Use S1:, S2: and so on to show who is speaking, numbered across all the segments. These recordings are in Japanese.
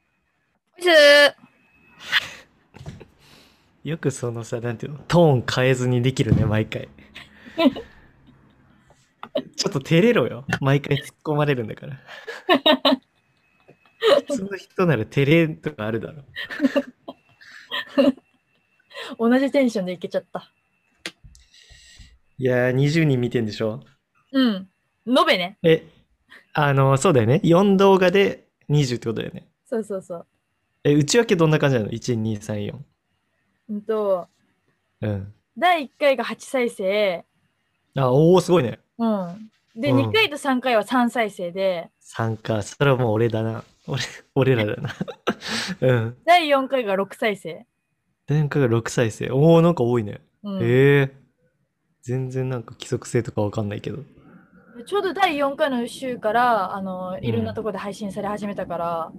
S1: です。
S2: よくそのさ、なんていうの、トーン変えずにできるね、毎回。ちょっと照れろよ。毎回突っ込まれるんだから。普通の人なら照れんとかあるだろ。
S1: 同じテンションでいけちゃった。
S2: いやー、20人見てんでしょ
S1: うん。延べね。
S2: え、あの、そうだよね。4動画で20ってことだよね。
S1: そうそうそう。
S2: え、内訳どんな感じなの ?1、2、3、
S1: うんと、
S2: 4。うん。
S1: 第1回が8再生。
S2: あ、おー、すごいね。
S1: うん。で、
S2: うん
S1: 2回と3回は3再生で、
S2: 3か。それはもう俺だな。俺、俺らだな。うん。
S1: 第4回が6再生。
S2: 前回が6再生。おー、なんか多いね。
S1: うん
S2: ええ全然なんか規則性とかわかんないけど。
S1: ちょうど第4回の週からあの
S2: ん
S1: いろんなところで配信され始めたから、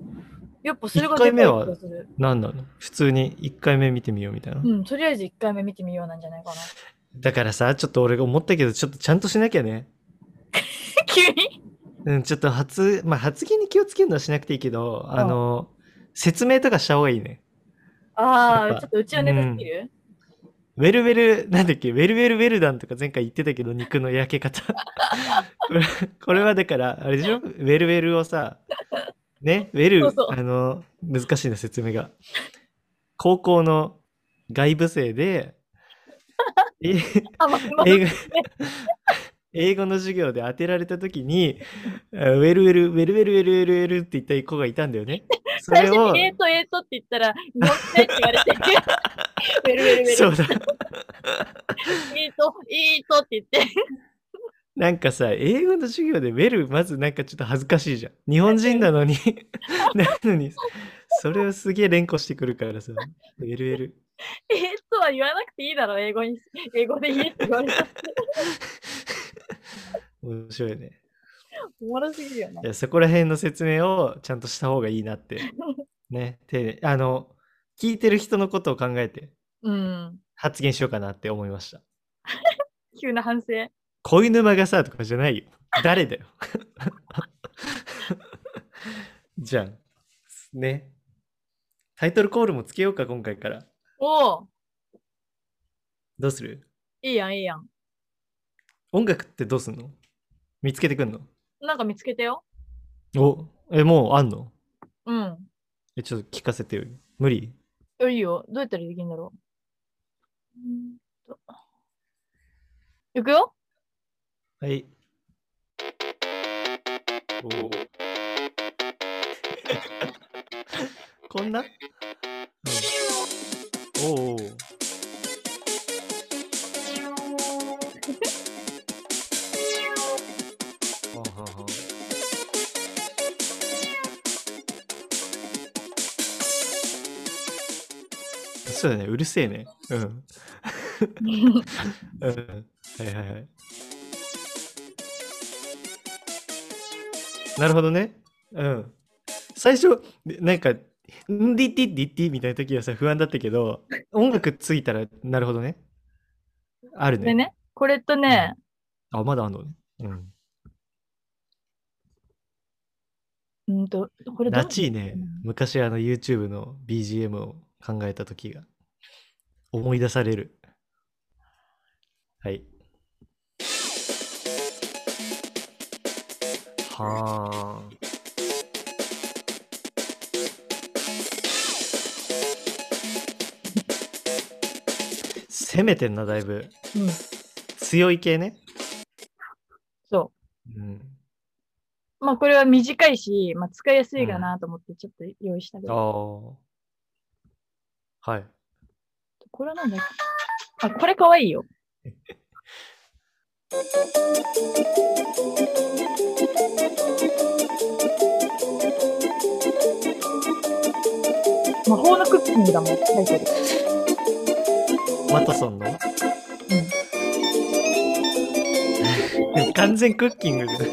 S1: やっぱそれが
S2: 一回目は
S1: でかい気がする
S2: なんなの普通に1回目見てみようみたいな。
S1: うん、とりあえず1回目見てみようなんじゃないかな。
S2: だからさ、ちょっと俺が思ったけど、ちょっとちゃんとしなきゃね。
S1: 急に
S2: うん、ちょっと発、まあ発言に気をつけるのはしなくていいけど、あの、説明とかした方がいいね。
S1: ああ、
S2: やっぱ
S1: ちょっとうちはネタすぎる、
S2: ウェルウェル、なんだっけ、ウェルウェルウェルダンとか前回言ってた けど、肉の焼け方。 これこれはだから、あれでしょウェルウェルをさ、ね、ウェル、
S1: そうそう
S2: あの、難しいな説明が。高校の外部生で、 え
S1: あ、まあ、まあ
S2: 英語英語の授業で当てられた時に、あウェルウェル、ウェルウェルウェルウェルウェルって言った子がいたんだよね。そ
S1: 最
S2: れ
S1: 初
S2: を
S1: に、えーとえーとって言ったら、乗ってって言われて、 ベルベルベ
S2: そ
S1: ル、
S2: うだ。
S1: えーと、えーとって言って、
S2: なんかさ、英語の授業でウェル、まずなんかちょっと恥ずかしいじゃん。日本人なのに、なのに、それをすげえ連呼してくるからさ、ウェルウェル。
S1: えーとは言わなくていいだろ、英語に。英語で言えって言われた。
S2: 面白いね。
S1: おもろすぎるよね
S2: い。や、そこら辺の説明をちゃんとした方がいいなって。ね、てあの、聞いてる人のことを考えて
S1: うん、
S2: 発言しようかなって思いました。
S1: 急な反省。
S2: 恋沼がさ、とかじゃないよ。誰だよ。 じゃん。ね。タイトルコールもつけようか、今回から。
S1: おお、
S2: どうする
S1: いいやん、いいやん。
S2: 音楽ってどうすんの見つけてくんの
S1: なんか見つけてよ。
S2: おえ、もうあんの
S1: うん。
S2: え、ちょっと聞かせてよ。無理
S1: いやいいよ。どうやったらできるんだろう。うーんといくよ
S2: はい。お こんな、うんおうおうはあはあはあそうだね、うるせえね。うん。うん。はいはいはい。なるほどね。うん。最初、でなんか、んディッディッディッディみたいな時はさ、不安だったけど、音楽ついたら、なるほどね。あるね。
S1: でね、これとね、
S2: あ、まだあんのね。うん。
S1: うーんと、これどう
S2: ラチーね、昔あの YouTube の BGM を考えた時が、思い出される。はい。はあ。攻めてんな、だいぶ。
S1: うん、
S2: 強い系ね。
S1: そ
S2: うん。
S1: う。まあこれは短いし、まあ使いやすいかなと思ってちょっと用意したけ
S2: あ
S1: ど、
S2: あ。はい。
S1: これはなんだっけあ、これかわいいよ。魔法のクッキングだもん、タイトル。
S2: ワトソンの、完全クッキ ングじゃない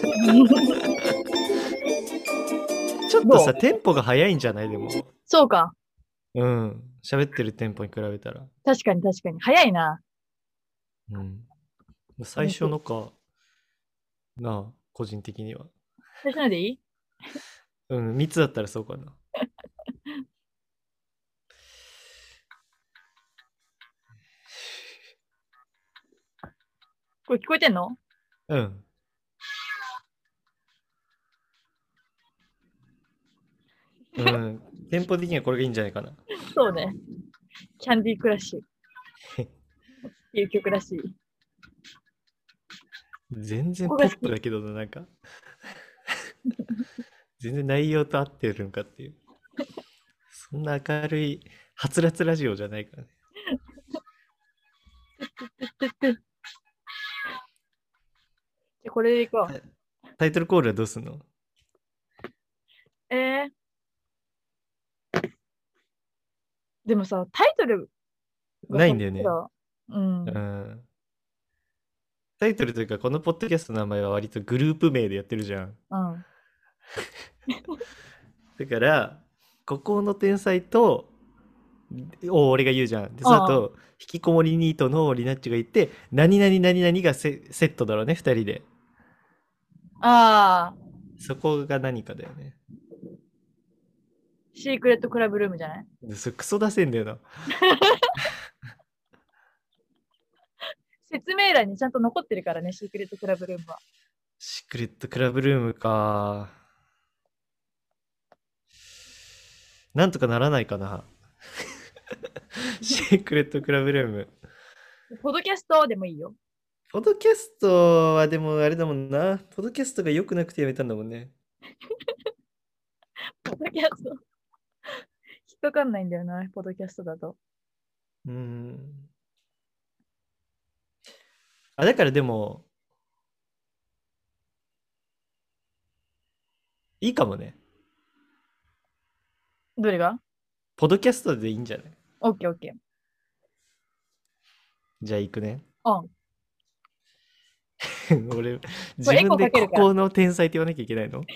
S2: ちょっと
S1: ど
S2: さテンポが速いんじゃないでも
S1: そうか。
S2: うん喋ってるテンポに比べたら、
S1: 確かに確かに。早いな。
S2: うん、最初のかなあ個人的には
S1: 最初のでいい
S2: うん3つだったらそうかな
S1: これ聞こえてんの
S2: うん。 うん。テンポ的にはこれがいいんじゃないかな。
S1: そうね。キャンディークラッシュ。っていう曲らしい。
S2: 全然ポップだけどな、なんか。 全然内容と合ってるのかっていう。そんな明るい、はつらつラジオじゃないからね。
S1: トゥットゥッじゃあこれでいこう。
S2: タイトルコールはどうすんの
S1: えー、でもさ、タイトルが
S2: ないんだよね
S1: さうん
S2: う。ん。タイトルというか、このポッドキャストの名前は割とグループ名でやってるじゃん。
S1: うん。
S2: だから、孤高の天才と、を俺が言うじゃん。で、その後、引きこもりニートのリナッチが言って、何々何々がセセットだろうね、二人で。
S1: ああ、
S2: そこが何かだよね。
S1: シークレットクラブルームじゃない
S2: でそれクソ出せんだよな。
S1: 説明欄にちゃんと残ってるからね、シークレットクラブルームは。
S2: シークレットクラブルームか。なんとかならないかな。シークレットクラブルーム。
S1: ポドキャストでもいいよ。
S2: ポッドキャストはでもあれだもんな。ポッドキャストが良くなくてやめたんだもんね。
S1: ポドキャスト。 引っかかんないんだよな、ポドキャストだと。
S2: うん。あ、だからでも、いいかもね。
S1: どれが
S2: ポッドキャストでいいんじゃない
S1: オッケーオッケー。
S2: じゃあ行くね。
S1: うん
S2: 俺、自分で
S1: エコかけ
S2: こ
S1: るから
S2: この天才って言わなきゃいけないの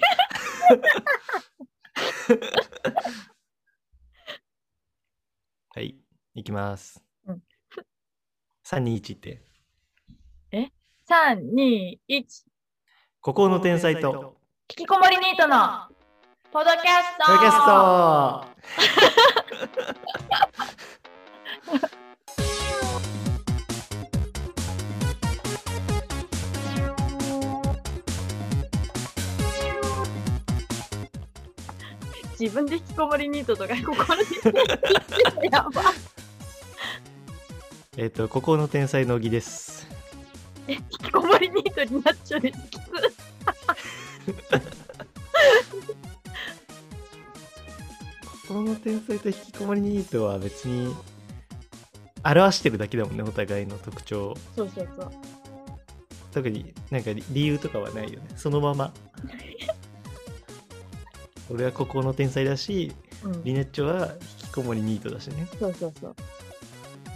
S2: はい、行きます。
S1: うん
S2: 3、2、1って。
S1: 3、2、1。
S2: ここの天才と。
S1: 引きこもりニートのポドキャスト
S2: ポッドキャスト
S1: 自分で引きこもりニートとか心に やば
S2: えっと、ここの天才のぎです。
S1: 引きこもりニートになっちゃうですきつ
S2: ここの天才と引きこもりニートは別に表してるだけだもんね、お互いの特徴を
S1: そうそうそう
S2: 特になんか理理由とかはないよねそのまま俺はここの天才だし
S1: うん
S2: リネッチョは引きこもりニートだしね、
S1: そうそうそう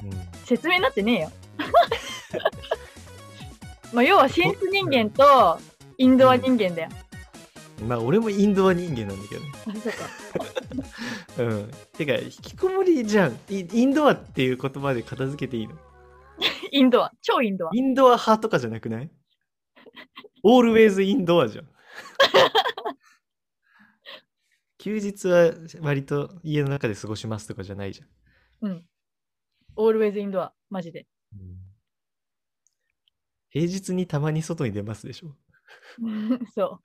S2: うん、
S1: 説明になってねえよ まあ要はセンス人間とインドア人間だよ、
S2: まあ俺もインドア人間なんだけどね
S1: あそうか
S2: うんてか引きこもりじゃんイインドアっていう言葉で片付けていいの
S1: インドア超インドア
S2: インドア派とかじゃなくないオールウェイズインドアじゃん休日は割と家の中で過ごしますとかじゃないじゃん
S1: オールウェイズインドアマジで
S2: 平日にたまに外に出ますでしょ
S1: そう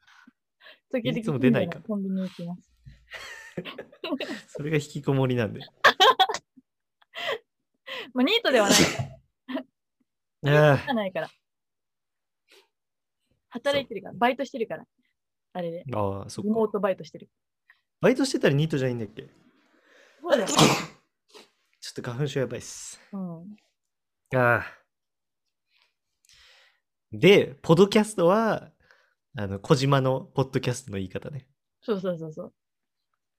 S1: 時々
S2: いつも出ないから
S1: コンビニ行きます
S2: それが引きこも りなんで。
S1: まあニートではない
S2: あ
S1: じゃないから。働いてるから、バイトしてるから。あれで、
S2: あああ、そ
S1: リモー
S2: っか。
S1: トバイトしてる。
S2: バイトしてたらニートじゃないんだっけちょ
S1: そうだよ。
S2: っと花粉症やばいっす。
S1: うん。
S2: ああ。で、ポドキャストは、あの、小島のポッドキャストの言い方ね。
S1: そうそうそうそう。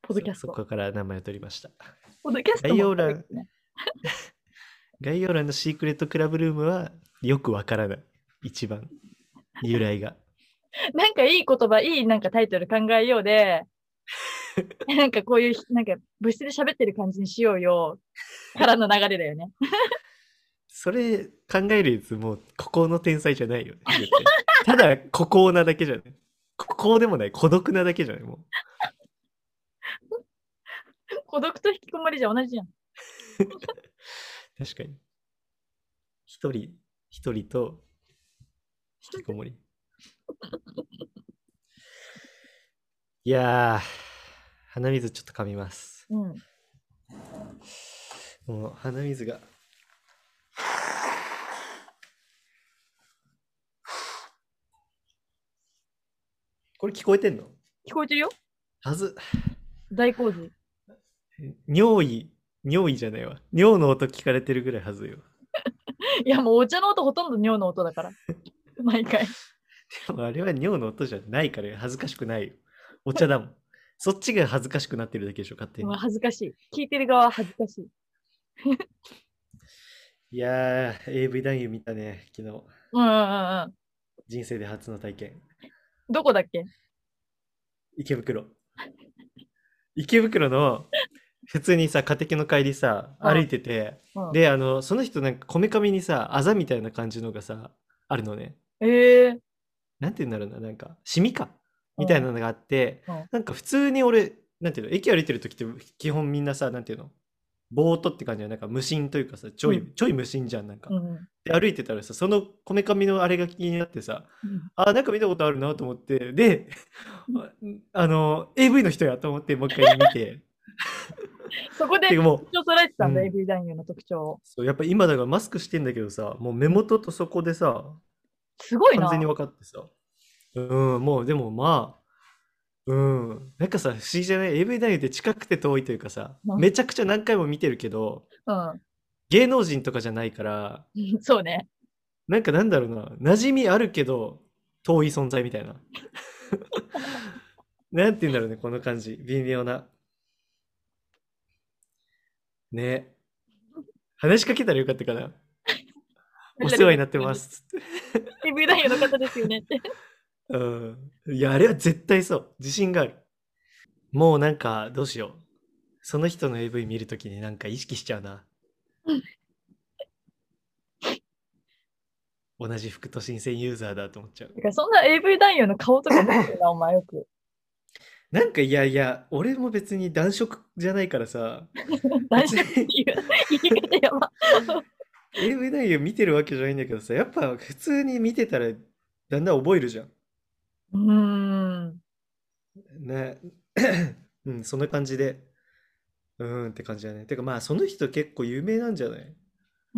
S1: ポッドキャス
S2: そ
S1: ト。
S2: こから名前を取りました。
S1: ポッドキャストも
S2: 概要欄
S1: そうですね
S2: 概要欄のシークレットクラブルームは、よくわからない。一番。由来が。
S1: なんかいい言葉、いいなんかタイトル考えよう で、なんかこういう、なんか物質で喋ってる感じにしようよ。からの流れだよね。
S2: それ考えるやつもう孤高の天才じゃないよね。絶対ただ孤高なだけじゃない。孤高でもない孤独なだけじゃないも
S1: 孤独と引きこもりじゃ同じじゃん。
S2: う。確かに。一人、一人と引きこもり。いやー、鼻水ちょっと噛みます。
S1: うん。
S2: もう鼻水が。これ聞こえてんの
S1: 聞こえてるよ
S2: はず。
S1: 大洪水。
S2: 尿意、尿意じゃないわ。尿の音聞かれてるぐらいはずいよ。
S1: いや、もうお茶の音ほとんど尿の音だから。毎回。
S2: でもあれは尿の音じゃないから恥ずかしくないよ。お茶だもん。そっちが恥ずかしくなってるだけでしょ、勝手に
S1: まあ。恥ずかしい。聞いてる側は恥ずかしい。
S2: いやー、AV 男優見たね、昨日。
S1: うんうんうんうん。
S2: 人生で初の体験。
S1: どこだっけ
S2: 池袋。池袋の、普通にさ、家庭の帰りさ、
S1: うん
S2: 歩いてて、
S1: うん、
S2: で、あの、その人なんか、こめかみにさ、あざみたいな感じのがさ、あるのね。
S1: ええ
S2: なんて言うんだろうな、なんか、シミかみたいなのがあって、
S1: うん
S2: なんか普通に俺、なんていうの、駅歩いてる時って基本みんなさ、なんていうの、ぼーっとって感じで、なんか無心というかさ、ちょい、
S1: う
S2: ちょい無心じゃん、なんか。
S1: うんうん
S2: で、歩いてたらさ、そのこめかみのあれが気になってさ、
S1: うん。
S2: あー、なんか見たことあるなと思って、で、 あの、AV の人やと思って、もう一回見て、
S1: そ こで
S2: てか
S1: 特
S2: もう、
S1: 徴捉えてたんだ、
S2: うん
S1: AV 男優の特徴を。
S2: そう、やっぱ今だからマスクしてんだけどさ、もう目元とそこでさ、
S1: すごいな。
S2: 完全に分かってさ、うん、もうでもまあ、うん、なんかさ、不思議じゃない ?AV 男優って近くて遠いというかさ、
S1: うん
S2: めちゃくちゃ何回も見てるけど、芸能人とかじゃないから、
S1: うん。そうね。
S2: なんかなんだろうな、馴染みあるけど、遠い存在みたいな。 なんて言うんだろうね、この感じ。微妙な。ね。話しかけたらよ かったかな。お世話になってま。す。つって
S1: AV 男優の方ですよねって。
S2: うん。いや、あれは絶対そう。自信がある。もうなんか、どうしよう。その人の AV 見るときになんか意識しちゃうな。同じ副都心線ユーザーだと思っちゃう。
S1: てかそんな AV 男優の顔とか見てる な、お前よく。
S2: なんかいやいや、俺も別に男色じゃないからさ、
S1: 男子っていう言い方やば。
S2: AV 内容見てるわけじゃないんだけどさ、やっぱ普通に見てたらだんだん覚えるじゃん。
S1: うーん。
S2: ね。うん、そんな感じで。うーんって感じだね。てかまあ、その人結構有名なんじゃないう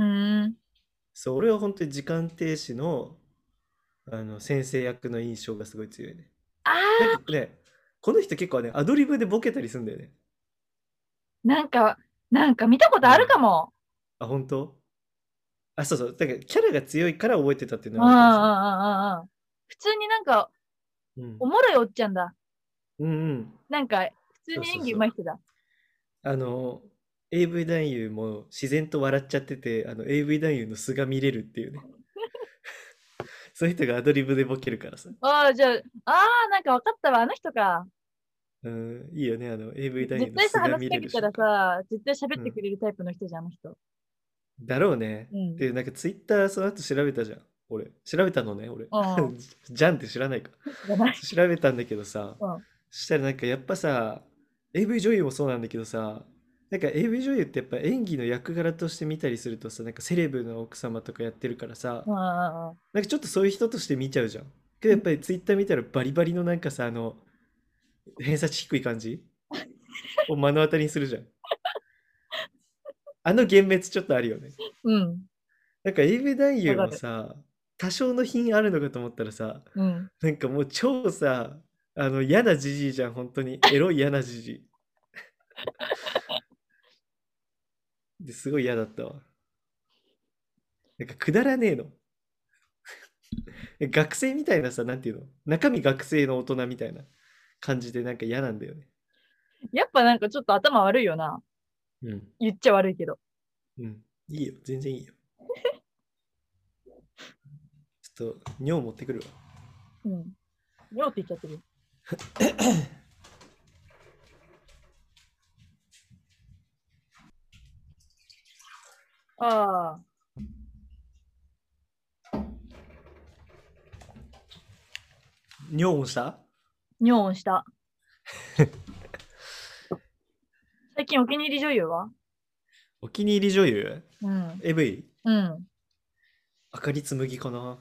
S1: ーん。
S2: そう、俺は本当に時間停止の、あの、先生役の印象がすごい強いね。
S1: あー
S2: なんかね、この人結構ね、アドリブでボケたりするんだよね。
S1: なんか、なんか見たことあるかも。
S2: あ、本当あ、そうそう。だからキャラが強いから覚えてたっていう
S1: うん
S2: の
S1: うんうんうん
S2: はある
S1: うん。普通になんか、
S2: かもしれない。うん
S1: おもろいおっちゃんだ。
S2: うんうん。
S1: なんか、普通に演技うまい人だ。
S2: あの、AV 男優も自然と笑っちゃってて、あの、AV 男優の素が見れるっていうね。 そういう人がアドリブでボケるからさ。
S1: ああ、じゃあ、ああ、なんか分かったわ、あの人か。
S2: うん、いいよね、あの、AV 男優
S1: 絶
S2: の
S1: 対
S2: 素
S1: さ、
S2: が
S1: 話
S2: 見
S1: し
S2: れ
S1: か
S2: る
S1: け
S2: 瞬
S1: た
S2: 間
S1: らさ、絶対喋ってくれるタイプの人じゃん、あの人。
S2: だろうね。
S1: うん
S2: で、なんか Twitter その後調べたじゃん。俺。調べたのね、俺。
S1: う
S2: じゃんって知 らないか。
S1: じゃない。
S2: 調べたんだけどさ、
S1: うん
S2: したらなんかやっぱさ AV 女優もそうなんだけどさなんか AV 女優ってやっぱ演技の役柄として見たりするとさなんかセレブの奥様とかやってるからさ、
S1: うんうんうん
S2: なんかちょっとそういう人として見ちゃうじゃんけどやっぱりツイッター見たらバリバリのなんかさあの偏差値低い 感じを目の当たりにするじゃんあの幻滅ちょっとあるよね
S1: うん。
S2: なんか AV 男優
S1: わ
S2: も
S1: かる
S2: さ多少の品あるのかと思ったらさ
S1: うん。
S2: なんかもう超さ、あの嫌なじじいじゃん、本当に。エロい嫌なじじい。ですごい嫌だったわ。なんかくだらねえの。学生みたいなさ、なんていうの中身学生の大人みたいな感じでなんか嫌なんだよね。
S1: やっぱなんかちょっと頭悪いよな。
S2: うん。
S1: 言っちゃ悪いけど。
S2: うん。いいよ。全然いいよ。ちょっと尿持ってくるわ。
S1: うん。尿って言っちゃってる。 ああ。
S2: 尿もした
S1: 尿音した。最近お気に入り女優は
S2: お気に入り女優
S1: うん。
S2: ?AV?
S1: うん。
S2: あかりつむぎかな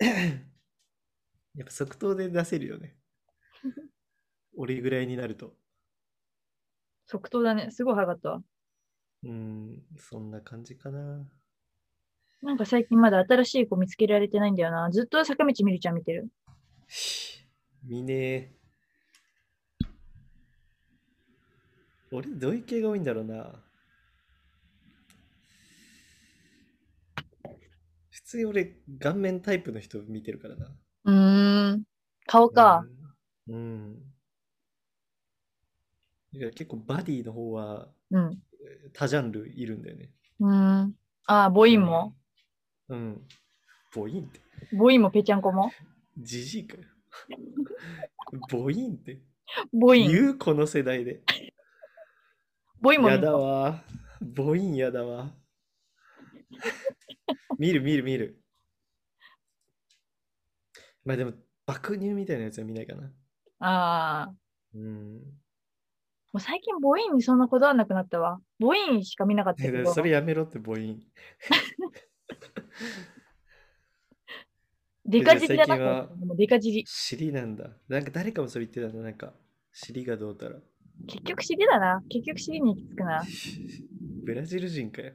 S2: やっぱ即答で出せるよね。俺ぐらいになると。
S1: 即答だね。すごい早かったわ。
S2: うん、そんな感じかな。
S1: なんか最近まだ新しい子見つけられてないんだよな。ずっと坂道みるちゃん見てる。
S2: 見ねえ。俺、どういう系が多いんだろうな。普通に俺、顔面タイプの人見てるからな。
S1: うーん。顔か。
S2: うん。うん。いや結構バディの方は
S1: うん。
S2: えー多ジャンルいるんだよね。
S1: うーん。ああ、母音も。
S2: うん。ボインって。
S1: 母音もぺちゃんこも。
S2: ジジイかよ。 ボインって。
S1: 母音。
S2: 言うこの世代で。
S1: 母音も見
S2: や
S1: る
S2: だわ。母音やだわ。 見る見る見る。まあでも、爆乳みたいなやつは見ないかな。
S1: ああ。
S2: うん。
S1: もう最近母音にそんなこだわんなくなったわ。母音しか見なかったけ
S2: えだ
S1: ど。
S2: それやめろって母音。
S1: デカ尻だな
S2: 最近は
S1: もうデカ尻。
S2: 尻なんだ。なんか誰かもそれ言ってたな。なんか、尻がどう たら。
S1: 結局尻だな。結局尻に行き着くな。
S2: ブラジル人かよ。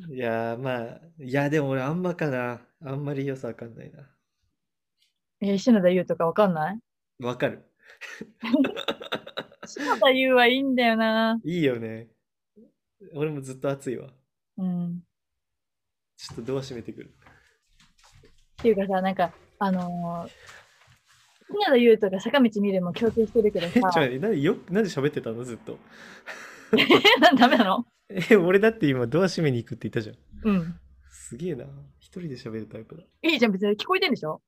S2: いやーまあ、いやでも俺あんまかな。あんまり良さわかんないな。
S1: えー、篠田優とかわかんない
S2: わかる。
S1: 篠田優はいいんだよな。
S2: いいよね。俺もずっと熱いわ。
S1: うん。
S2: ちょっとドア閉めて くる。
S1: っていうかさ、なんか、あのー、篠田優とか坂道見るも共通してるけど
S2: え、ちょっ
S1: さ、
S2: と待って、なんでよ、なんで喋ってたのずっと。
S1: え、なん ダメなの
S2: え、俺だって今ドア閉めに行くって言ったじゃん。
S1: うん。
S2: すげえな。一人で喋るタイプだ。い
S1: いいじゃん、別に聞こえてんでしょ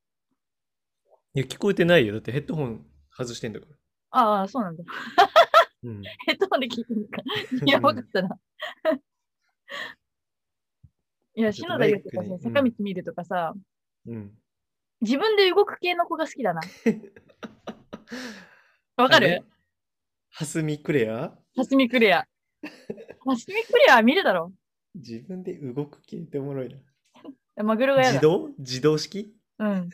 S2: や、聞こえてないよ。だってヘッドホン外してんだか
S1: ああ、そうなんだ。
S2: ら。 うん。
S1: ヘッドホンで聞いてるのか。いや、わか ったな。いや、
S2: ちょっ
S1: 篠
S2: と
S1: 田優とか
S2: バイ
S1: さ
S2: クに、
S1: 坂道見るとかさ、
S2: うん。
S1: 自分で動く系の子が好きだ な。わか
S2: あれ
S1: る
S2: 蓮見クレア
S1: ハスミクレア。ハスミクレアは見るだろ。
S2: 自分で動く系っておもろいな。
S1: マグロがや
S2: 自
S1: だ。
S2: 動自動式
S1: うん。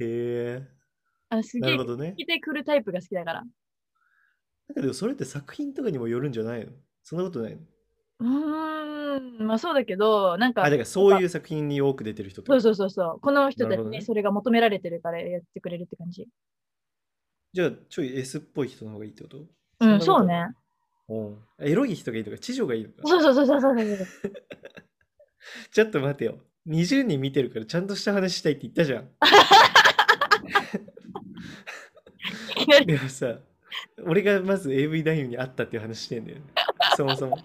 S2: へえ。
S1: あす
S2: な
S1: げえ
S2: るほどね。
S1: 聞いてくるタイプが好きだから。
S2: だけどそれって作品とかにもよるんじゃないのそんなことないの
S1: うーん、まあそうだけど、なん
S2: あ、
S1: か
S2: だ、からそういう作品に多く出てる人って
S1: そ
S2: こ
S1: う
S2: と
S1: そうそうそう、この人
S2: な
S1: たち
S2: るほど
S1: に
S2: ね
S1: それが求められてるからやってくれるって感じ。
S2: じゃあちょい S っぽい人の方がいいってこと
S1: うん、
S2: そ
S1: そうん
S2: なこと
S1: ね。
S2: うん。エロい人がいいのか、知女がいいのか。
S1: そうそうそうそうそうそうそう。
S2: ちょっと待てよ。20人見てるからちゃんとした話したいって言ったじゃん。
S1: いきなり
S2: でもさ、俺がまず AV 男優に会ったっていう話してんだよ、ね。そもそも。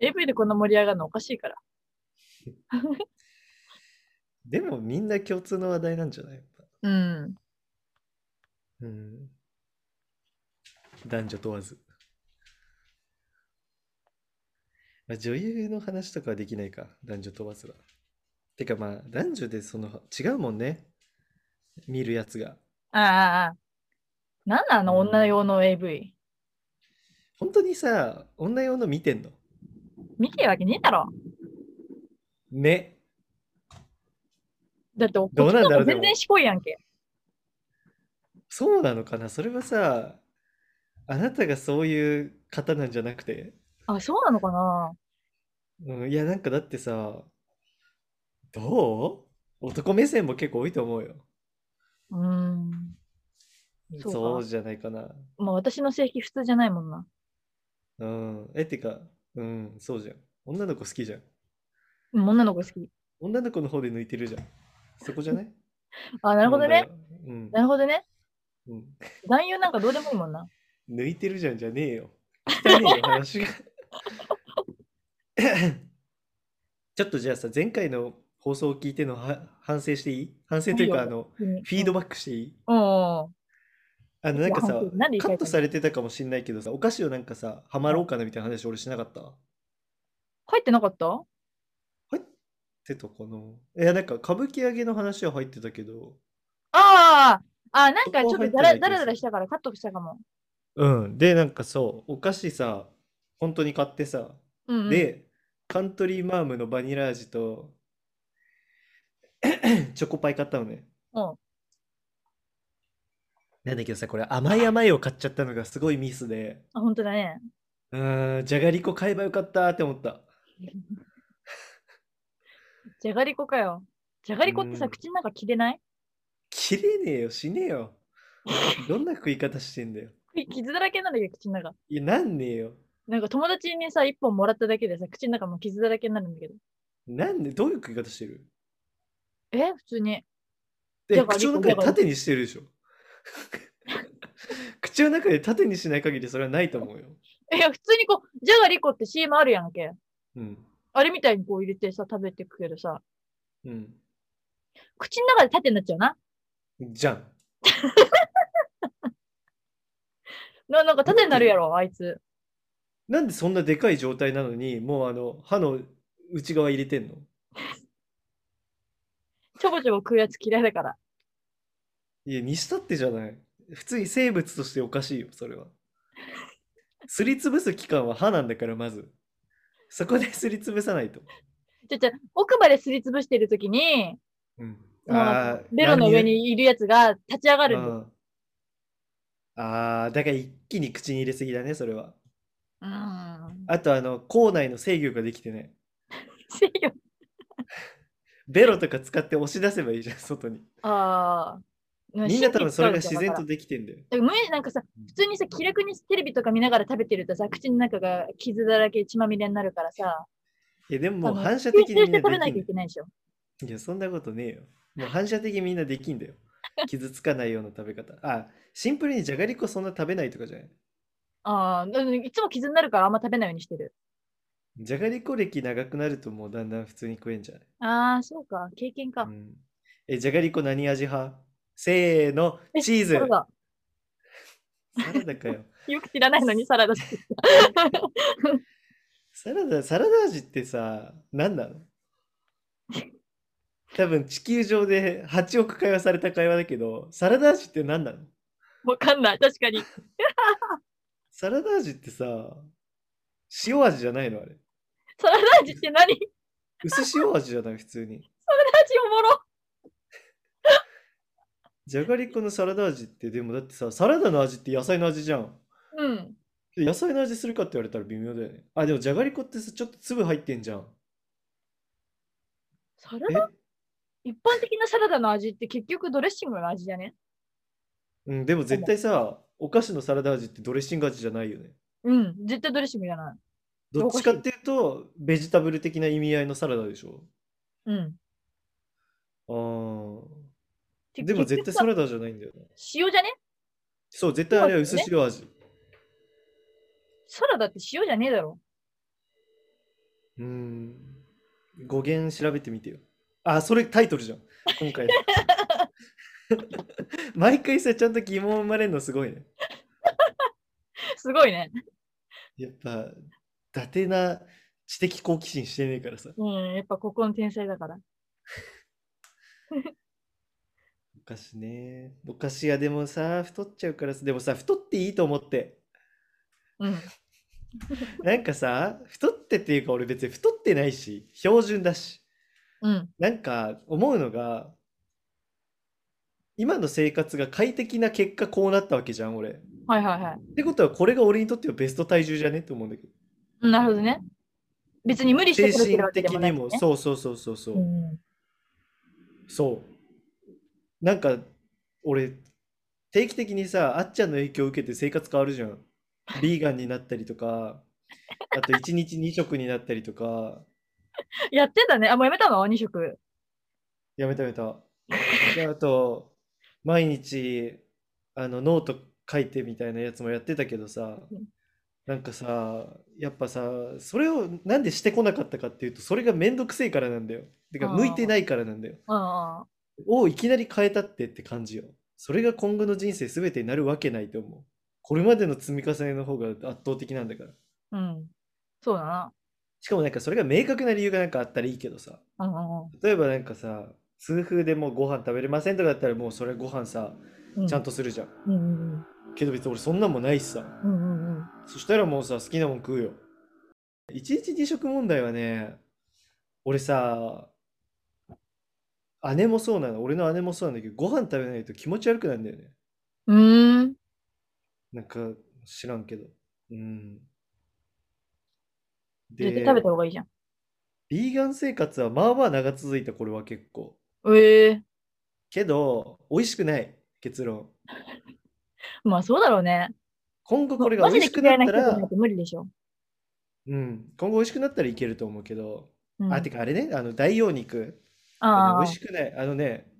S1: AV でこんな盛り上がるのおかしいから。
S2: でもみんな共通の話題なんじゃないやっぱ
S1: うん。
S2: うん。男女問わず。まあ、女優の話とかはできないか、男女問わずは。てかまあ、男女でその違うもんね。見るやつが。
S1: ああああ。なんなの
S2: うん
S1: 女用の AV。
S2: 本当にさ、女用の見てんの
S1: 見てるわけねえだろ。
S2: ね。
S1: だって、こっち
S2: どうなんだろう
S1: の方が
S2: でも
S1: 全然しこいやんけ。
S2: そうなのかなそれはさ、あなたがそういう方なんじゃなくて、
S1: あ、そうなのかな
S2: うん、いや、なんかだってさ、どう男目線も結構多いと思うよ。
S1: うーん。そうか
S2: じゃないかな。
S1: まあ私の性癖普通じゃないもんな。
S2: うん。え、てか、うん、そうじゃん。女の子好きじゃん。
S1: うん女の子好き。
S2: 女の子の方で抜いてるじゃん。そこじゃない
S1: あ、 なるほどね。。
S2: 問題
S1: な
S2: は
S1: るほどね。
S2: うん。うん
S1: 男優なんかどうでもいいもんな。
S2: 抜いてるじゃんじゃねえよ。汚ねえよ、話が。 ちょっとじゃあさ、前回の放送を聞いてのは反省していい反省というか、
S1: い
S2: あ
S1: い
S2: の、
S1: フ
S2: フィード
S1: バッ
S2: バックしていい
S1: ク。うん。
S2: あの、なんか
S1: いや
S2: さ
S1: 本当になんで、一
S2: カ
S1: 回
S2: ットされてたかもしんないけどさ、お菓子をなんかさ、ハマろうかなみたいな話俺しなかった
S1: 入ってなかった
S2: 入ってたかないや、なんか歌舞伎揚げの話は入ってたけど。
S1: あああ、なんかちょっとだら
S2: そこは入ってない気がする
S1: だらだらしたからカットしたかも。
S2: うん。で、なんかそう、お菓子さ、本当に買ってさ、
S1: うんうん、
S2: で、カントリーマームのバニラ味と チョコパイ買ったのね。
S1: うん
S2: なんだけどさ、これ甘い甘いを買っちゃったのがすごいミスで、
S1: あ、本当だね。
S2: うーん、じゃがりこ買えばよかったって思った。
S1: じゃがりこかよ。じゃがりこって
S2: う
S1: さ、
S2: ん
S1: 口の中切れない
S2: 切れねえよ、死ねえよ。どんな食い方してんだよ。
S1: き傷だらけなんだけど、口の中。
S2: いや、なんねえよ。
S1: なんか友達にさ、一本もらっただけでさ、口の中も傷だらけになるんだけど。
S2: なんで、どういう食い方してる
S1: え普通に。
S2: で、
S1: じゃがりこ
S2: 口の中で縦にしてるでしょ。 口の中で縦にしない限りそれはないと思うよ。
S1: いや、普通にこう、じゃがりこって CM あるやんけ。
S2: うん。
S1: あれみたいにこう入れてさ、食べてくけどさ、
S2: うん。
S1: 口の中で縦になっちゃうな。
S2: じゃん。
S1: ななんか縦になるやろ、あいつ。
S2: なんでそんなでかい状態なのに、もうあの、歯の内側入れてんの
S1: ちょぼちょぼ食うやつ嫌いだから。
S2: いや、にしたってじゃない。普通に生物としておかしいよ、それは。すりつぶす器官は歯なんだから、まず。そこですりつぶさないと。
S1: ちょちょ、奥まですりつぶしてるときに、
S2: うん。
S1: もうなん
S2: あ
S1: か
S2: ー
S1: ベロの
S2: 乱入
S1: 上にいるやつが立ち上がるんだよ。
S2: あーあー、だから一気に口に入れすぎだね、それは。
S1: うーん。
S2: あと、あの、口内の制御ができてない。
S1: せよ。
S2: ベロとか使って押し出せばいいじゃん、外に。
S1: ああ。
S2: みんな多分それが自
S1: 神経
S2: 然
S1: 使
S2: と
S1: うじ
S2: できてんだよ。
S1: ゃん。だから無理なんかさ、普通にさ、気楽にテレビとか見ながら食べてるとさ、口の中が傷だらけ、血まみれになるからさ、
S2: いや、でももう
S1: あの
S2: 反射
S1: 吸
S2: 的に
S1: 収
S2: み
S1: し
S2: ん
S1: て
S2: な
S1: 食べ
S2: で
S1: な
S2: き
S1: いと
S2: ん
S1: い
S2: だよ
S1: けないでしょ。
S2: いや、そんなことねえよ。もう反射的にみんなできんだ よ。傷つかないような食べ方。あ、シンプルにじゃがりこそんな食べないとかじゃない。
S1: ああ、だからいつも傷になるからあんま食べないようにしてる。
S2: じゃがりこ歴長くなるともうだんだん普通に食えんじゃない。
S1: ああ、そうか、経験か。
S2: うん、え、じゃがりこ何味派せーの、チーズ。
S1: サラダ
S2: サラダかよ。
S1: よく知らないのにサラダ好き。
S2: サラダ、サラダ味ってさ、何なの多分地球上で8億回はされた会話だけど、サラダ味って何なの
S1: わかんない、確かに。
S2: サラダ味ってさ、塩味じゃないのあれ。
S1: サラダ味って何
S2: 薄塩味じゃない普通に。
S1: 味おもろ。
S2: じゃがりこのサラダ味って、でもだってさ、サラダの味って野菜の味じゃん。
S1: うん。
S2: 野菜の味するかって言われたら微妙だよね。あ、でもじゃがりこってさ、ちょっと粒入ってんじゃん。
S1: サラ
S2: え
S1: ダ一般的なサラダの味って結局ドレッシングの味じゃね
S2: うん、でも絶対さ、お菓子のサラダ味ってドレッシング味じゃないよね。
S1: うん、絶対ドレッシングじゃない。
S2: どっちかっていうと、ベジタブル的な意味合いのサラダでしょ。
S1: うん。
S2: あ
S1: て
S2: あ。でも絶対サ
S1: 結局さ
S2: ラダじゃないんだよね。
S1: 塩じゃね
S2: そう、絶対あれは薄塩味。
S1: サラダって塩じゃねえだろ。
S2: うーん。語源調べてみてよ。あ、それタイトルじゃん。今回の。 毎回さ、ちゃんと疑問生まれるのすごいね。
S1: すごいね。
S2: やっぱ、伊達な知的好奇心してねえからさ。
S1: うん、やっぱここの天才だから。
S2: お菓子ね。お菓子屋でもさ、太っちゃうからさ。でもさ、太っていいと思って。
S1: うん。
S2: なんかさ、太ってっていうか俺別に太ってないし、標準だし。
S1: うん。
S2: なんか思うのが、今の生活が快適な結果こうなったわけじゃん、俺。っ
S1: はいはいはい
S2: てことはこれが俺にとってはベスト体重じゃねって思うんだけど。
S1: うん。なるほどね。別に無理して
S2: 精
S1: くれてる
S2: 神
S1: わけ
S2: 的
S1: でもな
S2: に
S1: い、
S2: も、
S1: ね。
S2: そうそうそうそうそうう。
S1: ん。
S2: そう。なんか俺、定期的にさ、あっちゃんの影響を受けて生活変わるじゃん。ビーガンになったりとか、あと1日2食になったりとか、
S1: やってたね。あ、もうやめたの ?2 食。
S2: やめたやめた。で、あと、毎日、あの、ノート書いてみたいなやつもやってたけどさ
S1: うん、
S2: なんかさ、やっぱさ、それをなんでしてこなかったかっていうと、それがめんどくせえからなんだよ。てか、
S1: あー
S2: 向いてないからなんだよ。
S1: うんうん。
S2: をいきなり変えたってって感じよ。それが今後の人生全てになるわけないと思う。これまでの積み重ねの方が圧倒的なんだから。
S1: うん。そうだな。
S2: しかもなんかそれが明確な理由がなんかあったらいいけどさ。
S1: うんうん
S2: 例えばなんかさ痛風でもうご飯食べれませんとかだったらもうそれご飯さ
S1: うん。
S2: ちゃん
S1: と。
S2: とするじゃん、
S1: うんうんうん。
S2: けど別に俺そんなんもないしさ
S1: うんうんうん。
S2: そしたらもうさ好きなもん食うよ一日二食問題はね、俺さ、姉もそうなの、俺の姉もそうなんだけど、ご飯食べないと気持ち悪くなるんだよね。
S1: うーん。
S2: なんか知らんけど。うん。
S1: 絶対
S2: で、
S1: 食べた方がいいじゃん。
S2: ビーガン生活はまあまあ長続いた、これは結構。
S1: ええ
S2: けど、美味しくない、結論。
S1: まあそうだろうね。
S2: 今後
S1: ま
S2: これが
S1: マ
S2: 美
S1: ジ
S2: 味
S1: で
S2: しくな
S1: 嫌いな
S2: った
S1: 人じゃな
S2: ら、
S1: いと無理でしょ。
S2: うん、今後美味しくなったらいけると思うけど、
S1: うん、
S2: あ、てかあれね、あの代用肉がね、美
S1: あ
S2: 味しくない。あのね、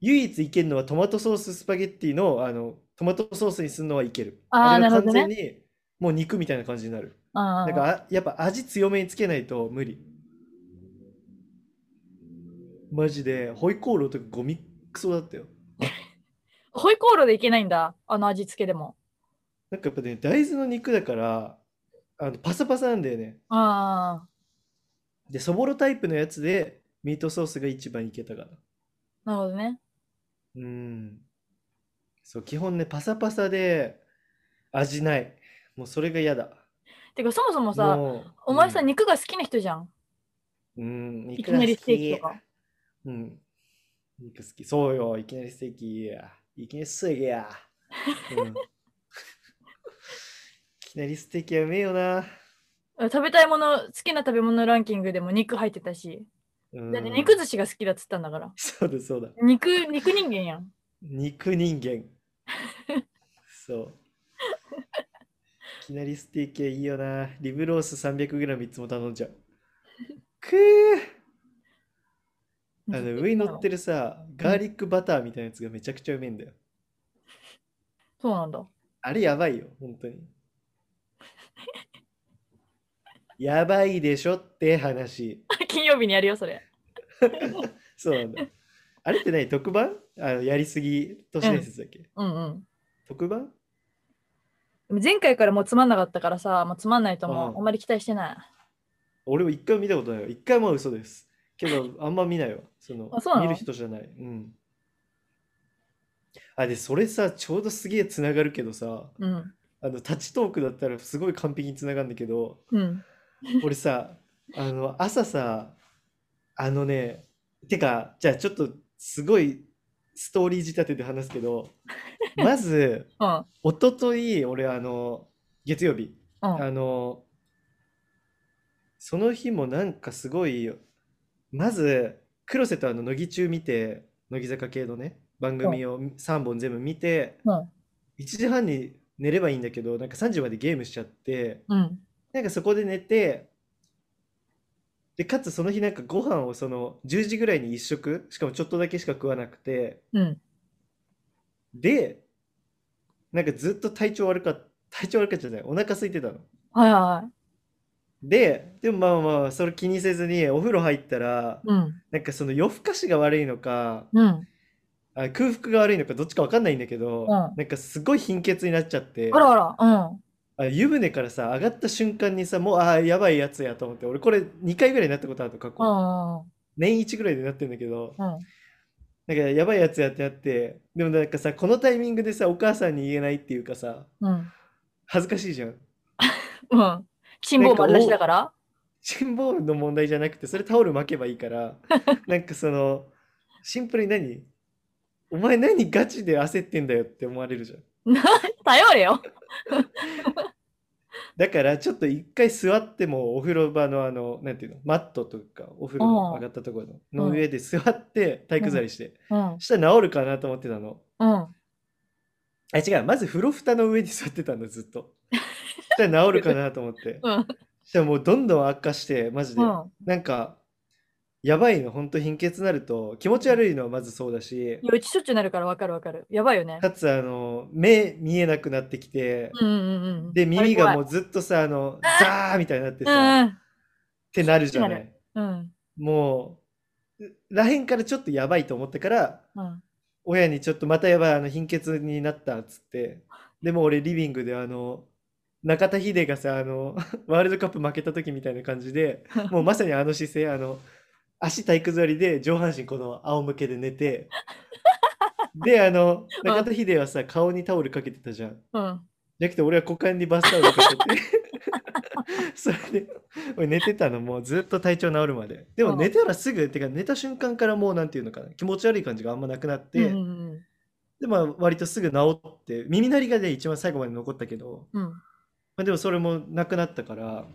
S2: 唯一いけるのはトマトソーススパゲッティの、あのトマトソースにするのはいける。
S1: あーな
S2: れが
S1: るほど
S2: 完
S1: ね
S2: 全にもう肉みたいな感じになる。
S1: あ、あ
S2: なん
S1: あ、
S2: かあやっぱ味強めにつけないと無理。マジで、ホイコーローとかゴミクソだったよ。
S1: ホイコーローでいけないんだ。あの味付けでも。
S2: なんかやっぱね、大豆の肉だから、あのパサパサなんだよね。
S1: ああ、
S2: で、そぼろタイプのやつでミートソースが一番いけたかな。
S1: なるほどね。
S2: うん。そう、基本ね、パサパサで味ない。もうそれが嫌だ。
S1: てかそもそもさ、
S2: もう、
S1: お前さ、
S2: うん、
S1: 肉が好きな人じゃん。
S2: うん、
S1: い
S2: 肉
S1: き
S2: が
S1: な
S2: 好
S1: りステーキと
S2: き。
S1: か。
S2: うん。肉好き。そうよ、いきなりステーキや。いきなりステーキや。 うん。いきなりステーキやめえよな。
S1: 食べたいもの、好きな食べ物ランキングでも肉入ってたし。
S2: うん。
S1: だって肉寿司が好きだっつったんだから。
S2: そうだそうだ。
S1: 肉、肉人間やん。
S2: 肉人間。そう。いきなりステーキはいいよな。リブロース 300g いつも頼んじゃう。くーあの上に乗って
S1: る。
S2: るさ、ガーリックバターみたいなやつがめちゃくちゃうめえんだよ。
S1: そうなんだ。
S2: あれやばいよ、本当に。やばいでしょって話。
S1: 金曜日にやるよ、それ。
S2: そうなんだ。あれって何特番あのやりすぎ都市伝説だっけ、
S1: うんうん。
S2: 特番
S1: でも前回からもうつまんなかったからさ、もうつまんないと思う。
S2: うん
S1: あんまり期待してない。
S2: 俺も一回も見たことないわ。一回も嘘です。けど、あんま見ないわ。その
S1: あそうなの
S2: 見る人じゃない。うん。あ、で、それさ、ちょうどすげえつながるけどさ、
S1: うん。
S2: あの、立ちトークだったらすごい完璧につながるんだけ ど、
S1: うん。
S2: 俺さ、あの、朝さ、あのね、てか、じゃあちょっとすごいストーリー仕立てで話すけ ど、まず、
S1: うん。
S2: 一昨日俺、あの、月曜日、
S1: うん。
S2: あの、その日もなんかすごいよ、まず、黒瀬とあの、乃木中見て、乃木坂系のね、番組を3本全部見て、
S1: うん
S2: 1時半に寝ればいいんだけど、なんか3時までゲームしちゃって、
S1: うん。
S2: なんかそこで寝て、で、かつその日なんかご飯をその10時ぐらいに1食、しかもちょっとだけしか食わなくて、
S1: うん。
S2: で、なんかずっと体調悪かった、体調悪かったじゃない、お腹空いてたの。
S1: はいはいはい。
S2: で、でもまあまあまあ、それ気にせずにお風呂入ったら、
S1: うん。
S2: なんかその夜更かしが悪いのか、
S1: うん。
S2: あ空腹が悪いのかどっちかわかんないんだけど、
S1: うん
S2: なんかすごい貧血になっちゃって、
S1: あらあら。うん。
S2: あ湯船からさ、上がった瞬間にさ、もう、ああ、やばいやつやと思って、俺これ2回ぐらいなったことあるの、過去。
S1: うん。
S2: 年一ぐらいでなってんだけど、
S1: うん。
S2: なんかやばいやつやってやって、でもなんかさ、このタイミングでさ、お母さんに言えないっていうかさ、
S1: うん。
S2: 恥ずかしいじゃん。
S1: うん。辛抱丸出しだから。
S2: 辛抱の問題じゃなくて、それタオル巻けばいい から、なんかその、シンプルに何お前何ガチで焦ってんだよって思われるじゃん。
S1: 頼れよ。
S2: だからちょっと一回座ってもお風呂場のあの、なんていうの、マットとかお風呂
S1: うん
S2: の上がったところの、
S1: うん
S2: の上で座って体育座りして、
S1: うん。
S2: したら治るかなと思ってたの。
S1: うん。
S2: あ、違う。まず風呂蓋の上に座ってたんだ、ずっ と。そしたら治るかなと思って。
S1: うん。
S2: そしたらもうどんどん悪化して、マジで。
S1: うん。
S2: なんか、やばいの、ほんと貧血になると、気持ち悪いのはまずそうだし
S1: い、やうちしょっちゅうなるからわかるわかる。やばいよね。
S2: かつ、あの、目見えなくなってきて、
S1: うんうんうんうん。
S2: で、耳が
S1: う。
S2: もうずっとさ、あの、
S1: あー
S2: ザーみたいになって
S1: う
S2: さ、っ
S1: ん
S2: てなるじゃ
S1: な
S2: な
S1: る
S2: い。
S1: うん。
S2: もう、らへんからちょっとやばいと思ってから、
S1: うん。
S2: 親にちょっとまたやばいあの貧血になったっつってでも俺リビングであの中田秀がさあの ワールドカップ負けた時みたいな感 じでもうまさにあの姿勢あの足体育座りで上半身この仰向けで 寝てであの
S1: うん
S2: 中田秀はさ顔にタオルかけてたじゃん
S1: うん。
S2: じゃなくて俺は股間にバスタオルかけてそれで俺寝てたのもうずっと体調治るまででも
S1: うん
S2: 寝たらすぐってか寝た瞬間からもうなんていうのかな気持ち悪い感じがあんまなくなって、
S1: うんうんうん
S2: でまあ割とすぐ治って耳鳴りがね一番最後まで残ったけど、
S1: うん
S2: まあ、でもそれもなくなったから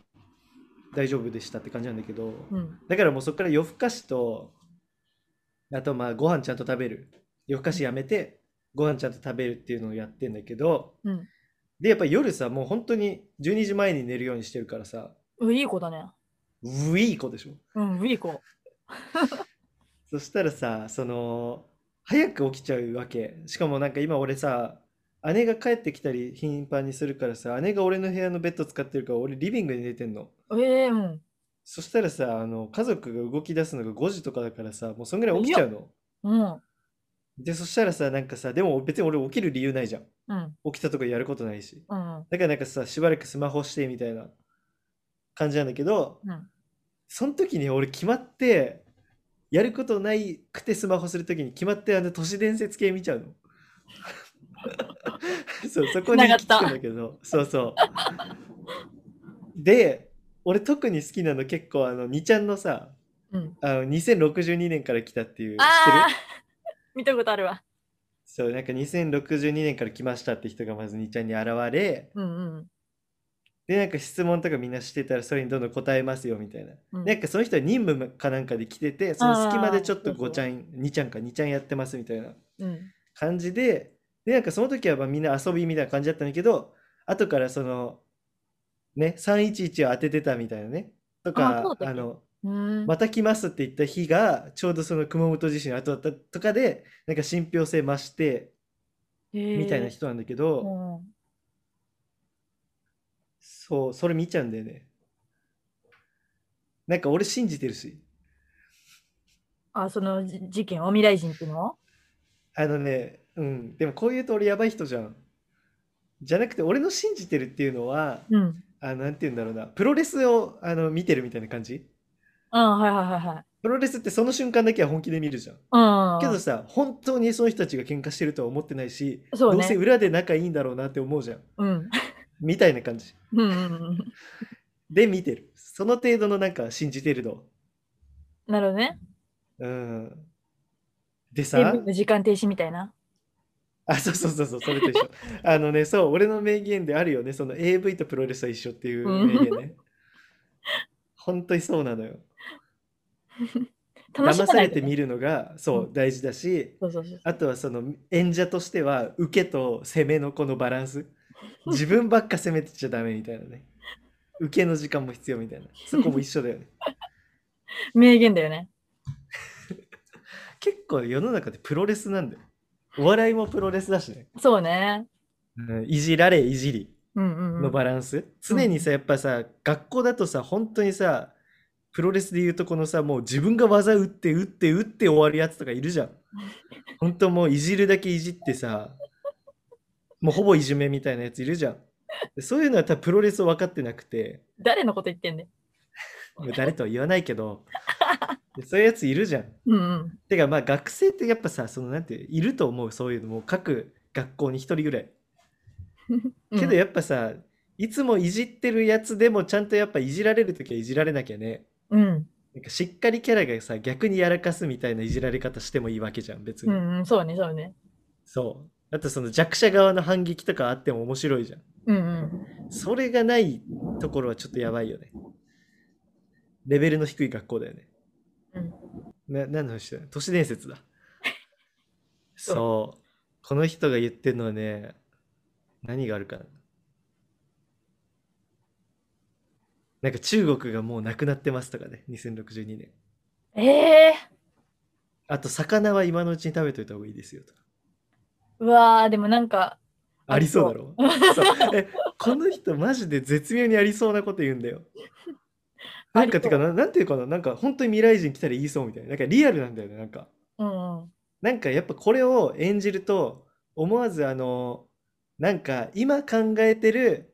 S2: 大丈夫でしたって感じなんだけど、
S1: うん
S2: だからもうそこから夜更かしとあとまあご飯ちゃんと食べる夜更かしやめてご飯ちゃんと食べるっていうのをやってんだけど
S1: うん
S2: でやっぱ夜さもう本当に12時前に寝るようにしてるからさ
S1: うん。いい子だね。
S2: ウィーコでしょ
S1: うん、いい子。
S2: そしたらさその早く起きちゃうわけしかもなんか今俺さ姉が帰ってきたり頻繁にするからさ姉が俺の部屋のベッド使ってるから俺リビングに寝てんの
S1: ええうん。
S2: そしたらさあの家族が動き出すのが5時とかだからさもうそんぐらい起きちゃうの
S1: うん。
S2: でそしたらさなんかさでも別に俺起きる理由ないじゃん
S1: うん。
S2: 起きたとこやることないし
S1: うん。
S2: だからなんかさしばらくスマホしてみたいな感じなんだけど、
S1: うん
S2: その時に俺決まってやることないくてスマホする時に決まってあの都市伝説系見ちゃう のそうそこに
S1: 繋が
S2: 行
S1: っ
S2: き着
S1: た
S2: くんだけどそうそうで俺特に好きなの結構あの2ちゃんのさ
S1: うん。
S2: あの2062年から来たっていう知ってる
S1: ああ 見たことあるわ。
S2: そう、なんか2062年から来ましたって人がまず2ちゃんに現れ、
S1: うんうん。
S2: で、なんか質問とかみんなしてたら、それにどんどん答えますよみたいな。
S1: うん
S2: なんかその人は任務かなんかで来てて、その隙間でちょっと
S1: あーそうそう
S2: 5ちゃん、2ちゃんか2ちゃんやってますみたいな
S1: うん。
S2: 感じで、で、なんかその時はまあみんな遊びみたいな感じだったんだけど、後からその、ね、311を当ててたみたいなね。と
S1: あー
S2: か
S1: そうだっ、たっ
S2: あ
S1: け
S2: の、
S1: うん。
S2: また来ますって言った日が、ちょうどその熊本地震の後だったとかで、なんか信憑性増して、み
S1: み
S2: たいな人なんだけ
S1: う
S2: ど、
S1: ん。
S2: そう、それ見ちゃうんだよね。なんか俺信じてるし。
S1: あ、そのじ事件、未来人っていうの
S2: あのね、うん。でもこういうと俺やばい人じゃん。じゃなくて俺の信じてるっていうのは、
S1: うん。
S2: あの、なんて言うんだろうな。プロレスをあの見てるみたいな感じ
S1: あはいはいはいはい。
S2: プロレスってその瞬間だけは本気で見るじゃん。
S1: うん。
S2: けどさ、本当にその人たちが喧嘩してるとは思ってないし、
S1: そうね
S2: どうせ裏で仲いいんだろうなって思うじゃん。
S1: うん。
S2: みたいな感じ。
S1: うんうんうん。
S2: で見てる。その程度のなんか信じてる度。
S1: なるほどね。
S2: うん。で
S1: 全
S2: さ、
S1: 部時間停止みたいな。
S2: あ、そうそうそうそう、それと一 緒。あのね、そう、俺の名言であるよね、その AV とプロレスは一緒っていう名言ね。本当にそうなのよ。
S1: 楽し
S2: 騙
S1: く
S2: さ
S1: ない
S2: れ
S1: と
S2: て
S1: ね
S2: 見るのが、そう
S1: う、
S2: 大事だし、
S1: そうそうそう。
S2: あとはその演者としては、受けと攻めのこのバランス。自分ばっか攻めてちゃダメみたいなね。受けの時間も必要みたいな。そこも一緒だ よね。
S1: 名言だよね。
S2: 結構世の中でプロレスなんだよ。お笑いもプロレスだしね。
S1: そうね。
S2: うん、いじられ、いじり。
S1: うんうんうん。
S2: のバランス、常にさやっぱさ学校だとさ本当にさプロレスでいうとこのさもう自分が技打って打って打って終わるやつとかい るじゃん本当もういじるだけいじってさもうほぼいじめみたいなやついるじゃんでそういうのは多分プロレスを分かってなくて
S1: 誰のこと言ってんね。
S2: まあ誰とは言わない けどでそういうやついるじゃん
S1: うんうん。
S2: てかまあ学生ってやっぱさそのなんていると思うそういうのもう各学校に一人ぐらい
S1: うん
S2: けどやっぱさ、いつもいじってるやつでもちゃんとやっぱいじられるときはいじられなきゃね。
S1: うん。
S2: なんかしっかりキャラがさ、逆にやらかすみたいないじられ方してもいいわけじゃん、別
S1: う
S2: に。
S1: んうん。そうね、そうね。
S2: そう。あとその弱者側の反撃とかあっても面白いじゃん。
S1: うんうん。
S2: それがないところはちょっとやばいよね。レベルの低い学校だよね。
S1: うん
S2: な、何の話だ都市伝説だ。そう。この人が言ってるのはね、何があるかな。なんか中国がもうなくなってますとかね、2062年。
S1: ええ
S2: あと、魚は今のうちに食べといた方がいいですよとか。
S1: うわー、でもなんか、
S2: ありそうだろそうえ、この人マジで絶妙にありそうなこと言う んだよ。なんか
S1: ありそう
S2: てかな、なんていうかな、なんか本当に未来人来たら言いそうみたいな。なんかリアルなんだよね、なんか。
S1: うんうん。
S2: なんかやっぱこれを演じると思わずあのなんか今考えてる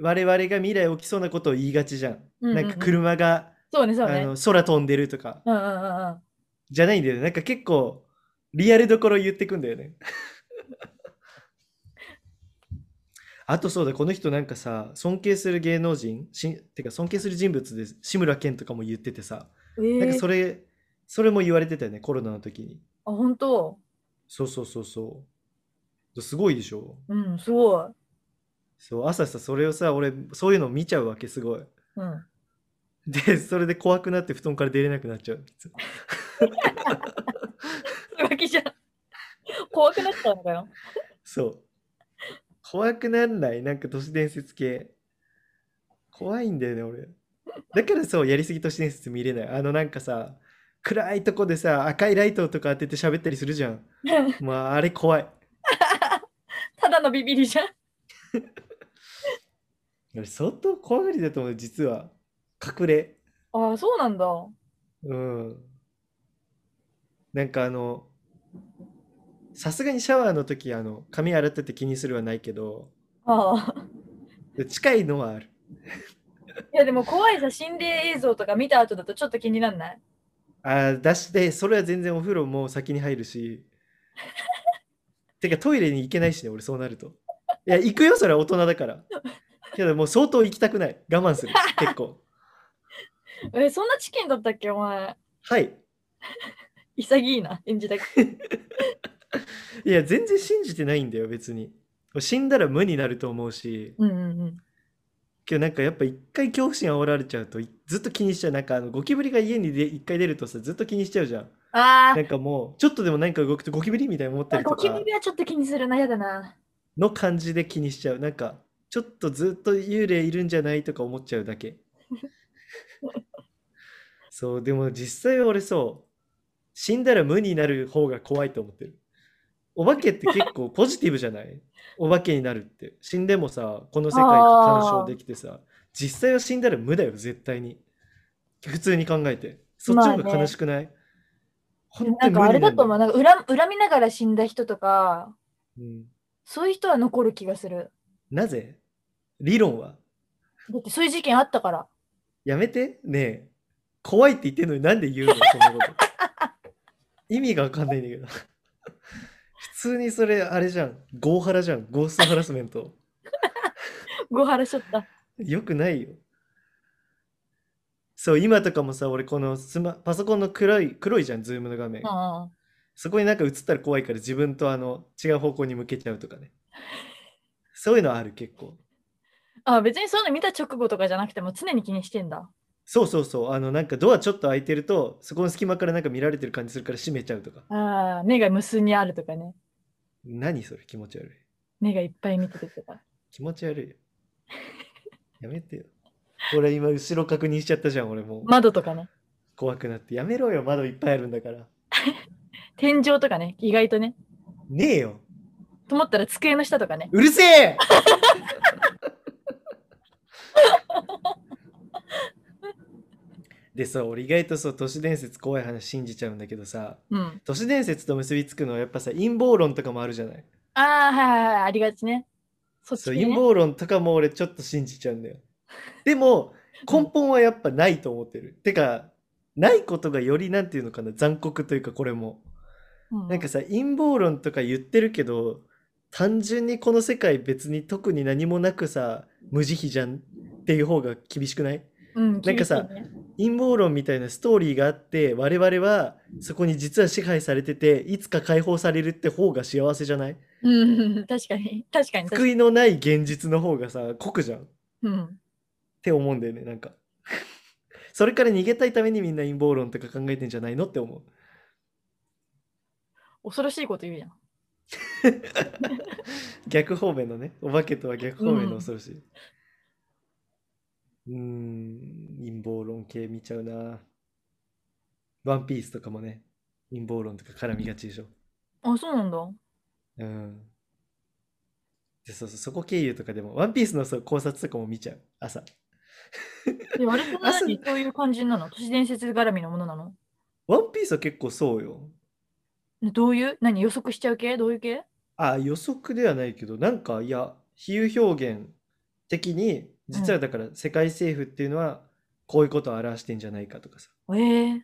S2: 我々が未来起きそうなことを言いがちじゃん。
S1: うんうん
S2: なんか車が、
S1: そうね、そう
S2: あ
S1: ね。
S2: の空飛んでるとか
S1: うんうんうんうん。
S2: じゃないんだよね。なんか結構 リアルどころを言ってくんだよね。あとそうだ、この人なんかさ、尊敬する芸能人、しん、てか尊敬する人物で志村けんとかも言っててさ、
S1: え
S2: なんか
S1: ー、
S2: それ、それも言われてたよね、コロナの時に。
S1: あ、本当
S2: そうそうそうそう。すごいでしょ。
S1: うん、すごい。
S2: そう、朝さ、それをさ、俺、そういうの見ちゃうわけ、すごい。
S1: うん。
S2: で、それで怖くなって布団から出れなくなっちゃう。
S1: 浮気じゃん。怖くなっちゃうのかよ。
S2: そう。怖くなんない、なんか都市伝説系。怖いんだよね、俺。だからそう、やりすぎ都市伝説見れない。あの、なんかさ、暗いとこでさ、赤いライトとか当てて喋ったりするじゃん。まあ、あれ怖い。
S1: ただのビビりじゃん。
S2: 俺、相当怖がりだと思う、実は。隠れ。
S1: ああ、そうなんだ。
S2: うん。なんかあの、さすがにシャワーの時、あの、髪洗ってて気にするはないけど、
S1: ああ。
S2: 近いのはある。
S1: いや、でも怖いさ、心霊映像とか見た後だとちょっと気になんない
S2: あー出して、それは全然お風呂も先に入るし。てかトイレに行けないしね、俺そうなると。いや、行くよ、それは大人だから。けどもう相当行きたくない。我慢する。結構。
S1: え、そんなチキンだったっけ、お前。
S2: はい。
S1: 潔いな、演 じたけど。
S2: いや、全然信じてないんだよ、別に。死んだら無になると思うし。
S1: うんうんうん。
S2: けどなんかやっぱ一回恐怖心煽られちゃうといずっと気にしちゃう。なんかあのゴキブリが家にで一回出るとさ、ずっと気にしちゃうじゃん。
S1: あ
S2: なんかもう、ちょっとでも何か動くとゴキブリみたいに思った
S1: あ、
S2: りと
S1: ゴキ
S2: か
S1: ブリはちょっと気にするな、やだな。
S2: の感じで気にしちゃう。なんか、ちょっとずっと幽霊いるんじゃないとか思っちゃう だけ。そう、でも実際俺そう、死んだら無になる方が怖いと思ってる。お化けって結構ポジティブじゃないお化けになるって。死んでもさ、この世界と干渉できてさ、実際は死んだら無だよ、絶対に。普通に考えて。そっちの方
S1: まあ
S2: が
S1: ね
S2: 悲しくない、本当
S1: なん
S2: に
S1: か
S2: 無
S1: あれ
S2: にな
S1: だ
S2: る
S1: と思う。なんか恨恨みながら死んだ人とか、
S2: うん。
S1: そういう人は残る気がする。
S2: なぜ理論は
S1: だってそういう事件あったから。
S2: やめてねえ。怖いって言ってんのになんで言うのそん なこと。意味がわかんないんだけど。普通にそれあれじゃん。ゴーハラじゃん。ゴーストハラスメント。
S1: ごはらしちゃった。
S2: よくないよ。そう、今とかもさ、俺このスマ、パソコンの黒い、黒いじゃん、ズームの画面。
S1: うんうん。
S2: そこになんか映ったら怖いから自分とあの違う方向に向けちゃうとかね。そういうのある結構。
S1: あ、別にそういうの見た直後とかじゃなくても常に気にしてんだ。
S2: そうそうそう。あのなんかドアちょっと開いてると、そこの隙間からなんか見られてる感じするから閉めちゃうとか。
S1: ああ、目が無数にあるとかね。
S2: 何それ気持ち悪い。
S1: 目がいっぱい見ててとか。
S2: 気持ち悪いよ。やめてよ。俺今後ろ確認しちゃったじゃん、俺もう。
S1: 窓とかね。
S2: 怖くなって。やめろよ、窓いっぱいあるんだから。
S1: 天井とかね。意外とね。
S2: ねえよ。
S1: と思ったら机の下とかね。
S2: うるせえ でさ、俺意外とそう、都市伝説怖い話信じちゃうんだけどさ、
S1: うん。
S2: 都市伝説と結びつくのはやっぱさ、陰謀論とかもあるじゃない。
S1: ああ、はいはいはい。ありがちね。そっち
S2: そう、
S1: 系
S2: 陰
S1: ね。
S2: 謀論とかも俺ちょっと信じちゃうんだよ。でも、根本はやっぱないと思ってる。てか、ないことがよりなんていうのかな、残酷というかこれも。
S1: うん
S2: なんかさ、陰謀論とか言ってるけど、単純にこの世界別に特に何もなくさ、無慈悲じゃんっていう方が厳しくない
S1: うん、
S2: なんかさ
S1: 厳しいね
S2: 陰謀論みたいなストーリーがあって、我々はそこに実は支配されてて、いつか解放されるって方が幸せじゃない
S1: うん、確かに。確かに。確か
S2: 救いのない現実の方がさ、酷じゃん。
S1: にうん。
S2: って思うんだよねなんか それから逃げたいためにみんな陰謀論とか考えてんじゃないのって思う
S1: 恐ろしいこと言うじゃん。
S2: 逆方面のねお化けとは逆方
S1: う
S2: 面の
S1: ん
S2: 恐ろしいうーん陰謀論系見ちゃうなワンピースとかもね陰謀論とか絡みがちでしょ
S1: あ、そうなんだ。
S2: うんでそうそうそこ経由とかでもワンピースのそう考察とかも見ちゃう朝
S1: で、割と
S2: 朝
S1: 何そういう感じなの都市伝説絡みのものなの
S2: ワンピースは結構そうよ
S1: どういう何予測しちゃう系どういう系
S2: あ、予測ではないけど、なんか、いや、比喩表現的に、実はだから世界政府っていうのは、こういうことを表してんじゃないかとかさ。
S1: えー、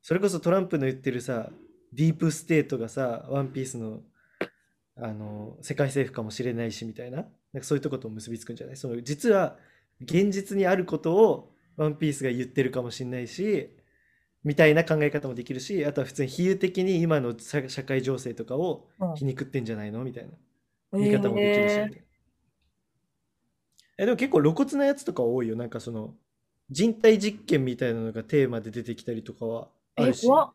S2: それこそトランプの言ってるさ、ディープステートがさ、ワンピースのあの世界政府かもしれないしみたいな、なんかそういうとことも結びつくんじゃないその実は現実にあることをワンピースが言ってるかもしれないし、みたいな考え方もできるし、あとは普通に比喩的に今の社社会情勢とかを
S1: うん
S2: 皮肉ってんじゃないのみたいな
S1: え
S2: 見方もできるし、
S1: ー
S2: みたいなえでも結構露骨なやつとか多いよ。なんかその人体実験みたいなのがテーマで出てきたりとかはあ
S1: え
S2: るし。
S1: 怖っ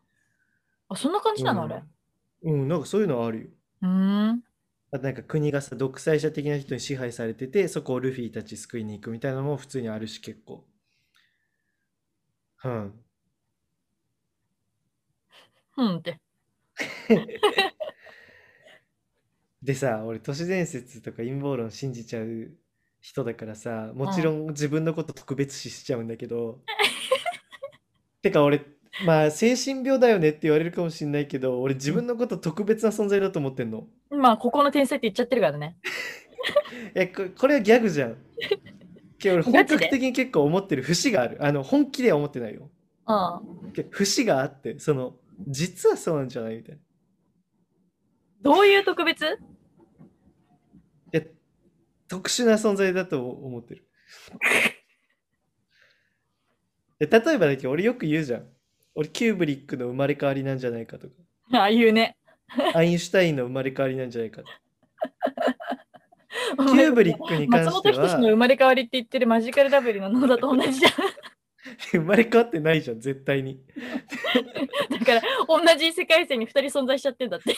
S1: あ、そんな感じなの、
S2: うん
S1: あれ。
S2: うん、なんかそういうのはあるよ。
S1: うーん。
S2: あとなんか国がさ、独裁者的な人に支配されてて、そこをルフィたち救いに行くみたいなのも普通にあるし、結構。うん。
S1: うんって。
S2: でさ、俺都市伝説とか陰謀論信じちゃう人だからさ、もちろん自分のこと特別視しちゃうんだけど。 てか俺、まあ精神病だよねって言われるかもしんないけど、俺自分のこと特別な存在だと思ってんの。
S1: まあ、ここの天才って言っちゃってるからね。
S2: え、ここれはギャグじゃん。けど俺
S1: ガ
S2: 本
S1: チで
S2: 格的に結構思ってる節がある。あの、本気では思ってないよ。
S1: うん。
S2: け節があって、その、実はそうなんじゃないみたいな。
S1: どういう特別
S2: いや、特殊な存在だと思ってる。 え例えばだけど、俺よく言うじゃん。俺、キューブリックの生まれ変わりなんじゃないかとか、
S1: ああいうね。
S2: アインシュタインの生まれ変わりなんじゃないかとか。
S1: キ
S2: キューブリックに関
S1: 松
S2: し
S1: 本
S2: て
S1: 人志
S2: は、
S1: の生まれ変わりって言ってるマジカルラブリーの野田と同じじゃん。
S2: 生まれ変わってないじゃん、絶対に。
S1: だから、同じ世界線に2人存在しちゃってんだって。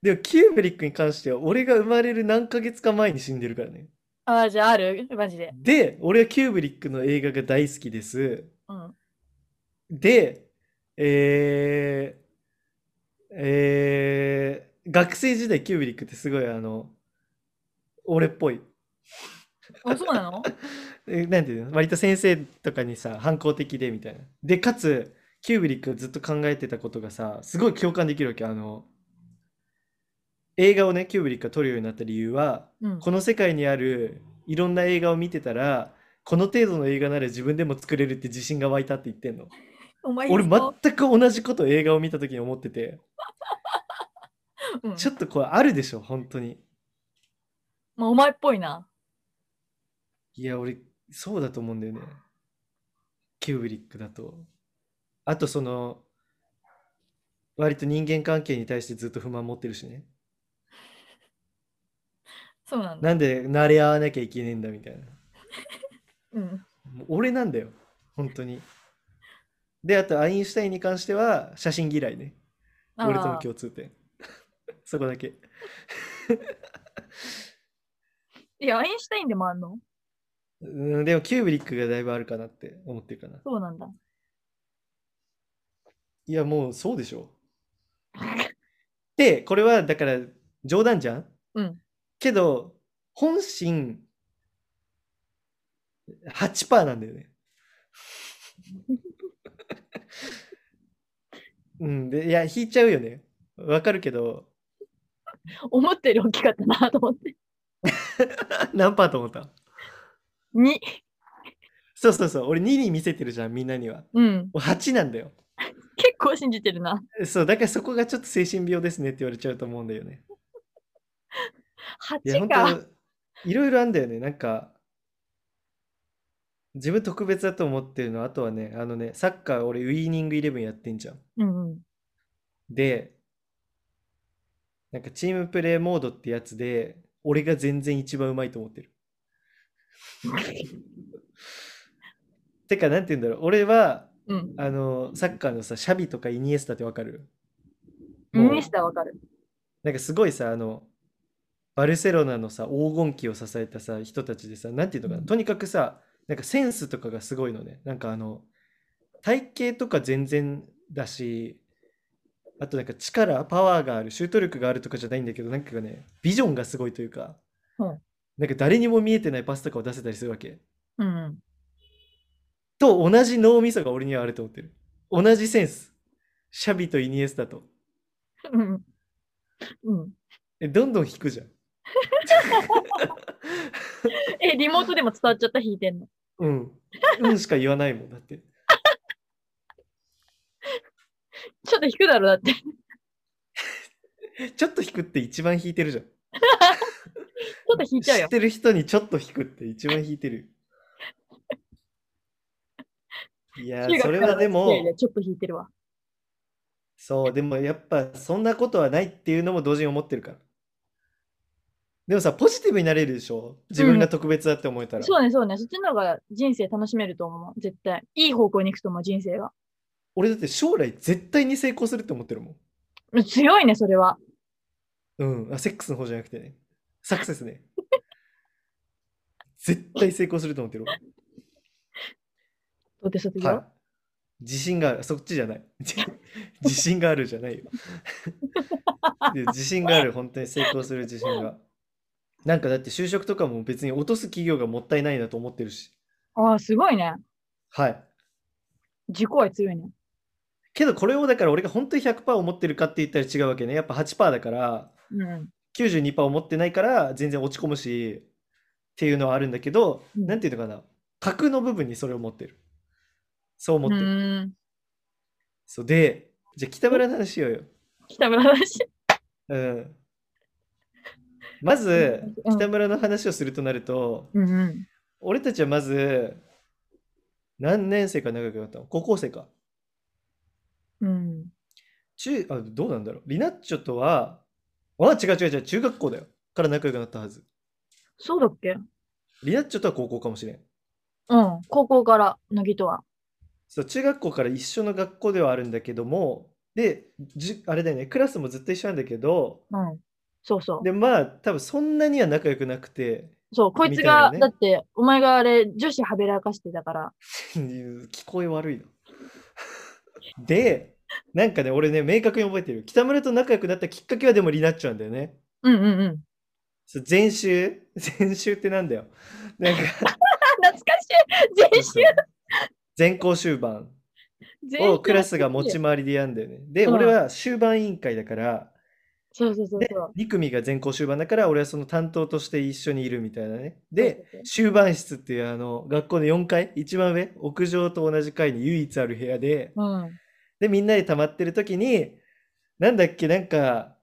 S2: でも、キューブリックに関しては、俺が生まれる何ヶ月か前に死んでるからね。
S1: ああ、じゃああるマジで。
S2: で、俺はキューブリックの映画が大好きです。
S1: うん。
S2: で、えーえー学生時代キューブリックってすごいあの、俺っぽい。
S1: あそうなの
S2: えなんていうの割と先生とかにさ、反抗的でみたいな。で、かつ、キューブリックがずっと考えてたことがさ、すごい共感できるわけ。あの、映画をね、キューブリックが撮るようになった理由は、
S1: うん。
S2: この世界にあるいろんな映画を見てたら、この程度の映画なら自分でも作れるって自信が湧いたって言ってんの。
S1: お前
S2: 俺
S1: ま
S2: 全く同じこと映画を見た時に思ってて
S1: うん
S2: ちょっとこれあるでしょ本当に
S1: まあ、お前っぽいな。
S2: いや俺そうだと思うんだよねキューブリックだとあとその割と人間関係に対してずっと不満持ってるしね
S1: そうなんだ。
S2: なんで慣れ合わなきゃいけねえんだみたいな
S1: うん。
S2: もう俺なんだよ本当にであとアインシュタインに関しては写真嫌いね
S1: あー
S2: 俺との共通点 そこだけ
S1: いや、アインシュタインでもあんの
S2: うんでもキューブリックがだいぶあるかなって思ってるかな
S1: そうなんだ。
S2: いや、もうそうでしょ。で、これはだから冗談じゃん
S1: うん
S2: けど、本心8%なんだよね。 うん、で、いや、引いちゃうよね。わかるけど、
S1: 思ったより大きかったなと思って。
S2: 何パーと思った
S1: 2。
S2: そうそうそう、俺2に見せてるじゃん、みんなには。
S1: うん。
S2: 俺8なんだよ。
S1: 結構信じてるな。
S2: そう、だからそこがちょっと精神病ですねって言われちゃうと思うんだよね。いや、
S1: 8
S2: 本
S1: か。
S2: 当いろいろあんだよね。なんか、自分特別だと思ってるのは、あとはね、あのね、サッカー、俺、ウィーニングイレブンやってんじゃん。
S1: うんうん。
S2: で、なんか、チームプレーモードってやつで、俺が全然一番うまいと思って る。てか、なんて言うんだろう。俺は、
S1: うん。
S2: あの、サッカーのさ、シャビとかイニエスタってわかる
S1: イ
S2: もう
S1: ニエスタはわかる。
S2: なんかすごいさ、あの、バルセロナのさ、黄金期を支えたさ、人たちでさ、なんていうのかな、
S1: うん
S2: とにかくさ、なんかセンスとかがすごいのね。なんかあの、体型とか全然だし、あとなんか力、パワーがある、シュート力があるとかじゃないんだけど、なんかね、ビジョンがすごいというか、
S1: うん
S2: なんか誰にも見えてないパスとかを出せたりするわけ。
S1: うんうん。
S2: と同じ脳みそが俺にはあると思ってる。同じセンス。シャビとイニエスタと。
S1: うん。うん。
S2: え、どんどん引くじゃん。
S1: え、リモートでも伝わっちゃった、弾いてんの。
S2: うん。うんしか言わないもんだって。
S1: ちょっと弾くだろ、だって。
S2: ちょっと引くって一番引いてるじゃん。
S1: ちょっと引いちゃう
S2: 知
S1: よ
S2: っ。てる人にちょっと引くって一番引いてる。いやー、
S1: 中学
S2: それ
S1: から
S2: はでも
S1: いやい、や、ちょっと引いてるわ。
S2: そう、でもやっぱそんなことはないっていうのも同時に思ってるから。でもさ、ポジティブになれるでしょ自分が特別だって思えたら。
S1: そうね、そうね。そっちの方が人生楽しめると思う。絶対。いい方向に行くと思う、人生が。
S2: 俺だって将来絶対に成功するって思ってるもん。
S1: 強いね、それは。
S2: うん。あ、セックスの方じゃなくてね。サクセスね。絶対成功すると思ってる。
S1: どうて卒業、
S2: はい。自信がある。そっちじゃ ない。自信があるじゃないよ。いや自信がある。本当に成功する自信が。なんかだって就職とかも別に落とす企業がもったいないなと思ってるし。
S1: ああ、すごいね。
S2: はい。
S1: 自己愛強いね。
S2: けどこれをだから俺が本当に100%思ってるかって言ったら違うわけね。やっぱ8%だから
S1: うん。
S2: 92%思ってないから全然落ち込むしっていうのはあるんだけど、
S1: うん
S2: なんていうのかな。核の部分にそれを持ってる。そう思
S1: う
S2: ってる。
S1: ーん。
S2: そうで、じゃあ北村の話しようよ。
S1: 北村だし。
S2: うんまず
S1: うん
S2: 北村の話をするとなると、
S1: うんうん。
S2: 俺たちはまず何年生か長くなったの高校生か
S1: うん。
S2: 中あどうなんだろうリナッチョとはあ違う違う違う中学校だよから仲良くなったはず
S1: そうだっけ
S2: リナッチョとは高校かもしれん
S1: うん。高校から、乃木とは。
S2: そう中学校から一緒の学校ではあるんだけどもでじあれだよねクラスもずっと一緒なんだけど
S1: うん。そうそう。
S2: でまあ多分そんなには仲良くなくて
S1: そう、こいつ
S2: みたいな
S1: が、
S2: ね
S1: だって、お前があれ、女子はべらかしてたから。
S2: 聞こえ悪いな。 で、なんかね、俺ね、明確に覚えてる。北村と仲良くなったきっかけはでもリナッチョなんだよね。
S1: うんうんうん。
S2: そう前週 前週ってなんだよ。なんか、
S1: 懐かしい前週
S2: 全校終盤
S1: 前週
S2: をクラスが持ち回りでやんだよね。で、
S1: うん
S2: 俺は終盤委員会だから、
S1: そうそうそうそう。
S2: 2組が全校終盤だから、俺はその担当として一緒にいるみたいなね。
S1: そ
S2: で、
S1: うそう
S2: 終盤室っていうあの、学校の4階、一番上、屋上と同じ階に唯一ある部屋で、
S1: そう、
S2: で、みんなで溜まってる時に、なんだっけ、なんか、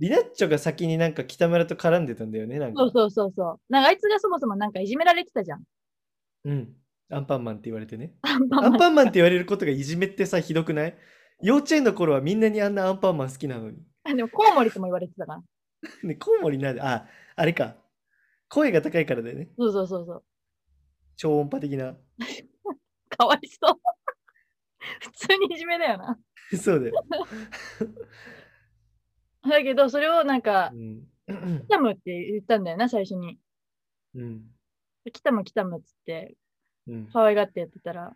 S2: リナッチョが先になんか北村と絡んでたんだよね、なん
S1: うん。そう
S2: か。
S1: そうそうそう。なんかあいつがそもそもなんかいじめられてたじゃん。
S2: うん。アンパンマンって言われてね。
S1: アンパ
S2: ア
S1: ンマ
S2: ン
S1: ン。
S2: パンマンって言われることがいじめってさ、ひどくない幼稚園の頃はみんなにあんなアンパンマン好きなのに。
S1: でもコウモリとも言われてたから。
S2: ね、コウモリなんで、あ、あれか。声が高いからだよね。
S1: そうそうそうそう。
S2: 超音波的な。
S1: かわいそう。 普通にいじめだよな。
S2: そうだよ。
S1: だけど、それをなんか
S2: う、ん。
S1: キタムって言ったんだよな、最初に。
S2: うん。
S1: キタム、キタムっつって、
S2: うん。
S1: 可愛がってやってたら。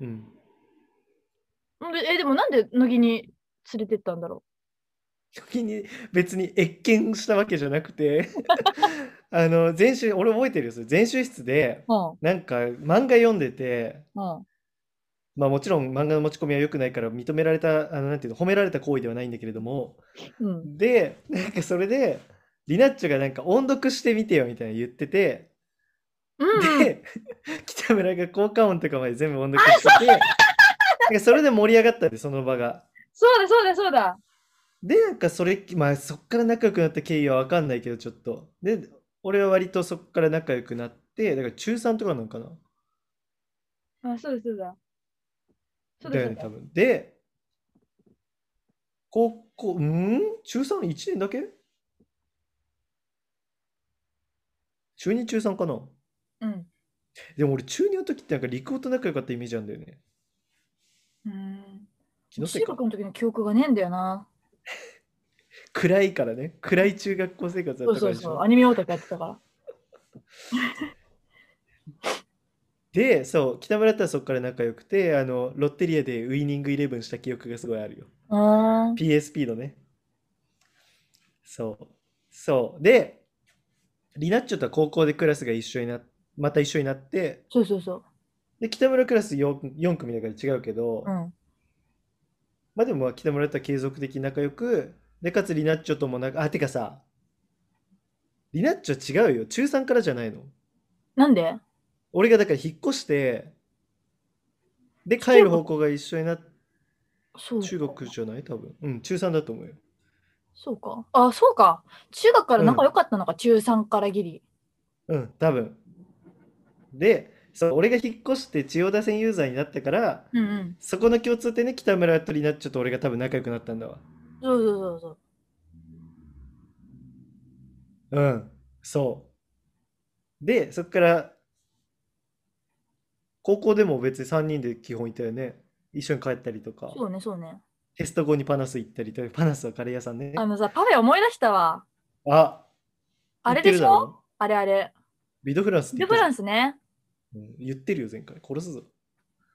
S2: うん。
S1: んでえ、でもなんで乃木に連れてったんだろ
S2: 時に別に越見したわけじゃなくて あの前週俺覚えてるよそれ前週室で
S1: う。うん。
S2: なんか漫画読んでて
S1: うん。
S2: まあもちろん漫画の持ち込みは良くないから認められたあのなんていうの褒められた行為ではないんだけれども
S1: うん。
S2: でなんかそれでリナッチョがなんか音読してみてよみたいな言ってて
S1: うんうん。
S2: で北村が効果音とかまで全部音読しててなんかそれで盛り上がったんでその場が。
S1: そうだ、そうだ、そうだ。
S2: で、なんかそれ、まあそっから仲良くなった経緯はわかんないけど、ちょっと。で、俺は割とそっから仲良くなって、だから中3とかなのかな
S1: あ、そうだ、そうだ。そう
S2: だ
S1: だ、
S2: よ
S1: そう
S2: ね、
S1: だ
S2: 多。分。で、高校、うん中 3?1 年だけ中2、中3かな
S1: うん。
S2: でも俺中2の時ってなんか陸王と仲良かったイメージなんだよね。
S1: うん。
S2: 気のせい
S1: 中
S2: か。
S1: 学の時の記憶がねえんだよな。
S2: 暗いからね。暗い中学校生活だ
S1: そう
S2: っ
S1: そ
S2: たから
S1: う
S2: でし
S1: そう。
S2: ょ
S1: ア。ニメオタクやってたから。
S2: で、そう、北村とはそっから仲良くて、あの、ロッテリアでウイニングイレブンした記憶がすごいあるよ。
S1: あ
S2: PSP のね。そう。そう。で、リナッチョとは高校でクラスが一緒にな、また一緒になって、
S1: そうそうそう。
S2: で、北村クラス 4, 4組だから違うけど、
S1: うん。
S2: まあでもまあ北村とは継続的に仲良く、で、かつリナッチョともなんか、あ、てかさ、リナッチョ違うよ。中3からじゃないの。
S1: なんで
S2: 俺がだから引っ越して、で、帰る方向が一緒になって、
S1: そう。
S2: 中学じゃない多分。うん、中3だと思うよ。
S1: そうか。あ、そうか。中学から仲良かったのか、中3からギリ。
S2: うん、多分。で、そう、俺が引っ越して千代田線ユーザーになったから、
S1: うんうん。
S2: そこの共通点で北村とりなっちょっと俺が多分仲良くなったんだわ。
S1: そうそうそうそう。
S2: うん、そう。で、そっから、高校でも別に3人で基本いたよね。一緒に帰ったりとか、
S1: そうね、そうね。
S2: テスト後にパナス行ったりとか、パナスはカレー屋さんね。
S1: あのさ、パフェ思い出したわ。
S2: あ、
S1: あれ
S2: 言っ
S1: で
S2: てる
S1: し
S2: だ
S1: ょ
S2: ろ
S1: あれあれ。
S2: ビドフランスって
S1: ル
S2: 言っ
S1: フ
S2: たじゃ
S1: ラ
S2: ん
S1: ンスね。
S2: うん言ってるよ、前回。殺すぞ。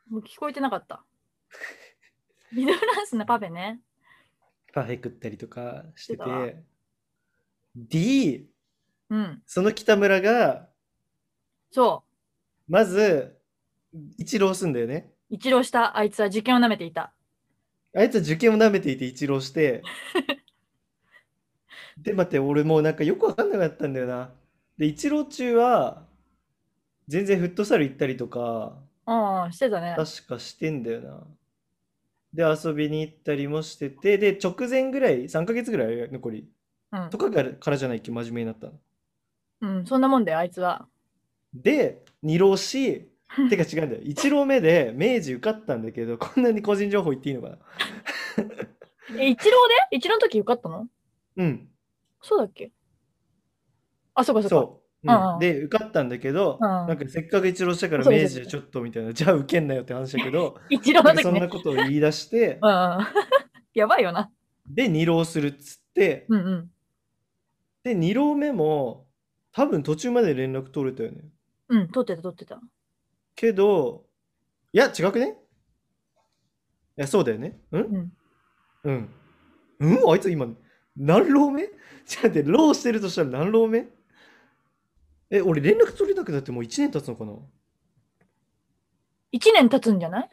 S1: もう聞こえてなかった。 ビドフランスのパフェね。
S2: パフェ食ったりとかして
S1: してたわ
S2: て。D、
S1: うん。
S2: その北村が、
S1: そ
S2: まず、一浪すんだよね。
S1: う。一浪した。あいつは受験を舐めていた。
S2: あいつは受験を舐めていて一浪して。で、待って、俺もうなんかよくわかんなかったんだよな。で、一浪中は、全然フットサル行ったりとか、
S1: うん、してたね。
S2: 確かしてんだよな。で、遊びに行ったりもしてて、で、直前ぐらい、3ヶ月ぐらい残り、
S1: うん
S2: と。かからからじゃないっけ、真面目になったの。
S1: うん、そんなもんだよ、あいつは。
S2: で、二浪し、てか違うんだよ。一浪目で明治受かったんだけど、こんなに個人情報言っていいのかな。
S1: え、一浪で一浪の時受かったの
S2: うん、
S1: そうだっけあ、そうかそうか。
S2: そう。うん
S1: うんうん
S2: で、受かったんだけど、
S1: うん
S2: なんかせっかく一浪したから
S1: そうそう
S2: 明治でちょっとみたいな、じゃあ受けんなよって話だ けど、
S1: 一浪の
S2: なんか
S1: 時
S2: そん
S1: ね
S2: な。ことを言い出して
S1: う、んうん。 やばいよな。
S2: で、二浪するっつって、
S1: うんうん。
S2: で、二浪目も、多分途中まで連絡取れたよね。
S1: うん、撮ってた撮ってた。
S2: けど、いや、違くねいや、そうだよね。うん
S1: うん。
S2: うん。うんあいつ今、何浪目 ちょっと待って、浪してるとしたら何浪目え、俺連絡取れなくなってもう1年経つのかな
S1: 一年経つんじゃない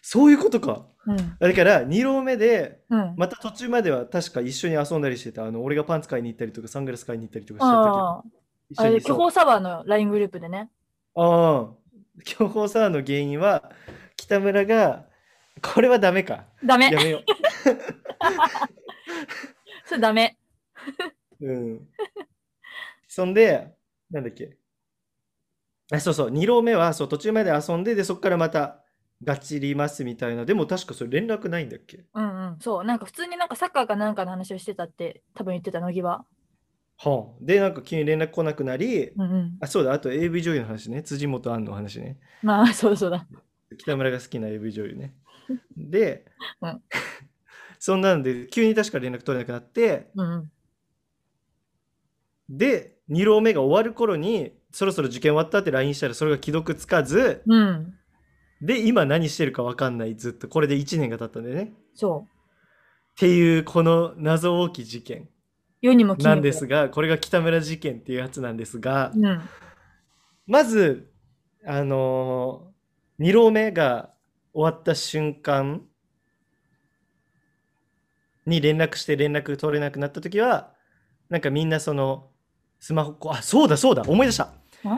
S2: そういうことか。
S1: うん。
S2: だから、2浪目で、
S1: うん。
S2: また途中までは確か一緒に遊んだりしてた。あの、俺がパンツ買いに行ったりとか、サングラス買いに行ったりとかしてた
S1: ああ、
S2: けど、
S1: あ
S2: 一緒
S1: れ、
S2: に
S1: 巨
S2: そう。
S1: 峰サワーの LINE グループでね。
S2: ああ、巨峰サワーの原因は、北村が、これはダメか。
S1: ダメ
S2: や。めよう。
S1: それダメ。
S2: うん。そんで、なんだっけ。あ、そうそう、2浪目は、そう、途中まで遊んで、で、そっからまた、がっちりますみたいな。でも、確かそれ連絡ないんだっけ
S1: うんうん。そう。なんか普通になんかサッカーかなんかの話をしてたって多分言ってた、乃木は。
S2: はあ。で、なんか急に連絡来なくなり、
S1: うんうん。
S2: あ、そうだ、あと AV 女優の話ね。辻元杏の話ね。
S1: まあ、 そうそうだ。
S2: 北村が好きな AV 女優 ね。で、
S1: うん
S2: そんなんで、急に確か連絡取れなくなって、
S1: うんうん。
S2: で、2浪目が終わる頃に、そろそろ受験終わったって LINE したら、それが既読つかず、
S1: うん。
S2: で、今何してるか分かんない、ずっと。これで1年が経ったんだよね。っ
S1: そう。
S2: ていう、この謎多き事件
S1: 世にも奇妙
S2: なんですが、これが北村事件っていうやつなんですが、
S1: うん。
S2: まず、あのー、2浪目が終わった瞬間に連絡して連絡取れなくなった時は、なんかみんなその、スマホこう、あ、そうだそうだ、思い出した
S1: ん。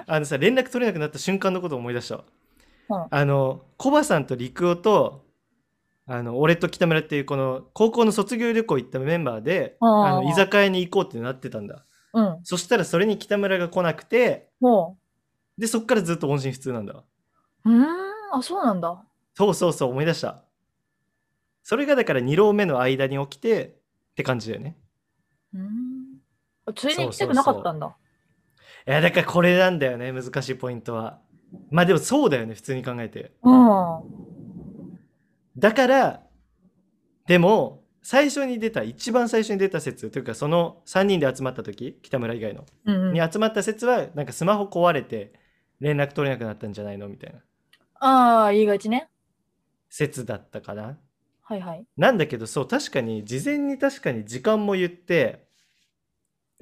S2: あのさ、連絡取れなくなった瞬間のことを思い出したわ
S1: うん。
S2: あの、コバさんと陸夫と、あの、俺と北村っていうこの高校の卒業旅行行ったメンバーで、
S1: あー
S2: あの、居酒屋に行こうってなってたんだ。
S1: うん。
S2: そしたらそれに北村が来なくて、
S1: も
S2: で、そっからずっと音信不通なんだわ。
S1: う。うーん。あ、そうなんだ。
S2: そうそうそう、思い出した。それがだから2浪目の間に起きてって感じだよね。
S1: うーん。あついに行きたくなかったんだ。
S2: いや、だからこれなんだよね、難しいポイントは。まあでもそうだよね、普通に考えて。
S1: うん。
S2: だから、でも、最初に出た、一番最初に出た説、というかその3人で集まった時、北村以外の、
S1: うんうん。
S2: に集まった説は、なんかスマホ壊れて連絡取れなくなったんじゃないのみたいな
S1: ああ、言いがちね。
S2: 説だったかな。
S1: はいはい。
S2: なんだけどそう確かに事前に確かに時間も言って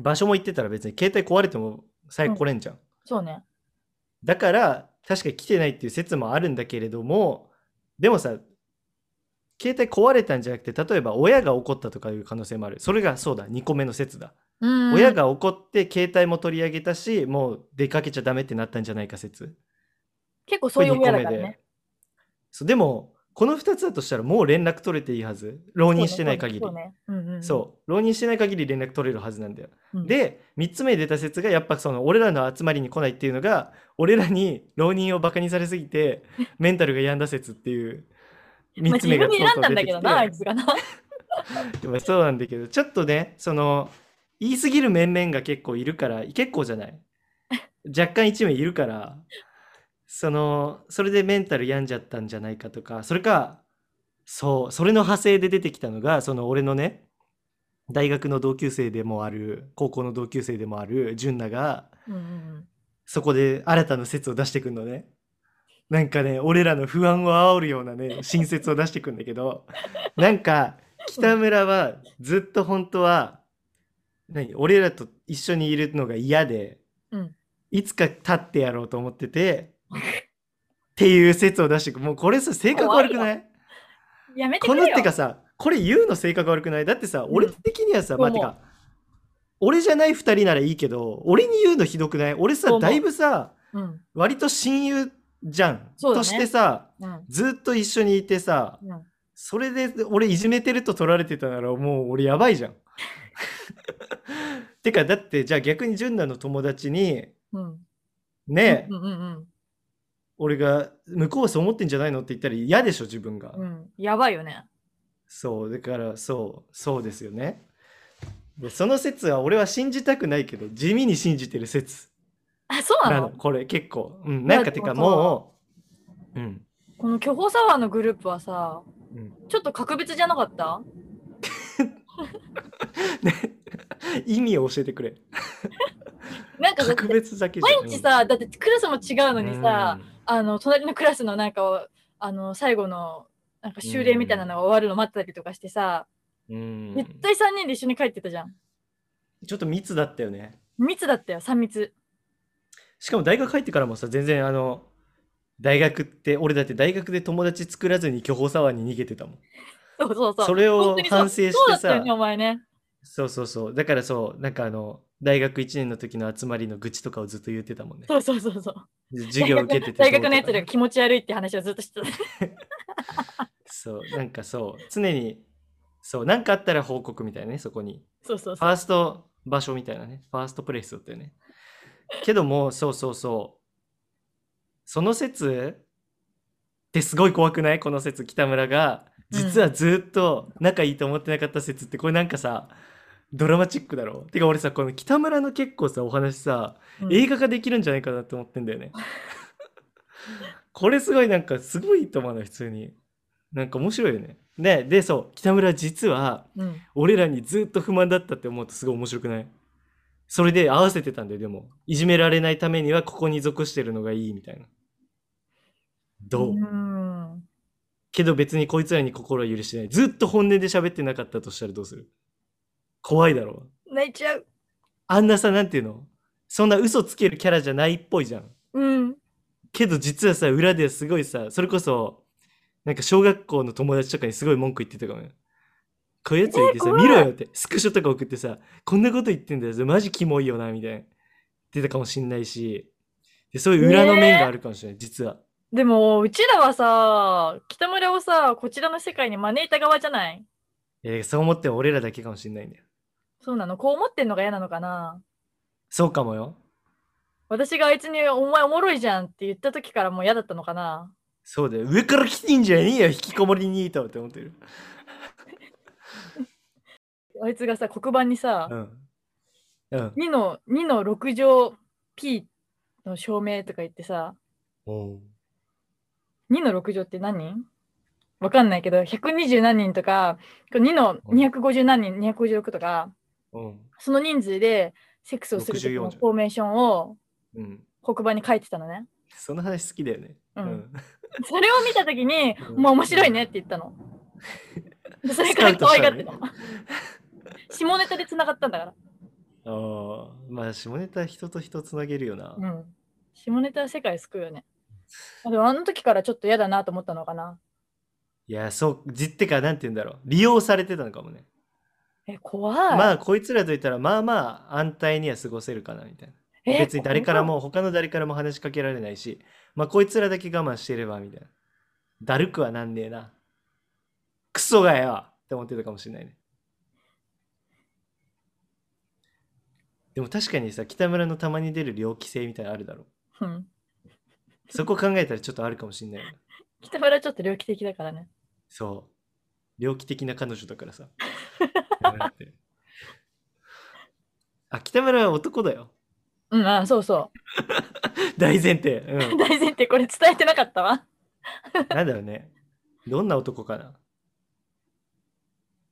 S2: 場所も言ってたら別に携帯壊れても最後来れんじゃん、
S1: そうね。
S2: だから確かに来てないっていう説もあるんだけれどもでもさ携帯壊れたんじゃなくて例えば親が怒ったとかいう可能性もあるそれがそうだ2個目の説だ、
S1: うーん。
S2: 親が怒って携帯も取り上げたしもう出かけちゃダメってなったんじゃないか説
S1: 結構そういう
S2: これ
S1: 親
S2: 二
S1: だから
S2: 個目
S1: ね。
S2: でそうでもこの2つだとしたらもう連絡取れていいはず浪人してない限り
S1: そうね。そうねうんうんうん
S2: そう浪人してない限り連絡取れるはずなんだよ、
S1: うん
S2: で3つ目に出た説がやっぱその俺らの集まりに来ないっていうのが俺らに浪人をバカにされすぎてメンタルが病んだ説っていう
S1: まあ
S2: 3つ
S1: 自
S2: 目が
S1: 分で
S2: とう
S1: 選ん
S2: と
S1: だ
S2: うん出
S1: だ
S2: て
S1: け
S2: き
S1: ど
S2: て
S1: な、あいつがな。
S2: まあそうなんだけどちょっとねその言い過ぎる面々が結構いるから結構じゃない若干1名いるからそのそれでメンタル病んじゃったんじゃないかとかそれかそうそれの派生で出てきたのがその俺のね大学の同級生でもある高校の同級生でもある純奈が
S1: うんうん
S2: そこで新たな説を出してくんのね。なんかね、俺らの不安を煽るよう なね、新説を出してくんだけど、なんか、北村はずっと本当は、何、俺らと一緒にいるのが嫌で、
S1: うん
S2: いつか立ってやろうと思ってて、っていう説を出してく。もうこれさ、性格悪くない
S1: うんやめて
S2: こ
S1: く
S2: のっ
S1: れよ
S2: て。かさ、これ言うの性格悪くないだってさ、俺的にはさ、
S1: うん
S2: まあ
S1: そ
S2: て
S1: う思う
S2: か、俺じゃない二人ならいいけど、俺に言うのひどくない俺
S1: そう
S2: さ、
S1: 思う
S2: だいぶさ、
S1: うん
S2: 割と親友じゃん、
S1: そうだ
S2: と
S1: ね
S2: してさ
S1: うん
S2: ずっと一緒にいてさ
S1: うん
S2: それで俺いじめてると取られてたならもう俺やばいじゃ ん。てかだってじゃあ逆に純奈の友達に
S1: うん
S2: ね、
S1: うんうん
S2: 俺が向こうはそう思ってんじゃないのって言ったら嫌でしょ自分が。
S1: うんうん。やばいよね。
S2: そうだからそうそうですよね。でその説は俺は信じたくないけど地味に信じてる説
S1: あ、 そうな
S2: な
S1: の
S2: のこれ結構。うん、
S1: まあ
S2: なんかてか
S1: でもさ
S2: もう、うん、
S1: この巨峰サワーのグループはさ、
S2: うん
S1: ちょっと格別じゃなかった
S2: ね意味を教えてくれ。
S1: なんかだって
S2: 格別だけじゃ
S1: 毎日さ、だってクラスも違うのにさ、、あの隣のクラスのなんかをあの最後のなんか修練みたいなのが終わるの待ってたりとかしてさ、
S2: うんうん
S1: 絶対3人で一緒に帰ってたじゃん。
S2: ちょっと密だったよね
S1: 密だったよ、3密。
S2: しかも大学入ってからもさ全然あの大学って俺だって大学で友達作らずに巨峰沢に逃げてたもん
S1: そうそうそう。
S2: それ
S1: 本
S2: を
S1: 当にそう
S2: 反省して
S1: そうだった
S2: さ
S1: よね、お前ね。
S2: そうそうそうだからそうなんかあの大学1年の時の集まりの愚痴とかをずっと言ってたもんね
S1: そうそうそう そう。
S2: 授業受けてて
S1: 大学
S2: どうとか
S1: のやつらが気持ち悪いって話をずっとしてた。
S2: そうなんかそう常にそうなんかあったら報告みたいなねそこに
S1: そうそう
S2: フ
S1: そう。
S2: ァースト場所みたいなね、ファーストプレイスだったよね。けども、そうそうそう。その説ってすごい怖くないこの説、北村が。実はずっと仲いいと思ってなかった説って、これなんかさ、ドラマチックだろてか俺さ、この北村の結構さ、お話さ、
S1: うん
S2: 映画化できるんじゃないかなって思ってんだよね。これすごいなんか、すごいと思うの、普通に。なんか面白いよね。で、で、そう、北村実は、
S1: うん
S2: 俺らにずっと不満だったって思うとすごい面白くないそれで合わせてたんだよでもいじめられないためにはここに属してるのがいいみたいなどう、
S1: うん
S2: けど別にこいつらに心は許してないずっと本音で喋ってなかったとしたらどうする怖いだろ
S1: 泣いちゃう。
S2: あんなさなんていうのそんな嘘つけるキャラじゃないっぽいじゃん
S1: うん。
S2: けど実はさ裏ではすごいさそれこそなんか小学校の友達とかにすごい文句言ってたかもよこういうやつがいてさ、
S1: えー怖い
S2: 見ろよってスクショとか送ってさこんなこと言ってんだよマジキモいよなみたいな言ってたかもしんないしでそういう裏の面があるかもしれない、実は
S1: でも、うちらはさ、北村をさ、こちらの世界に招いた側じゃない
S2: えーそう思っても俺らだけかもしんないんだよ
S1: そうなのこう思ってんのが嫌なのかな
S2: そうかもよ
S1: 私があいつに「お前おもろいじゃん」って言った時からもう嫌だったのかな
S2: そうだよ上から来てんじゃねえよ引きこもりにいたって思ってる
S1: あいつがさ黒板にさ
S2: うんうん
S1: 2の2の6乗 P の証明とか言ってさ
S2: おう
S1: 2の6乗って何人わかんないけど120何人とか2の250何人256とか
S2: うん
S1: その人数でセックスをする時
S2: 64
S1: の
S2: じゃん
S1: フォーメーションを
S2: うん
S1: 黒板に書いてたのね。
S2: その話好きだよね
S1: うんそれを見た時に
S2: う
S1: 「
S2: ん
S1: まあ面白いね」って言った の。でそれから可愛がってた。下ネタで繋がったんだから。
S2: ああ、まあ下ネタ人と人つなげるよな。
S1: うん。下ネタは世界救うよね。あでもあの時からちょっと嫌だなと思ったのかな。
S2: いや、そう、じってか、なんて言うんだろう。利用されてたのかもね。
S1: え、怖い。
S2: まあ、こいつらといったら、まあまあ、安泰には過ごせるかな、みたいな。
S1: え
S2: 別に誰から。も、他の誰からも話しかけられないし、まあ、こいつらだけ我慢してれば、みたいな。だるくはなんねえな。クソがよって思ってたかもしれないね。でも確かにさ、北村のたまに出る猟奇性みたいなのあるだろ。
S1: うん。
S2: そこ考えたらちょっとあるかもしれないよね。
S1: 北村ちょっと猟奇的だからね。
S2: そう。猟奇的な彼女だからさ。北村ってあ、北村は男だよ。
S1: うん、あ、そうそ
S2: 大前提。う
S1: う。
S2: ん。
S1: 大前提これ伝えてなかったわ。
S2: なんだろうね。どんな男かな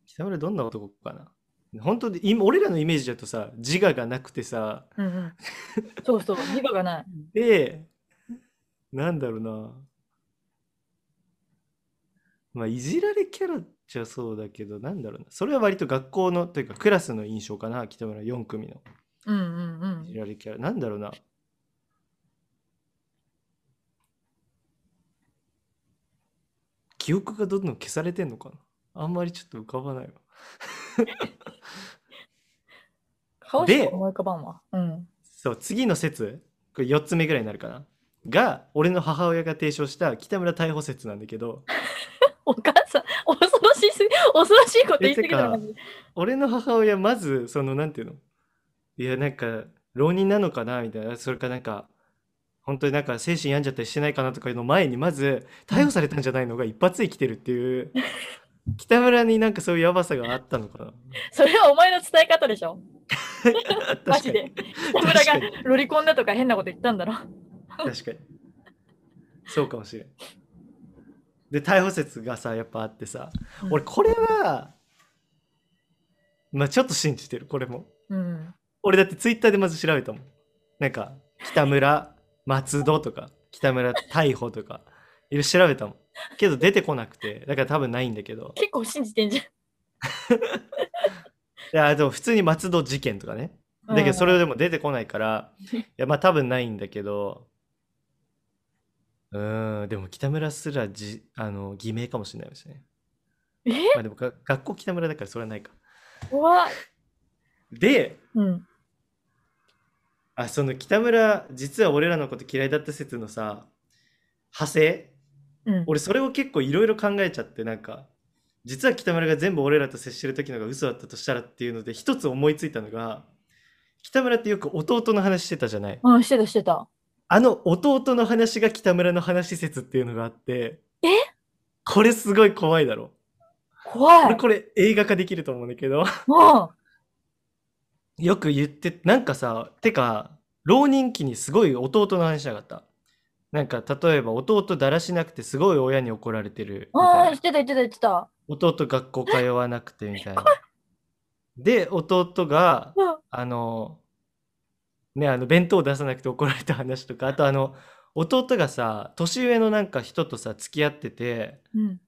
S2: 北村どんな男かな本当で今俺らのイメージだとさ自我がなくてさ
S1: うんうん。そうそう。自我がない。
S2: でなんだろうなまあいじられキャラっちゃそうだけどなんだろうなそれは割と学校のというかクラスの印象かな北村4組の
S1: うんうんう
S2: いじ
S1: ん。
S2: られキャラなんだろうな記憶がどんどん消されてんのかなあんまりちょっと浮かばないわ
S1: 顔しか思い浮かばんわ。うん。
S2: そう次の説これ4つ目ぐらいになるかなが俺の母親が提唱した北村逮捕説なんだけど
S1: お母さん、恐ろしいすぎ、恐ろしいこと言いすぎだ
S2: え
S1: な。
S2: て俺の母親まずそのなんていうのいやなんか浪人なのかなみたいなそれかなんか本当になんか精神病んじゃったりしてないかなとかいうの前にまず逮捕されたんじゃないのが一発で来てるっていう北村になんかそういうやばさがあったのかな
S1: それはお前の伝え方でしょ。
S2: 確か
S1: マ
S2: に
S1: ジで。北村
S2: 確
S1: が
S2: かに
S1: ロリコンだとか変なこと言ったんだろ。
S2: 確かにそうかもしれんで逮捕説がさやっぱあってさ
S1: うん
S2: 俺これはまあちょっと信じてるこれも
S1: うん。
S2: 俺だってツイッターでまず調べたもんなんか北村松戸とか北村逮捕とかいろいろ調べたもんけど出てこなくてだから多分ないんだけど
S1: 結構信じてんじ
S2: いやでも普通に松戸事件とかね
S1: ゃん。
S2: だけどそれでも出てこないから、いやまあ多分ないんだけど、うーん、でも北村すらじあの偽名かもしれないですね。
S1: え
S2: まあでもが学校北村だからそれはないか。
S1: 怖っ
S2: で、
S1: うん。
S2: あ、その北村、実は俺らのこと嫌いだった説のさ、派生
S1: うん。
S2: 俺それを結構いろいろ考えちゃって、なんか、実は北村が全部俺らと接してる時のが嘘だったとしたらっていうので、一つ思いついたのが、北村ってよく弟の話してたじゃない。
S1: うん、してたしてた。
S2: あの弟の話が北村の話説っていうのがあって、
S1: え
S2: これすごい怖いだろ。
S1: 怖
S2: 俺
S1: い。
S2: これ映画化できると思うんだけど、
S1: も
S2: よく言って、なんかさ、てか、浪人期にすごい弟の話しなかった。なんか例えば弟だらしなくてすごい親に怒られてる
S1: う、
S2: みた
S1: あ
S2: い
S1: あ、
S2: な
S1: してた言ってた言ってた。
S2: 弟学校通わなくてみたいな。で、弟が、
S1: うん
S2: あの、ね、あの、弁当出さなくて怒られた話とか、あとあの、弟がさ、年上のなんか人とさ、付き合ってて、
S1: うん。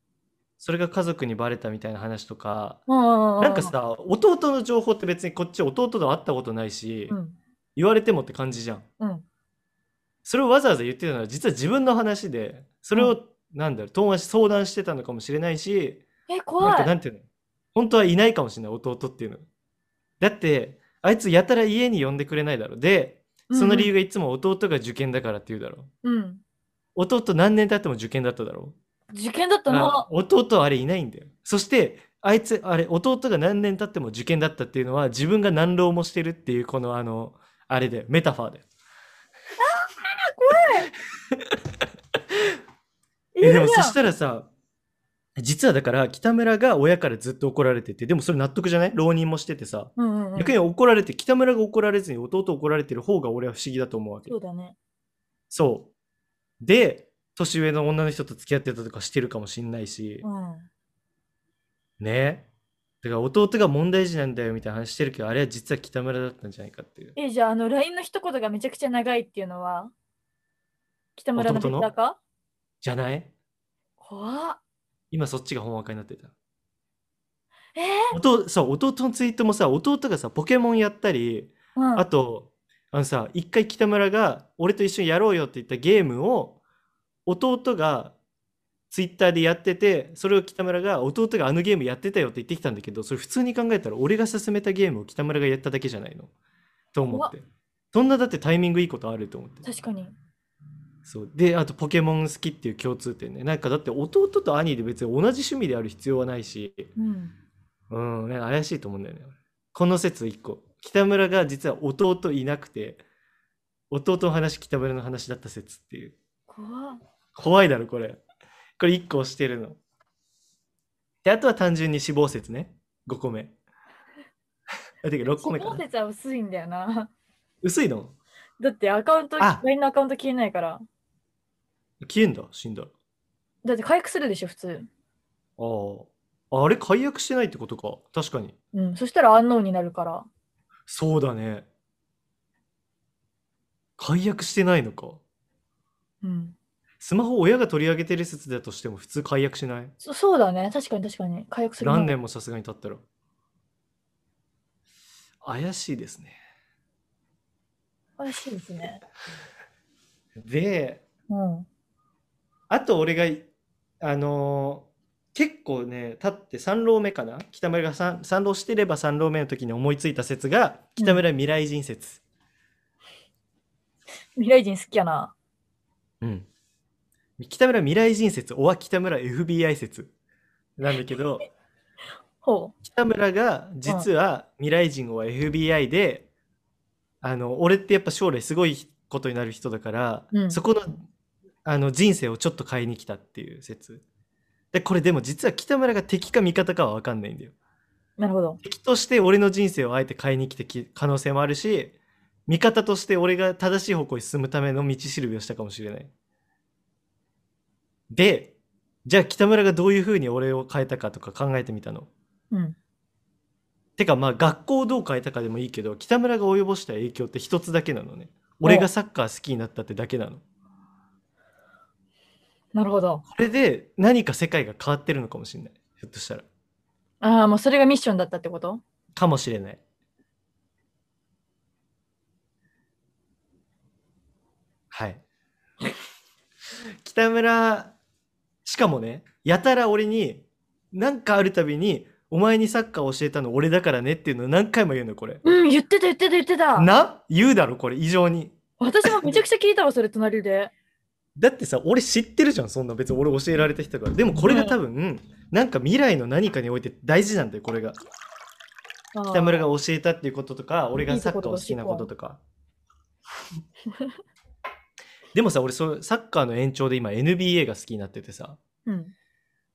S2: それが家族にバレたみたいな話とか、
S1: な
S2: なんか、さ、弟の情報って別にこっち弟と会ったことないし
S1: う、ん。
S2: 言われてもって感じじゃん。
S1: うん。
S2: それをわざわざ言ってたのは、実は自分の話で、それ
S1: う
S2: を、なんだろう、友達相談してたのかもしれないし、
S1: え、
S2: なん
S1: 怖。
S2: かないんていうの本当はいないかもしれない弟っていうのだってあいつやたら家に呼んでくれないだろでその理由がいつも弟が受験だからって言うだろ、
S1: うんうん。
S2: 弟何年経っても受験だっただろ
S1: 受験だった
S2: あ
S1: な。
S2: 弟はあれいないんだよそしてあいつあれ弟が何年経っても受験だったっていうのは自分が難浪もしてるっていうこのあのあれでメタファーで
S1: い
S2: え
S1: る
S2: でも
S1: じ
S2: そ
S1: ゃん
S2: したらさ実はだから北村が親からずっと怒られててでもそれ納得じゃない浪人もしててさ
S1: うんうんうん
S2: 逆に怒られて北村が怒られずに弟怒られてる方が俺は不思議だと思うわけ
S1: そうだね。
S2: そうで年上の女の人と付き合ってたとかしてるかもしんないし
S1: う、ん。
S2: ねだから弟が問題児なんだよみたいな話してるけどあれは実は北村だったんじゃないかっていう
S1: え、じゃあ、あの、LINE の一言がめちゃくちゃ長いっていうのは、北村の
S2: 弟
S1: ツイ
S2: の
S1: ッターか
S2: じゃない
S1: 怖っ。
S2: 今そっちが本若になってた
S1: え
S2: 弟そう弟のツイートもさ弟がさポケモンやったり
S1: うん
S2: あと、あのさ、一回北村が俺と一緒にやろうよって言ったゲームを弟がツイッターでやってて、それを北村が弟があのゲームやってたよって言ってきたんだけど、それ普通に考えたら俺が勧めたゲームを北村がやっただけじゃないのと思って。そんなだってタイミングいいことあると思って。
S1: 確かに。
S2: そうであとポケモン好きっていう共通点ねなんかだって弟と兄で別に同じ趣味である必要はないし
S1: うん。
S2: うんなんか怪しいと思うんだよね俺この説1個北村が実は弟いなくて弟の話北村の話だった説っていう
S1: 怖っ
S2: 怖いだろこれこれ1個押してるのであとは単純に死亡説ね5個目 あてか6個目か
S1: 小
S2: な
S1: 説は薄いんだよな。
S2: 薄いの
S1: だってアカウント、
S2: あ
S1: LINE のアカウント消えないから。
S2: 消えんだ死んだら
S1: だって回復するでしょ、普通。
S2: あああれ解約してないってことか確かに
S1: うん。そしたらアンノーンになるから。
S2: そうだね解約してないのか
S1: うん。
S2: スマホ親が取り上げてる説だとしても普通解約しない
S1: そそうだね。確かに確かに。回復するな
S2: 何年もさすがに経ったら怪しいですね
S1: 怪しいですね。
S2: で
S1: うん。
S2: あと俺があのー結構ね経って3浪目かな北村が 3, 三浪してれば3浪目の時に思いついた説が
S1: うん
S2: 北村未来人説、
S1: 未来人好きやな。
S2: うん。北村未来人説、おは北村 FBI 説なんだけど、
S1: ほ
S2: 北村が実は未来人は FBI で、あの、俺ってやっぱ将来すごいことになる人だから、
S1: うん
S2: そこの、あの、人生をちょっと変えに来たっていう説。で、これでも実は北村が敵か味方かは分かんないんだよ。
S1: う。なるほど。
S2: 敵として俺の人生をあえて変えに来てき可能性もあるし、味方として俺が正しい方向に進むための道しるべをしたかもしれない。で、じゃあ北村がどういう風に俺を変えたかとか考えてみたの。
S1: うん。
S2: てかまあ学校をどう変えたかでもいいけど、北村が及ぼした影響って一つだけなのね。俺がサッカー好きになったってだけなの。
S1: なるほど。
S2: これで何か世界が変わってるのかもしれない。ひょっとしたら。
S1: ああ、もうそれがミッションだったってこと
S2: かもしれない。はい。北村、しかもね、やたら俺に、なんかあるたびに、お前にサッカー教えたの俺だからねっていうのを何回も言うの、これ。
S1: うん、言ってた言ってた言ってた。
S2: な言うだろ、これ、異常に。
S1: 私もめちゃくちゃ聞いたわ、それ隣で。
S2: だってさ、俺知ってるじゃん、そんな別に俺教えられた人だから。でもこれが多分、なんか未来の何かにおいて大事なんだよ、これが。北村が
S1: あ
S2: 教えたっていうこととか俺がサッカーを好きなこととかでもさ俺そうサッカーの延長で今 NBA が好きになっててさ
S1: ー。うん。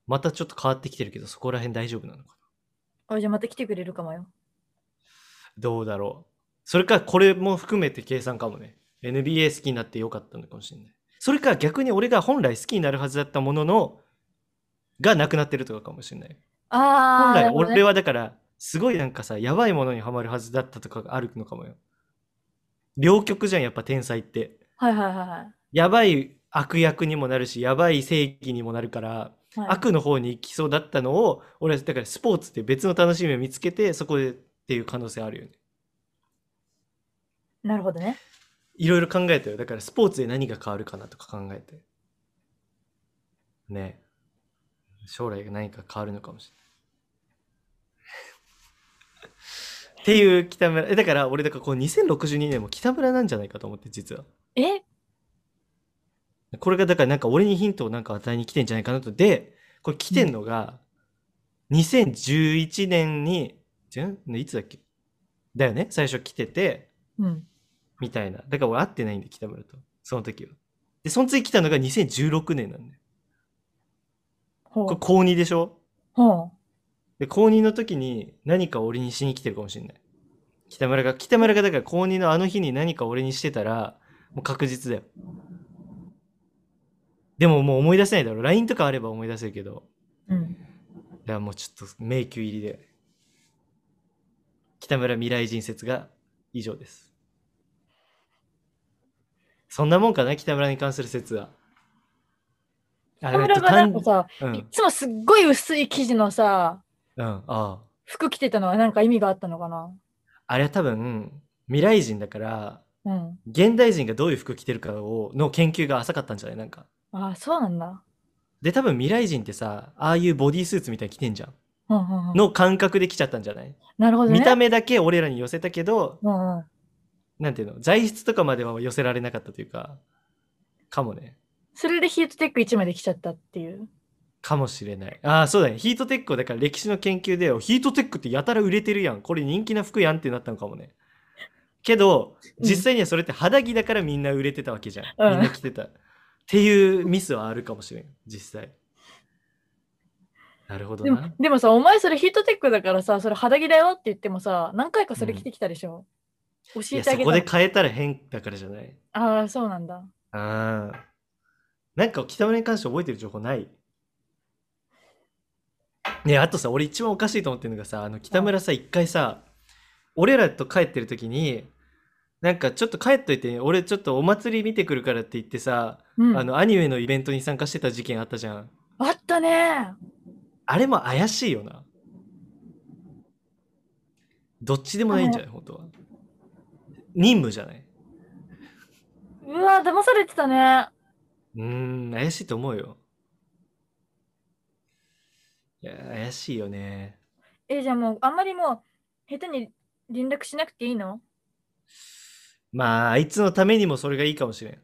S2: またちょっと変わってきてるけどそこら辺大丈夫なのかな
S1: あ、じゃあまた来てくれるかもよ。
S2: どうだろうそれかこれも含めて計算かもね NBA 好きになってよかったのかもしれないそれか逆に俺が本来好きになるはずだったもののがなくなってるとかかもしれない
S1: あ
S2: 本
S1: あ、な
S2: 来
S1: るほどね
S2: 俺はだからすごいなんかさやばいものにはまるはずだったとかがあるのかもよ両極じゃんやっぱ天才って
S1: はいはいはいはい。
S2: やばい悪役にもなるしやばい正義にもなるから、
S1: はい、
S2: 悪の方に行きそうだったのを俺はだからスポーツって別の楽しみを見つけてそこでっていう可能性あるよね
S1: なるほどね。
S2: いろいろ考えたよだからスポーツで何が変わるかなとか考えてね将来が何か変わるのかもしれない っていう北村えだから俺だからこう2062年も北村なんじゃないかと思って実は
S1: え
S2: これがだからなんか俺にヒントをなんか与えに来てんじゃないかなとでこれ来てんのが2011年に、じゃんいつだっけだよね最初来てて
S1: うん。
S2: みたいな。だから俺会ってないんで、北村と。その時は。で、その次来たのが2016年なんだよ。
S1: ほ
S2: これ
S1: う。
S2: 高2でしょ
S1: ほ
S2: で、高2の時に何か俺にしに来てるかもしれない。北村が、北村がだから高2のあの日に何か俺にしてたら、もう確実だよ。でももう思い出せないだろ。LINE とかあれば思い出せるけど。
S1: う。うん。
S2: だからもうちょっと迷宮入りで。北村未来人説が以上です。そんなもんかな、北村に関する説は。あ
S1: 北村がなんかさ、
S2: えっと単
S1: いつもすっごい薄い生地のさ、
S2: うん、うん、ああ。
S1: 服着てたのはなんか意味があったのかな
S2: あれは多分、未来人だから、
S1: うん。
S2: 現代人がどういう服着てるかを、の研究が浅かったんじゃないなんか。
S1: ああ、そうなんだ。
S2: で、多分未来人ってさ、ああいうボディースーツみたいに着てんじゃん。
S1: うんうんうん、
S2: の感覚で来ちゃったんじゃない
S1: なるほどね。
S2: 見た目だけ俺らに寄せたけど、
S1: うんうん、
S2: なんていうの材質とかまでは寄せられなかったというかかもね。
S1: それでヒートテック1まで来ちゃったっていう。
S2: かもしれない。ああ、そうだね。ヒートテックをだから歴史の研究で、ヒートテックってやたら売れてるやん。これ人気な服やんってなったのかもね。けど、
S1: うん
S2: 実際にはそれって肌着だからみんな売れてたわけじゃん。
S1: うん
S2: みんな着てた。っていうミスはあるかもしれん。実際。なるほど
S1: でも
S2: な。
S1: でもさ、お前それヒートテックだからさ、それ肌着だよって言ってもさ、何回かそれ着てきたでしょ、教
S2: い
S1: え
S2: や、
S1: てあ
S2: そ
S1: げ
S2: こ
S1: た
S2: で変えたら変だからじゃない。
S1: ああ、そうなんだ。
S2: ああ。なんか北村に関して覚えてる情報ないねえあとさ、俺一番おかしいと思ってるのがさ、あの北村さ、一回さ、俺らと帰ってる時に、なんかちょっと帰っといて、俺ちょっとお祭り見てくるからって言ってさ、
S1: うん、
S2: あのアニメのイベントに参加してた事件あったじゃん。
S1: あったね
S2: あれも怪しいよな。どっちでもないんじゃない本当は。任務じゃないう
S1: わ騙されてたね
S2: うーん、怪しいと思うよ。いや、怪しいよね。
S1: えじゃあもうあんまりもう下手に連絡しなくていいの
S2: まあ、あいつのためにもそれがいいかもしれん。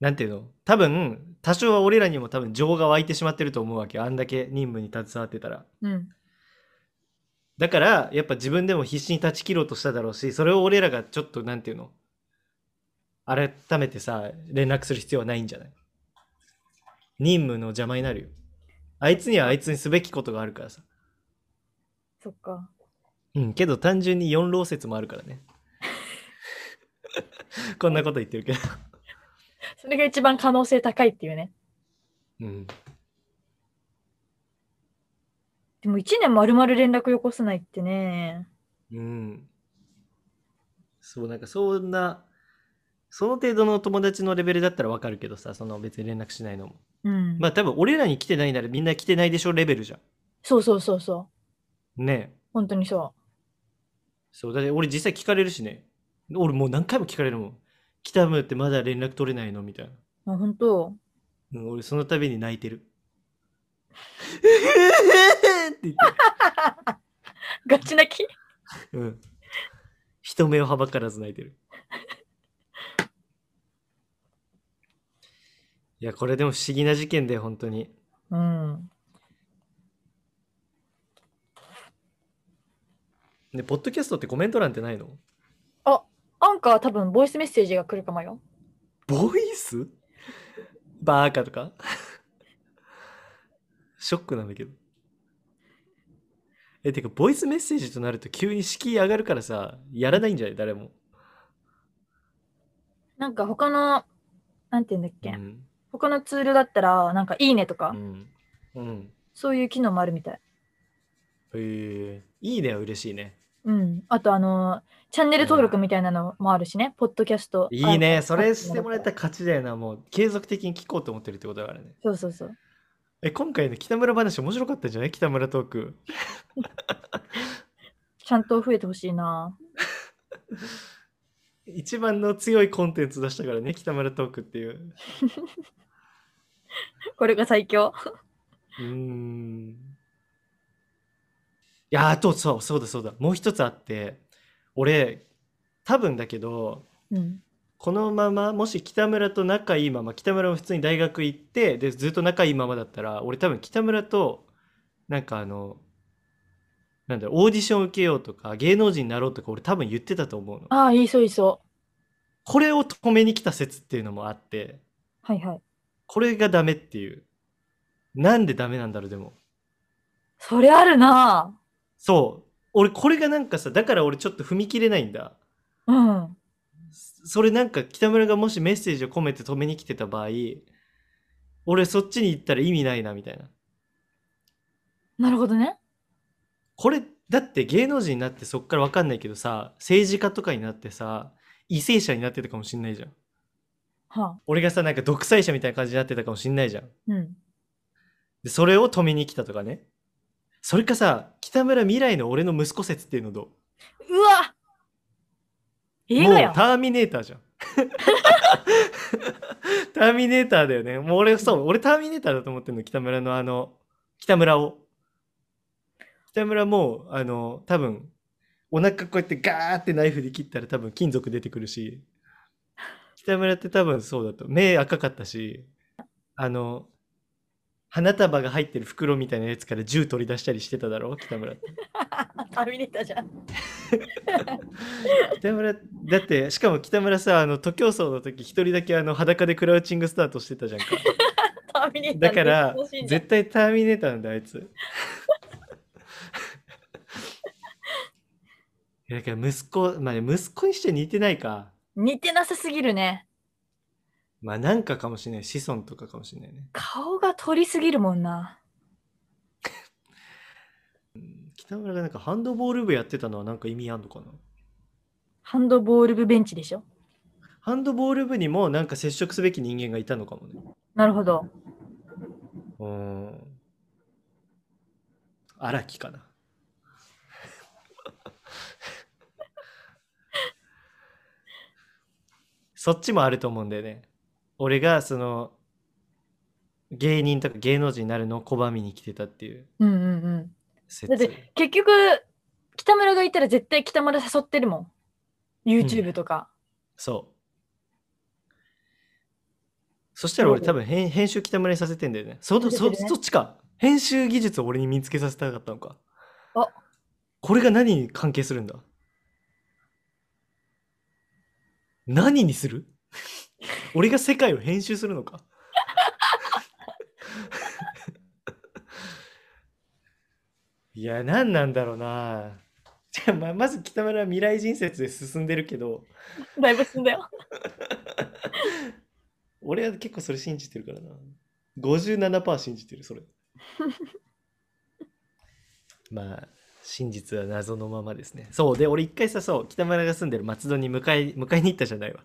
S2: なんていうの多分、多少は俺らにも多分情が湧いてしまってると思うわけよ。あんだけ任務に携わってたら。
S1: うん
S2: だから、やっぱ自分でも必死に断ち切ろうとしただろうし、それを俺らがちょっと、なんていうの改めてさ、連絡する必要はないんじゃない任務の邪魔になるよ。あいつにはあいつにすべきことがあるからさ。
S1: そっか
S2: うん、けど単純に四老説もあるからね。 こんなこと言ってるけど。
S1: それが一番可能性高いっていうね
S2: うん。
S1: でも1年丸々連絡よこさないってね
S2: うん。そう、なんかそんな、その程度の友達のレベルだったらわかるけどさ、その別に連絡しないのも。
S1: うん、
S2: まあ多分俺らに来てないならみんな来てないでしょレベルじゃ。
S1: そうそうそうそうん
S2: ねえ。
S1: 本当にそ
S2: そう、だって俺実際聞かれるしね。俺もう何回も聞かれるもん。来たむってまだ連絡取れないのみたいな。
S1: うあ本当
S2: うん、俺その度に泣い てる。って言って。
S1: ガチ泣き
S2: うん。人目をはばからず泣いてる。いや、これでも不思議な事件で、本当に。
S1: うん
S2: ね、ポッドキャストってコメント欄ってないの
S1: アンカーは多分ボイスメッセージが来るかもよ
S2: ボイスバーカとかショックなんだけど。え、てか、ボイスメッセージとなると急に敷居上がるからさ、やらないんじゃない誰も。
S1: なんか他のなんて言うんだっ
S2: う
S1: け、
S2: ん。
S1: 他のツールだったらなんかいいねとか、
S2: うん。うん。
S1: そういう機能もあるみたい
S2: へえいいねは嬉しいね。
S1: うん、あとあのーチャンネル登録みたいなのもあるしね、ポッドキャスト。
S2: いいね。
S1: あ
S2: それしてもらえたら勝ちだよな。もう継続的に聞こうと思ってるってことだからね。
S1: そうそうそう。
S2: え、今回の北村話面白かったんじゃない北村トーク。
S1: ちゃんと増えてほしいな。
S2: 一番の強いコンテンツ出したからね、北村トークっていう。
S1: これが最強。
S2: うーん。いや、あと、そう、そうだ、そうだ。もう一つあって、俺、多分だけど、
S1: うん。
S2: このまま、もし北村と仲いいまま、北村も普通に大学行って、で、ずっと仲いいままだったら、俺多分北村と、なんかあの、なんだろう、オーディション受けようとか、芸能人になろうとか、俺多分言ってたと思うの。
S1: ああ、いいそういいそう。
S2: これを止めに来た説っていうのもあって、
S1: はいはい。
S2: これがダメっていう。なんでダメなんだろう、でも。
S1: それあるな。
S2: そう。俺、これがなんかさ、だから俺ちょっと踏み切れないんだ。
S1: うん。
S2: それなんか北村がもしメッセージを込めて止めに来てた場合、俺そっちに行ったら意味ないな、みたいな。
S1: なるほどね。
S2: これ、だって芸能人になってそっからわかんないけどさ、政治家とかになってさ、為政者になってたかもしんないじゃん。
S1: はあ。
S2: 俺がさ、なんか独裁者みたいな感じになってたかもしんないじゃん。
S1: うん。
S2: で、それを止めに来たとかね。それかさ、北村未来の俺の息子説っていうのどう
S1: うわ映画
S2: も
S1: や
S2: うターミネーターじゃん。 ターミネーターだよね。もう俺、そう、俺ターミネーターだと思ってるの、北村のあの、北村を。北村も、あの、多分、お腹こうやってガーってナイフで切ったら多分金属出てくるし、北村って多分そうだと。目赤かったし、あの、花束が入ってる袋みたいなやつから銃取り出したりしてただろ、北村って。
S1: ターミネーターじゃん。
S2: 北村、だって、しかも北村さ、あの、徒競走の時一人だけあの裸でクラウチングスタートして たじゃんか。
S1: ターミネーター
S2: だから
S1: 楽しい、じゃん
S2: 絶対ターミネーターなんだ、あ いつ。だから息子、まあ、息子にして似てないか。
S1: 似てなさすぎるね。
S2: まあ、なんかかもしれない。子孫とかかもしれないね。
S1: 顔が鳥すぎるもんな。
S2: 北村がなんかハンドボール部やってたのはなんか意味あんのかな
S1: ハンドボール部ベンチでしょ。
S2: ハンドボール部にもなんか接触すべき人間がいたのかもね。
S1: なるほど。
S2: うーん。荒木かな。 そっちもあると思うんだよね。俺がその芸人とか芸能人になるのを拒みに来てたっていう
S1: うんうんうん。
S2: 説
S1: だっ。て結局北村がいたら絶対北村誘ってるもん YouTube とか、
S2: そう。そしたら俺多分編編集北村にさせてんだよね。そ
S1: させて
S2: そ
S1: るね
S2: そっちか。編集技術を俺に身につけさせたかったのか。
S1: あ
S2: これが何に関係するんだ何にする俺が世界を編集するのかいや何なんだろうなじゃあままず北村は未来人説で進んでるけど
S1: だいぶ進んだよ
S2: 俺は結構それ信じてるからな。57%信じてる、それ。 まあ、真実は謎のままですね。そう、で、俺一回さ、そう、北村が住んでる松戸に迎え、迎えに行ったじゃ ないわ。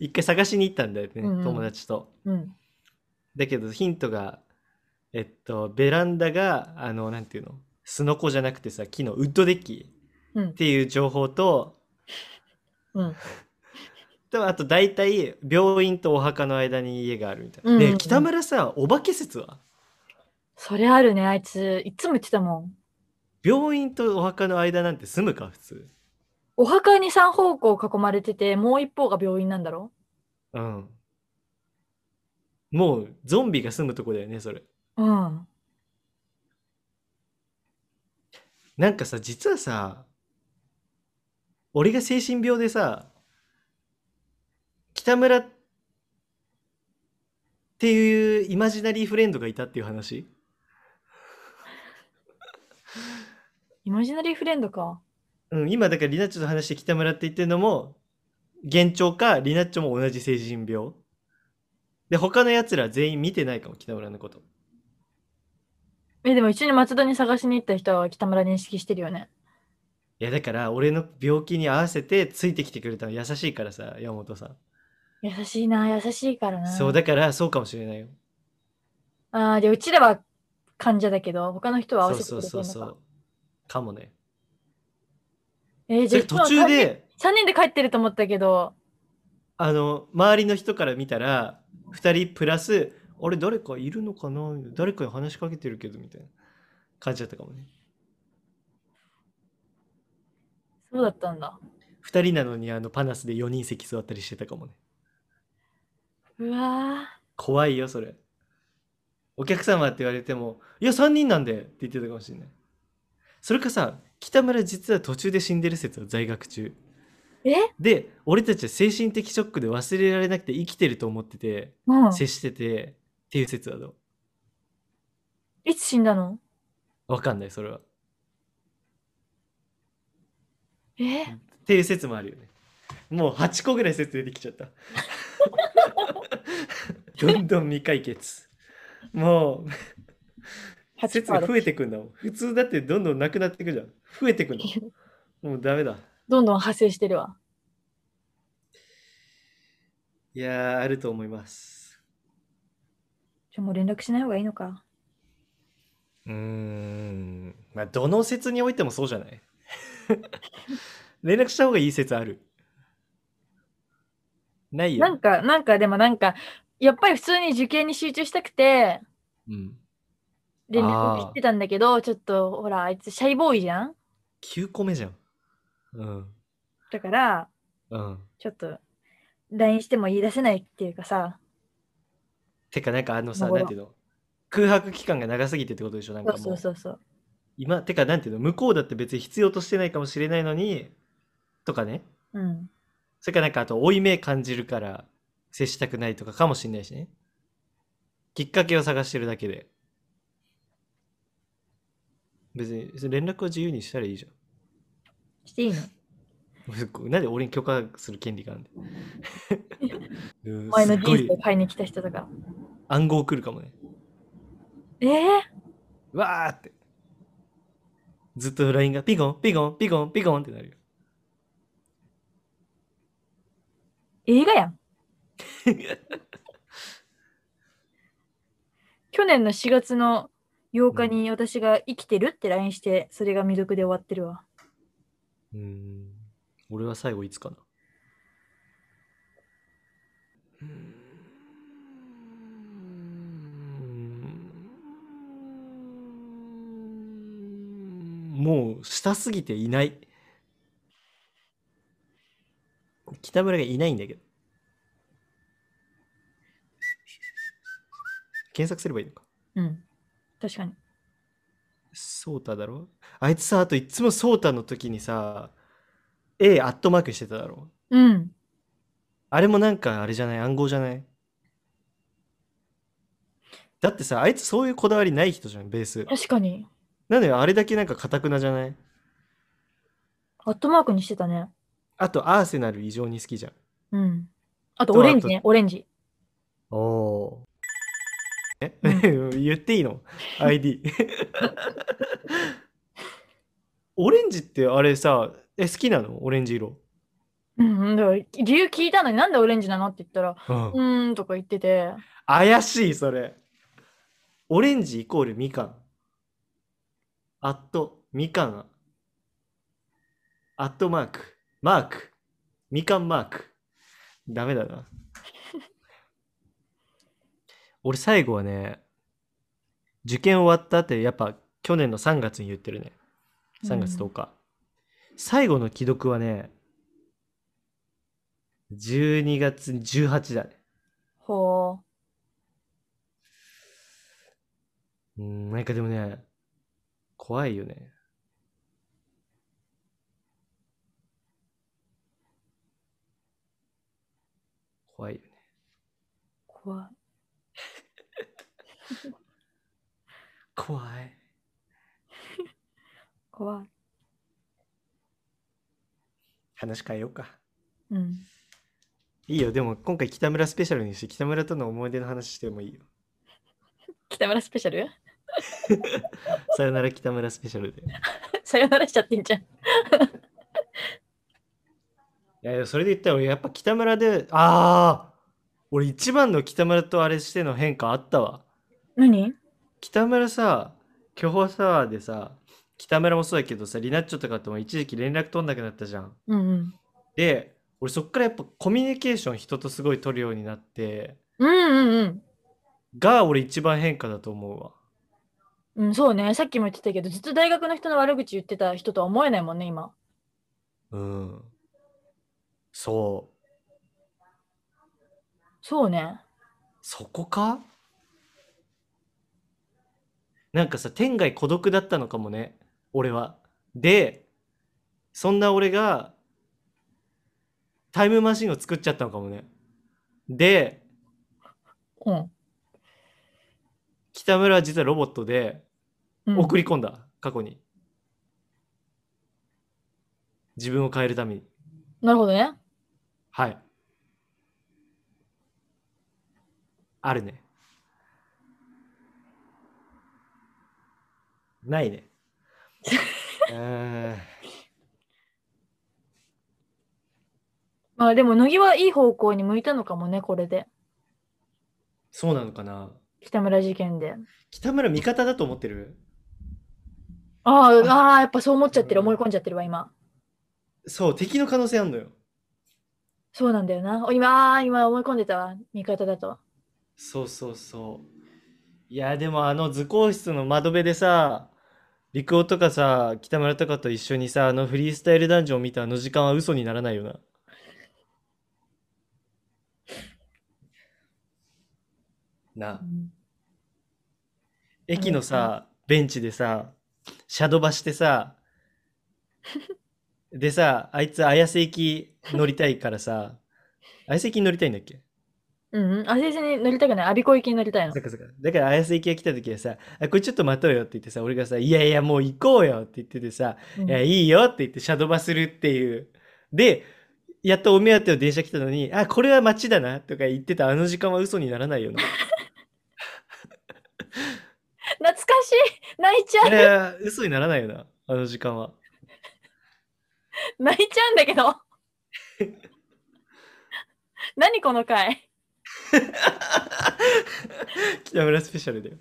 S2: 一回探しに行ったんだよね、
S1: うんうん
S2: 友達と。
S1: うん
S2: だけど、ヒントが、えっと、ベランダが、あの、なんていうの、すのこじゃなくてさ、木のウッドデッキ
S1: うん
S2: っていう情報と、
S1: うん
S2: とあと大体病院とお墓の間に家があるみたいな。
S1: うんうんうん
S2: で北村さお化け説は
S1: それあるねあいついつも言ってたもん
S2: 病院とお墓の間なんて住むか普通。
S1: お墓に3方向囲まれててもう一方が病院なんだろ
S2: うん。もうゾンビが住むとこだよねそれ。
S1: うん
S2: なんかさ実はさ俺が精神病でさ北村っていうイマジナリーフレンドがいたっていう話
S1: イマジナリーフレンドか
S2: うん、今だからリナッチョと話して北村って言ってるのも幻聴かリナッチョも同じ精神病で他のやつら全員見てないかも北村のこと
S1: えでも一緒に松戸に探しに行った人は北村認識してるよね
S2: いやだから俺の病気に合わせてついてきてくれたの優しいからさ山本さん、
S1: 優しいな優しいからな
S2: そうだからそうかもしれないよ
S1: あーでうちらは患者だけど他の人は合
S2: そ
S1: わ
S2: う
S1: せて
S2: そ
S1: く
S2: う
S1: れてる
S2: そ
S1: の
S2: う
S1: か
S2: そうかもね
S1: えー、
S2: そ
S1: じゃ
S2: れ
S1: あ
S2: 途中で
S1: 3人で帰ってると思ったけど
S2: あの周りの人から見たら2人プラス俺誰かいるのかな誰かに話しかけてるけどみたいな感じだったかもね
S1: そうだったんだ
S2: 2人なのにあのパナスで4人席座ったりしてたかもね
S1: うわ
S2: 怖いよそれお客様って言われても「いや3人なんで」って言ってたかもしれないそれかさ北村実は途中で死んでる説は在学中
S1: ーえ
S2: で俺たちは精神的ショックで忘れられなくて生きてると思ってて
S1: うん
S2: 接しててっていう説はど
S1: いつ死んだの
S2: うわかんないそれはっ
S1: え
S2: ていう説もあるよねもう8個ぐらい説出てきちゃった どんどん未解決もう
S1: 八
S2: 説
S1: パー
S2: が
S1: だ
S2: 増えてくんだもん。普通だってどんどんなくなってくじゃん。増えてくんだもん。もうダメだ。
S1: どんどん派生してるわ。
S2: いやー、あると思います。
S1: じゃあもう連絡しない方がいいのか。
S2: うーん。まあ、どの説においてもそうじゃない 連絡した方がいい説ある。ない
S1: なん
S2: よ。
S1: か、なんかでもなんか、やっぱり普通に受験に集中したくて、
S2: うん。
S1: 連
S2: あー
S1: 絡してたんだけど、ちょっとほら、あいつシャイボーイじゃん
S2: 9個目じゃん。うん。
S1: だから、
S2: うん。
S1: ちょっと LINE しても言い出せないっていうかさ、
S2: てかなんかあの
S1: な
S2: さ、
S1: るほど
S2: なんていうの空白期間が長すぎてってことでしょなん
S1: そ
S2: か
S1: う
S2: も
S1: そううそうそう。
S2: 今てかなんていうの向こうだって別に必要としてないかもしれないのにとかね
S1: うん。
S2: それからなんかあと負い目感じるから接したくないとかかもしれないしねきっかけを探してるだけで別にそれ連絡を自由にしたらいいじゃん
S1: していいの
S2: すっごいなんで俺に許可する権利があるんだようん
S1: お前の
S2: す
S1: ジ
S2: っご
S1: ーン
S2: い
S1: ズを買いに来た人とか。
S2: 暗号来るかもね
S1: えー、
S2: わーってずっと LINE がピコンピコンピコンピコンってなるよ
S1: 映画やん。去年の4月の8日に私が生きてるって LINE して、それが未読で終わってるわ。
S2: うーん俺は最後いつかなうーんもうしたすぎていない北村がいないんだけど検索すればいいのか
S1: うん。確かに。
S2: ソータだろあいつさあといつもソータの時にさ A アットマークしてただろ
S1: うん。
S2: あれもなんかあれじゃない暗号じゃないだってさあいつそういうこだわりない人じゃんベース
S1: 確かに。
S2: なのよあれだけなんかかたくなじゃない
S1: アットマークにしてたね。
S2: あとアーセナル異常に好きじゃん
S1: うん。あと、オレンジね、オレンジ。
S2: おおえ 言っていいの ?ID オレンジってあれさえ好きなのオレンジ色
S1: うん、うんだから理由聞いたのになんでオレンジなのって言ったら、
S2: うん
S1: うーんとか言ってて、
S2: 怪しいそれオレンジイコールみかんアットみかんアットマークマークみかんマークダメだな 俺最後はね受験終わったってやっぱ去年の3月に言ってるね3月10日、最後の既読はね12月18だね
S1: ほう。
S2: うん、なんかでもね、怖いよね。怖いよね。
S1: 怖い。
S2: 怖い。
S1: 怖い。
S2: 話変えようか。
S1: うん。
S2: いいよ、でも今回北村スペシャルにして、北村との思い出の話してもいい よ。
S1: 北村スペシャル
S2: さよなら北村スペシャルで。い
S1: さよならしちゃってんじゃん。
S2: やいや、それで言ったら俺やっぱ北村で、ああ俺一番の北村とあれしての変化あったわ。
S1: 何
S2: 北村さ巨峰サワーでさ北村もそうだけどさリナッチョとかとも一時期連絡取んなくなったじゃん
S1: うんうん。
S2: で俺そっからやっぱコミュニケーション人とすごい取るようになって
S1: うんうん
S2: が俺一番変化だと思うわ
S1: うん。うん、そうね。さっきも言ってたけど、ずっと大学の人の悪口言ってた人とは思えないもんね、今。
S2: うんそう
S1: そうね。
S2: そこかなんかさ天涯孤独だったのかもね俺はでそんな俺がタイムマシンを作っちゃったのかもねで
S1: うん。
S2: 北村は実はロボットで
S1: うん、
S2: 送り込んだ、過去に自分を変えるために
S1: なるほどね。
S2: はいあるねな いねうーん
S1: まあでも、乃木はいい方向に向いたのかもね、これで。
S2: そうなのかな
S1: 北村事件で。
S2: 北村味方だと思ってる
S1: ああ、ああ、やっぱそう思っちゃってる、思い込んじゃってるわ、今。
S2: そう敵の可能性あんのよ
S1: そうなんだよな。お今、あー今思い込んでたわ、味方だと。
S2: そうそうそう。いや、でもあの図工室の窓辺でさ、陸尾とかさ、北村とかと一緒にさ、あのフリースタイルダンジョンを見たあの時間は嘘にならないよな。な
S1: う。ん
S2: 駅のさ、ベンチでさ、シャドバしてさ、でさ、あいつ綾瀬行き乗りたいからさ、綾瀬行きに乗りたいんだっけ
S1: うんうん。あ、先生に乗りたくない。アビコ行きに乗りたいの
S2: そ。っかそっか。だから綾瀬行きが来た時はさ、あ、これちょっと待とうよって言ってさ、俺がさ、いやいやもう行こうよって言っててさ、
S1: うん
S2: いや、いいよって言ってシャドバするっていう。で、やっとお目当ての電車来たのに、あ、これは街だなとか言ってたあの時間は嘘にならないよな。
S1: 懐かしい泣いちゃ
S2: いうやいや、嘘にならないよな、あの時間は。
S1: 泣いちゃうんだけ ど。何この回
S2: 北村スペシャルだよ。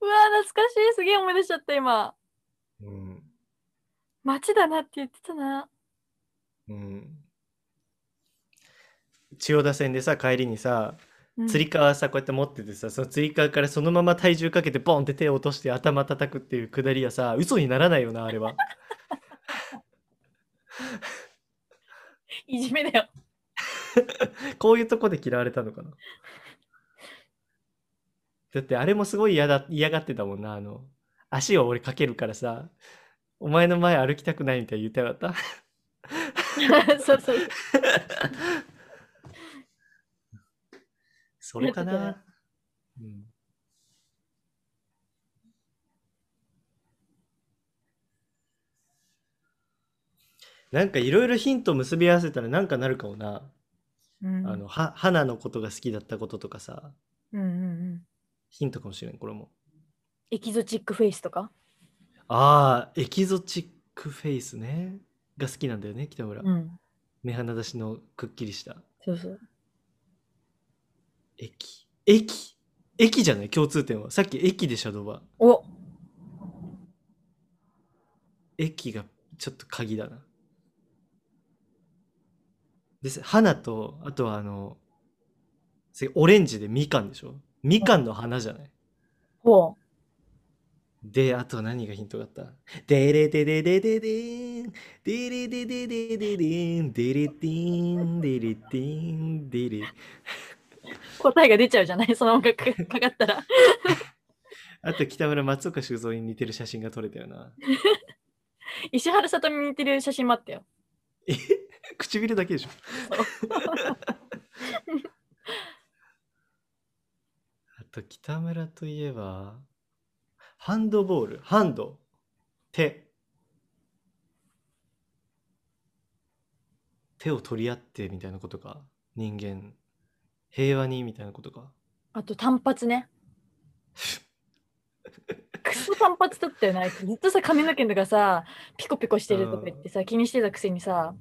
S1: うわー懐かしいすげえ思い出しちゃった今
S2: うん。
S1: 街だなって言ってたな
S2: うん。千代田線でさ、帰りにさ、
S1: うん
S2: つり革さ、こうやって持っててさ、そのつり革からそのまま体重かけて、ボンって手を落として頭叩くっていうくだりはさ、嘘にならないよな、あ れは。
S1: いじめだ よ
S2: こういうとこで嫌われたのかな。だってあれもすごい嫌だ、嫌がってたもんな、あの、足を俺かけるからさ、お前の前歩きたくないみたいに言ってなかった。
S1: そうそう
S2: それか
S1: やってた
S2: な
S1: よ。
S2: うん。なんかいろいろヒント結び合わせたらなんかなるかもな。
S1: うん
S2: あの、は、花のことが好きだったこととかさ、
S1: うんうんうん
S2: ヒントかもしれん、これも。
S1: エキゾチックフェイスとか
S2: ああ、エキゾチックフェイスね。が好きなんだよね、北村。
S1: うん
S2: 目鼻出しのくっきりした。
S1: そうそう
S2: 駅。駅駅じゃない共通点は。さっき駅でシャドーバー。
S1: お
S2: 駅がちょっと鍵だな。です。花と、あとはあの、せオレンジでみかんでしょみかんの花じゃない
S1: ほ
S2: で、あと何がヒントがあったデレデレデデデーンデレデレデデデーンデレディーンデレディーンデレ
S1: う答えが出ちゃうじゃないそ の音楽かかったら
S2: あと北村松岡修造に似てる写真が撮れたよな。
S1: 石原さとみに似てる写真もあったよ
S2: え 唇だけでしょ あと北村といえばハンドボールハンド手手を取り合ってみたいなことか人間平和にみたいなことか
S1: あと単発ねクソ単発だったよなずっとさ髪の毛とかさピコピコしてるとか言ってさ気にしてたくせにさ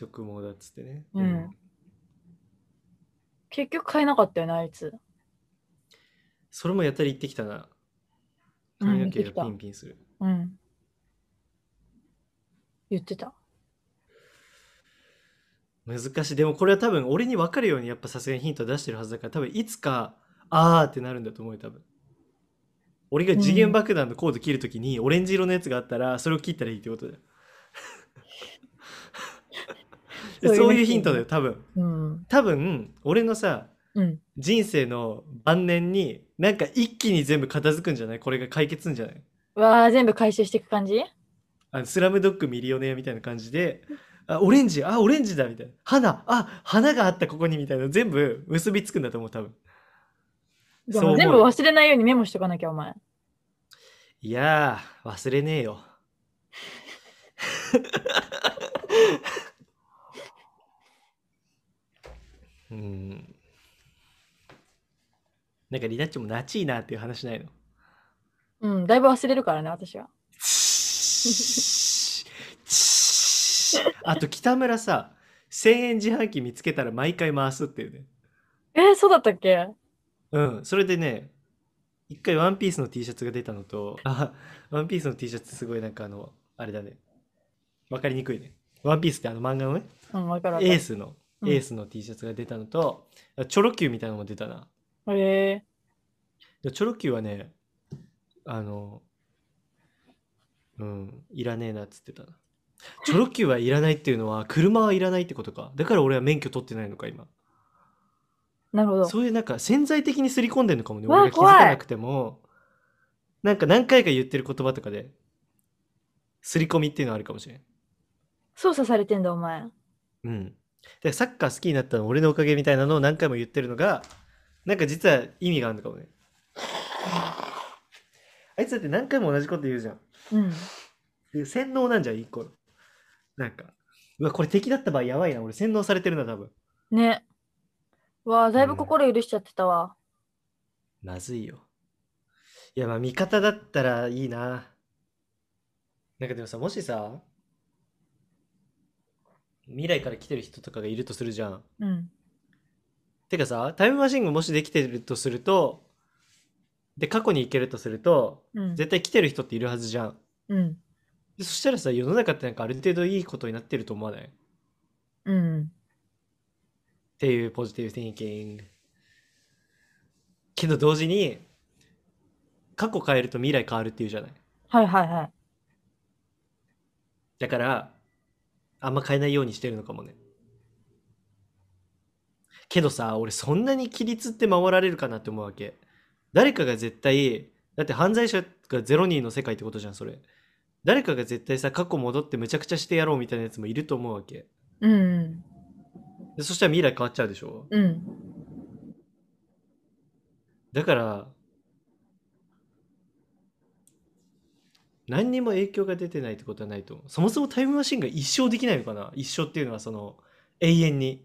S2: 直毛だっつってね、
S1: うん結局買えなかったよなあいつ
S2: それもやったり言ってきたな
S1: うん
S2: 髪の毛
S1: 言ってき
S2: が
S1: た
S2: ピンピンする、
S1: うん言ってた
S2: 難しい。でもこれは多分俺に分かるようにやっぱさすがにヒント出してるはずだから多分いつかあーってなるんだと思うよ多分。俺が次元爆弾のコード切るときにオレンジ色のやつがあったらそれを切ったらいいっ てことだよ。で
S1: そい
S2: そう
S1: うね
S2: ういうヒントだよ多分。
S1: うん
S2: 多分俺のさ
S1: うん
S2: 人生の晩年になんか一気に全部片付くんじゃないこれが解決すんじゃない
S1: わあ全部回収していく感じ
S2: あのスラムドッグミリオネアみたいな感じで、あ、オレンジ、あ、オレンジだみたいな。花、あ、花があったここにみたいな。全部結びつくんだと思う、多分。
S1: で
S2: そう思
S1: も
S2: う
S1: 全部忘れないようにメモしとかなきゃお前
S2: いやー、忘れねえよ。 うん。なんかリナッチもナチーなっていう話ないの
S1: うんだいぶ忘れるからね私は
S2: あと北村さ1000円自販機見つけたら毎回回すっていうね
S1: えー、そうだったっけ
S2: うんそれでね一回ワンピースの T シャツが出たのとあワンピースの T シャツすごいなんかあのあれだねわかりにくいねワンピースってあの漫画のね
S1: うんわかるわかる
S2: エースの、
S1: うん
S2: エースの T シャツが出たのとチョロ Q みたいなのも出たな
S1: え
S2: でチョロ Q はねあのうんいらねえなっつってたなチョロ Q はいらないっていうのは車はいらないってことかだから俺は免許取ってないのか今
S1: ー、なるほど。
S2: そういうなんか潜在的に刷り込んでるのかもね。
S1: わあ
S2: 俺が気づかなくても、なんか何回か言ってる言葉とかで、刷り込みっていうのはあるかもしれん。
S1: 操作されてんだ、お前。
S2: うん。で、サッカー好きになったの俺のおかげみたいなのを何回も言ってるのが、なんか実は意味があるのかもね。あいつだって何回も同じこと言うじゃん。
S1: うん。
S2: で洗脳なんじゃん、一個の。なんか、うわ、これ敵だった場合やばいな。俺洗脳されてるな、多分。
S1: ね。わあ、だいぶ
S2: うん
S1: 心許しちゃってたわ。
S2: まずいよ。いや、まあ、味方だったらいいな。なんかでもさ、もしさ、未来から来てる人とかがいるとするじゃん。
S1: うん。
S2: てかさ、タイムマシンがもしできてるとすると、で、過去に行けるとすると、
S1: うん。
S2: 絶対来てる人っているはずじゃん。
S1: うん。
S2: でそしたらさ、世の中ってなんかある程度いいことになってると思わないっ
S1: うん。
S2: ていうポジティブ thinking。けど同時に、過去変えると未来変わるっていうじゃない。
S1: はいはいはい。
S2: だから、あんま変えないようにしてるのかもね。けどさ、俺そんなに規律って守られるかなって思うわけ。誰かが絶対、だって犯罪者がゼロ人の世界ってことじゃん、それ。誰かが絶対さ、過去戻ってむちゃくちゃしてやろうみたいなやつもいると思うわけ。
S1: うん。
S2: でそしたら未来変わっちゃうでしょ。
S1: うん。
S2: だから、何にも影響が出てないってことはないと思う。そもそもタイムマシンが一生できないのかな一生っていうのはその永遠に。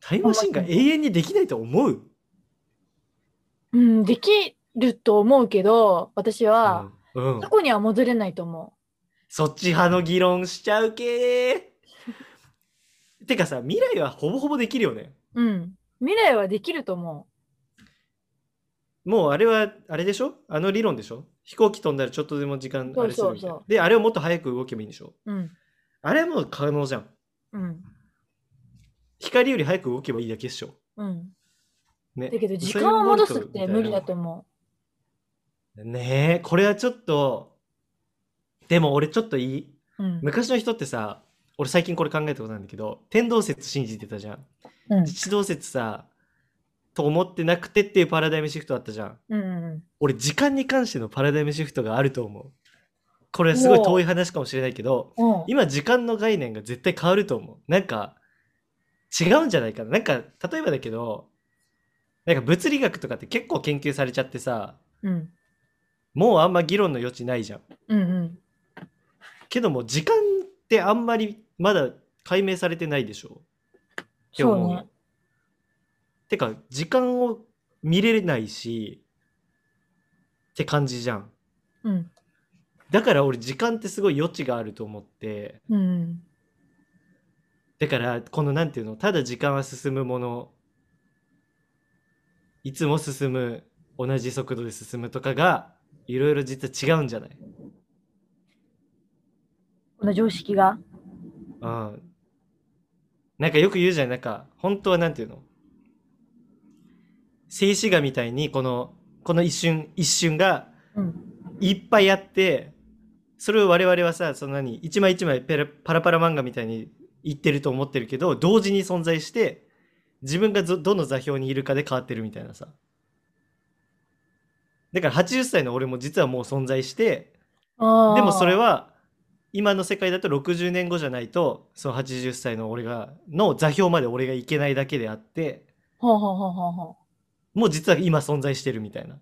S2: タイムマシンが永遠にできないと思う、
S1: うん。できると思うけど、私は、
S2: うん、うん
S1: 過去には戻れないと思
S2: そっち派の議論しちゃうけー。 てかさ、未来はほぼほぼできるよね。
S1: う。うん。未来はできると思
S2: もうあれは、あれでしょあの理論でしょ飛行機飛んだらちょっとでも時間あれするみ
S1: そう
S2: たい
S1: そう
S2: な
S1: そ。
S2: で、あれをもっと早く動けばいいんでしょ
S1: う。うん。
S2: あれはもう可能じゃん。
S1: うん。
S2: 光より早く動けばいいだけっしょ。
S1: うん。
S2: ね。
S1: だけど、時
S2: そういう
S1: 間を戻すっ
S2: も
S1: て
S2: んと
S1: 無理だと思
S2: みたいなねえ、これはちょっと、でも俺ちょっといい
S1: うん。うん。
S2: 昔の人ってさ、俺最近これ考えたことなんだけど、天動説信じてたじゃん。
S1: うん。
S2: 地動説さ、と思ってなくてっていうパラダイムシフトあったじゃん。
S1: うん。
S2: 俺時間に関してのパラダイムシフトがあると思う。これはすごい遠い話かもしれないけど、
S1: うん。
S2: 今時間の概念が絶対変わると思うなんか違うんじゃないかななんか例えばだけどなんか物理学とかって結構研究されちゃってさ
S1: うん。
S2: もうあんま議論の余地ないじゃん
S1: うん。うん。
S2: けども時間ってあんまりまだ解明されてないでしょって
S1: そう
S2: 思うの
S1: ね。
S2: てか時間を見れないしって感じじゃん
S1: うん。
S2: だから俺時間ってすごい余地があると思って
S1: うん。
S2: だからこのなんていうのただ時間は進むものいつも進む同じ速度で進むとかがいろいろ実は違うんじゃない、
S1: この常識が。
S2: うん、なんかよく言うじゃんなんか本当はなんていうの静止画みたいにこのこの一瞬一瞬が
S1: うん。
S2: いっぱいあってそれを我々はさそんなに一枚一枚ペラパラパラ漫画みたいに言ってると思ってるけど同時に存在して自分がぞどの座標にいるかで変わってるみたいなさだから80歳の俺も実はもう存在して
S1: ああ。
S2: でもそれ。は今の世界だと60年後じゃないとその80歳の俺がの座標まで俺がいけないだけであって
S1: ほうほうほうほうほう。
S2: もう実は今存在してるみたいな。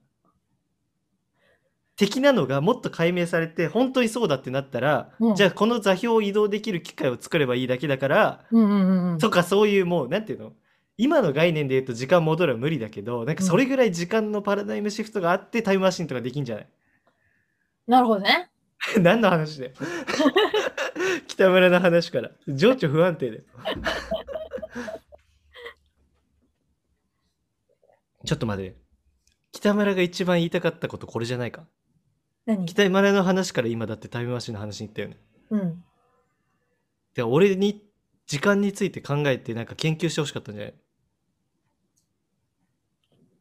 S2: 的なのがもっと解明されて本当にそうだってなったら、
S1: うん
S2: じゃあこの座標を移動できる機械を作ればいいだけだから、
S1: うんうんうんうん。
S2: とかそういうもうなんていうの今の概念で言うと時間戻るは無理だけどなんかそれぐらい時間のパラダイムシフトがあってタイムマシンとかできんじゃない
S1: なるほどね。
S2: 何の話だよ 北村の話から情緒不安定だよ ちょっと待って北村が一番言いたかったことこれじゃないか
S1: 何
S2: 北村の話から今だってタイムマシンの話に行ったよね
S1: うん。
S2: で俺に時間について考えてなんか研究してほしかったんじゃない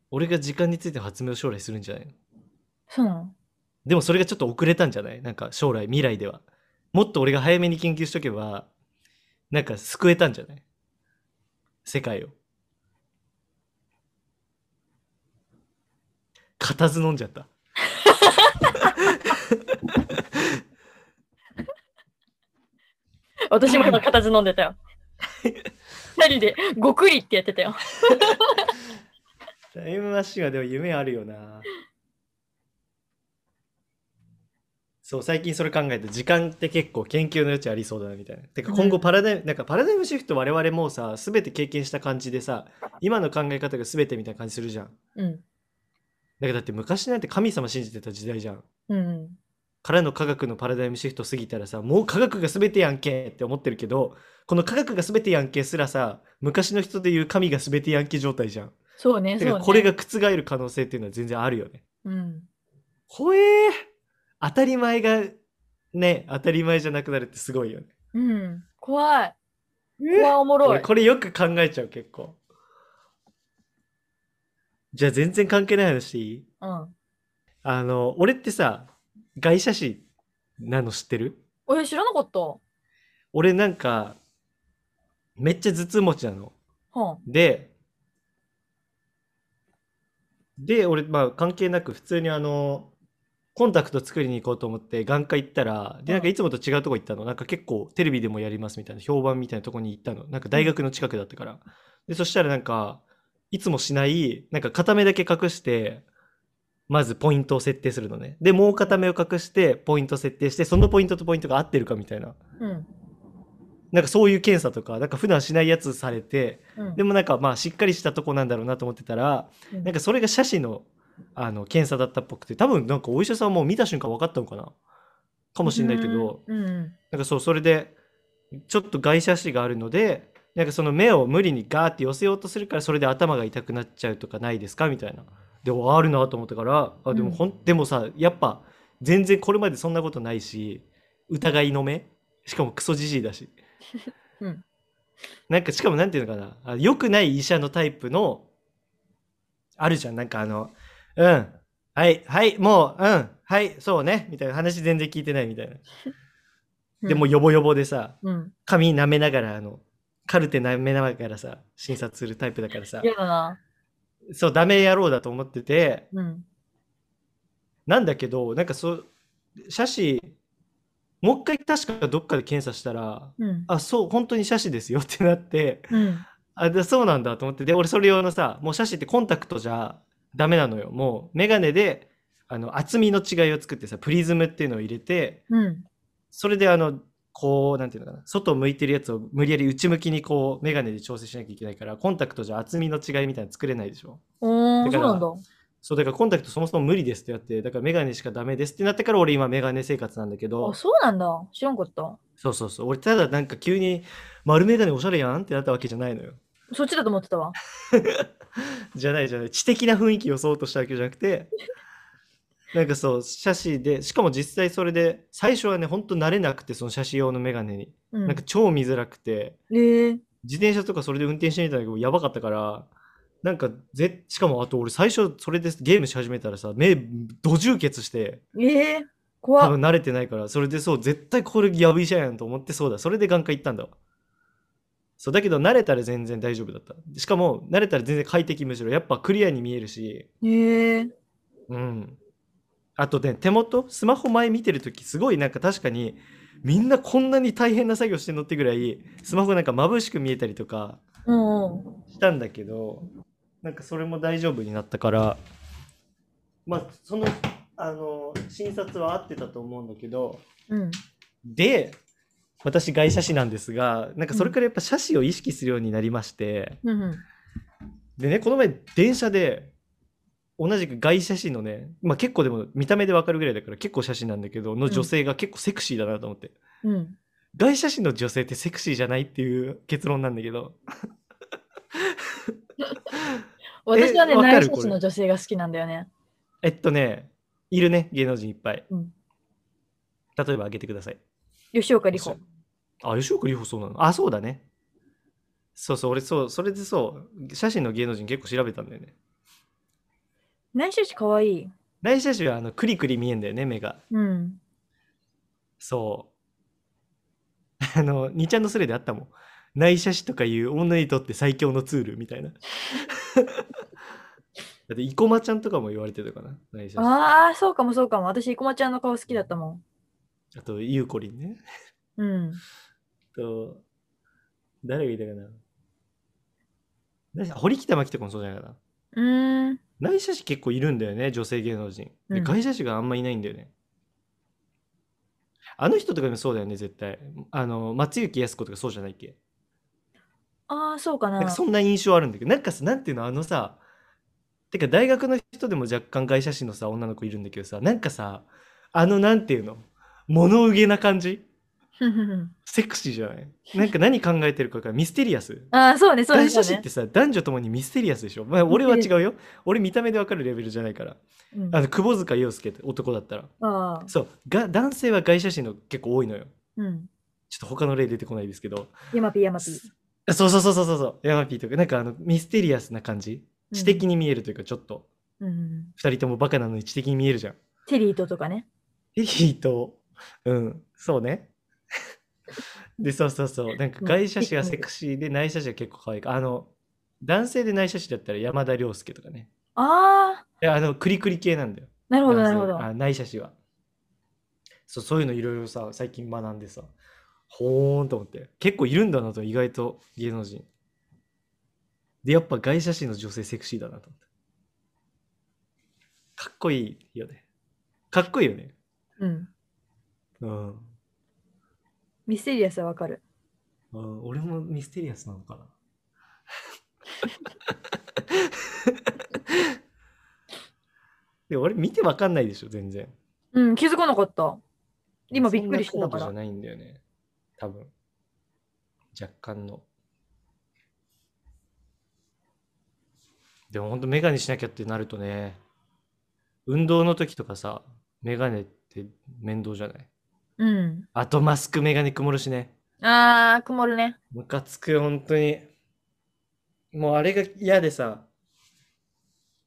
S2: 俺が時間についての発明を将来するんじゃないの
S1: そうなの
S2: でもそれがちょっと遅れたんじゃないなんか将来未来ではもっと俺が早めに研究しとけばなんか救えたんじゃない世界を固唾飲んじゃった。
S1: 私も今、固唾飲んでた よ。二人で、ごくりってやってたよ。
S2: タイムマシンはでも夢あるよな。そう、最近それ考えて、時間って結構研究の余地ありそうだなみたいな。てか
S1: うん
S2: 今後パラダイム、なんかパラダイムシフト我々もうさ、すべて経験した感じでさ、今の考え方がすべてみたいな感じするじゃん。だ
S1: うん。
S2: けどだって昔なんて神様信じてた時代じゃん。
S1: うん。
S2: からの科学のパラダイムシフト過ぎたらさ、もう科学が全てやんけって思ってるけど、この科学が全てやんけすらさ、昔の人で言う神が全てやんけ状態じゃん。
S1: そうね、
S2: て
S1: そう
S2: か
S1: ね。
S2: これが覆る可能性っていうのは全然あるよね。
S1: うん。
S2: ほえー、当たり前がね当たり前じゃなくなるってすごいよね。
S1: うん。怖い。怖いおもろ
S2: 俺
S1: い。
S2: これよく考えちゃう結構。じゃあ全然関係ない話いい
S1: うん。
S2: あの俺ってさ外車師なの知ってる
S1: 俺知らなかった。
S2: 俺なんかめっちゃ頭痛持ちなの。
S1: は
S2: でで俺まあ関係なく普通にあのコンタクト作りに行こうと思って眼科行ったらでなんかいつもと違うとこ行ったのなんか結構テレビでもやりますみたいな評判みたいなとこに行ったのなんか大学の近くだったからでそしたらなんかいつもしないなんか片目だけ隠してまずポイントを設定するのねでもう片目を隠してポイント設定してそのポイントとポイントが合ってるかみたいな
S1: うん。
S2: なんかそういう検査とかなんか普段しないやつされて
S1: うん。
S2: でもなんかまあしっかりしたとこなんだろうなと思ってたら
S1: うん
S2: なんかそれが斜視のあの検査だったっぽくて多分なんかお医者さんも見た瞬間分かったのかなかもしれないけど
S1: うん。うん。
S2: なんかそうそれでちょっと外斜視があるのでなんかその目を無理にガーって寄せようとするからそれで頭が痛くなっちゃうとかないですかみたいなでおあるなと思ったからあでもほん、でもさやっぱ全然これまでそんなことないし疑いの目しかもクソじじいだし
S1: うん
S2: なんかしかもなんていうのかなあ良くない医者のタイプのあるじゃんなんかあのうんはいはいもううんはいそうねみたいな話全然聞いてないみたいな
S1: うん
S2: でもう、ヨボヨボでさ
S1: うん。
S2: 髪舐めながらあのカルテ舐めながらさ診察するタイプだからさ
S1: 嫌だな。
S2: そうダメ野郎だと思ってて
S1: うん。
S2: なんだけどなんかそう写真もう一回確かどっかで検査したら
S1: うん。
S2: あそう本当に写真ですよってなって
S1: うん。
S2: あでそうなんだと思ってで俺それ用のさもう写真ってコンタクトじゃダメなのよもう眼鏡であの厚みの違いを作ってさプリズムっていうのを入れて
S1: うん。
S2: それであのこうなんていうのかな外向いてるやつを無理やり内向きにこう眼鏡で調整しなきゃいけないからコンタクトじゃ厚みの違いみたいなの作れないでしょ
S1: おー、そ
S2: だか
S1: う
S2: ら
S1: なんだ。
S2: そうだからコンタクトそもそも無理ですってやってだから眼鏡しかダメですってなってから俺今眼鏡生活なんだけど
S1: あ、そうなんだ。知らんかった。
S2: そうそうそう俺ただなんか急に丸眼鏡おしゃれやんってなったわけじゃないのよ
S1: そっちだと思ってたわ。
S2: じゃないじゃない知的な雰囲気をそうとしたわけじゃなく てなんかそう写真でしかも実際それで最初はねほんと慣れなくてその写真用の眼鏡に
S1: うん。
S2: なんか超見づらくて、
S1: えー、
S2: 自転車とかそれで運転してみたんだけどやばかったからなんかぜしかもあと俺最初それでゲームし始めたらさ目ど充血して
S1: えー、
S2: 多
S1: 怖っ
S2: 分慣れてないからそれでそう絶対これやぶ医者やんと思ってそうだそれで眼科行ったんだわそうだけど慣れたら全然大丈夫だったしかも慣れたら全然快適むしろやっぱクリアに見えるし
S1: えー、
S2: うんあとね手元スマホ前見てる時すごいなんか確かにみんなこんなに大変な作業してんのってぐらいスマホなんか眩しく見えたりとか
S1: うんうん。
S2: したんだけどなんかそれも大丈夫になったからまあそのあの診察は合ってたと思うんだけど
S1: うん。
S2: で私外車師なんですがなんかそれからやっぱ車師を意識するようになりまして、
S1: うんうん。
S2: でねこの前電車で同じく外車師のね、まあ、結構でも見た目でわかるぐらいだから結構写真なんだけどの女性が結構セクシーだなと思って、
S1: うん。
S2: 外車師の女性ってセクシーじゃないっていう結論なんだけど
S1: 私はね、
S2: わか
S1: 内
S2: る
S1: 緒
S2: こ
S1: 市
S2: れ
S1: の女性が好きなんだよね。
S2: えっとね、いるね、芸能人いっぱい。
S1: うん
S2: 例えばあげてください。
S1: 吉岡里帆。
S2: あ、吉岡里帆そうなのあ、そうだね。そうそう、俺そう、それでそう、写真の芸能人結構調べたんだよね。
S1: 内緒市かわいい。
S2: 内写真はあのクリクリ見えんだよね、目が。
S1: うん。
S2: そう。あ の、2ちゃんのスレであったもん。 内写真とかいう女にとって最強のツールみたいな。だって、生駒ちゃんとかも言われてたかな。内緒あ
S1: ああ、そうかもそうかも。私、生駒ちゃんの顔好きだったも
S2: と、ゆうこりんね。
S1: ん。うん。
S2: と、誰が言いたかな。何堀北真希とかもそうじゃないか
S1: うーん。
S2: な。内社師結構いるんだよね、女性芸能人。
S1: う
S2: で、
S1: ん
S2: 外社師があんまいないんだよね。あの人とかでもそうだよね、絶対。あの、松雪泰子とかそうじゃないっけ。
S1: ああ、そうかな。
S2: なんかそんな印象あるんだけど、なんかさ、なんていうの、あのさ、てか大学の人でも若干外社士のさ、女の子いるんだけどさ、なんかさ、あの、なんていうの、物憂げな感じ
S1: ふんふんふん
S2: セクシーじゃないなんか何考えてるかがミステリアス。
S1: ああ、そうね、そうね。そ
S2: 外
S1: う
S2: 社士っ
S1: ね
S2: てさ、男女ともにミステリアスでしょ、まあ、俺は違うよ。俺見た目でわかるレベルじゃないから。
S1: うん
S2: あの、窪塚洋介って男だったら。
S1: ああ、
S2: そう、が男性は外社士の結構多いのよ。
S1: うん。
S2: ちょっと他の例出てこないですけど。
S1: 山ピー山ピー。
S2: そうそうそうそうそうそう。ヤマピーとか、なんかあの、ミステリアスな感じ。
S1: うん
S2: 知的に見えるというか、ちょっと。
S1: うんうん。
S2: 二人ともバカなのに知的に見えるじゃん。
S1: テリーととかね。
S2: テリーと、うん、そうね。で、そうそうそう。なんか
S1: うん
S2: 外車種がセクシーで内車種が結構可愛いから。あの、男性で内車種だったら山田涼介とかね。
S1: ああ、
S2: であの、クリクリ系なんだよ。
S1: なるほど、なるほ
S2: 男性
S1: ど。
S2: あ内車種は。そう、そういうのいろいろさ、最近学んでさ、ほーんと思って。結構いるんだなと、意外と芸能人。で、やっぱ外車種の女性セクシーだなと思って。かっこいいよね。かっこいいよね。
S1: うん。
S2: うん。
S1: ミステリアスはわかる。
S2: うん、俺もミステリアスなの かな。 で俺見てわかんないでしょ、全然。
S1: うん、気づかなかった。今びっくりして
S2: そん
S1: た
S2: な
S1: か
S2: 高度じ
S1: ら
S2: ゃ。ないんだよね。多分。若干の。でも本当メガネしなきゃってなるとね、運動の時とかさ、メガネって面倒じゃない
S1: うん。
S2: あとマスクメガネ曇るしね。
S1: ああ、曇るね。
S2: ムカつくよ、本当に。もうあれが嫌でさ、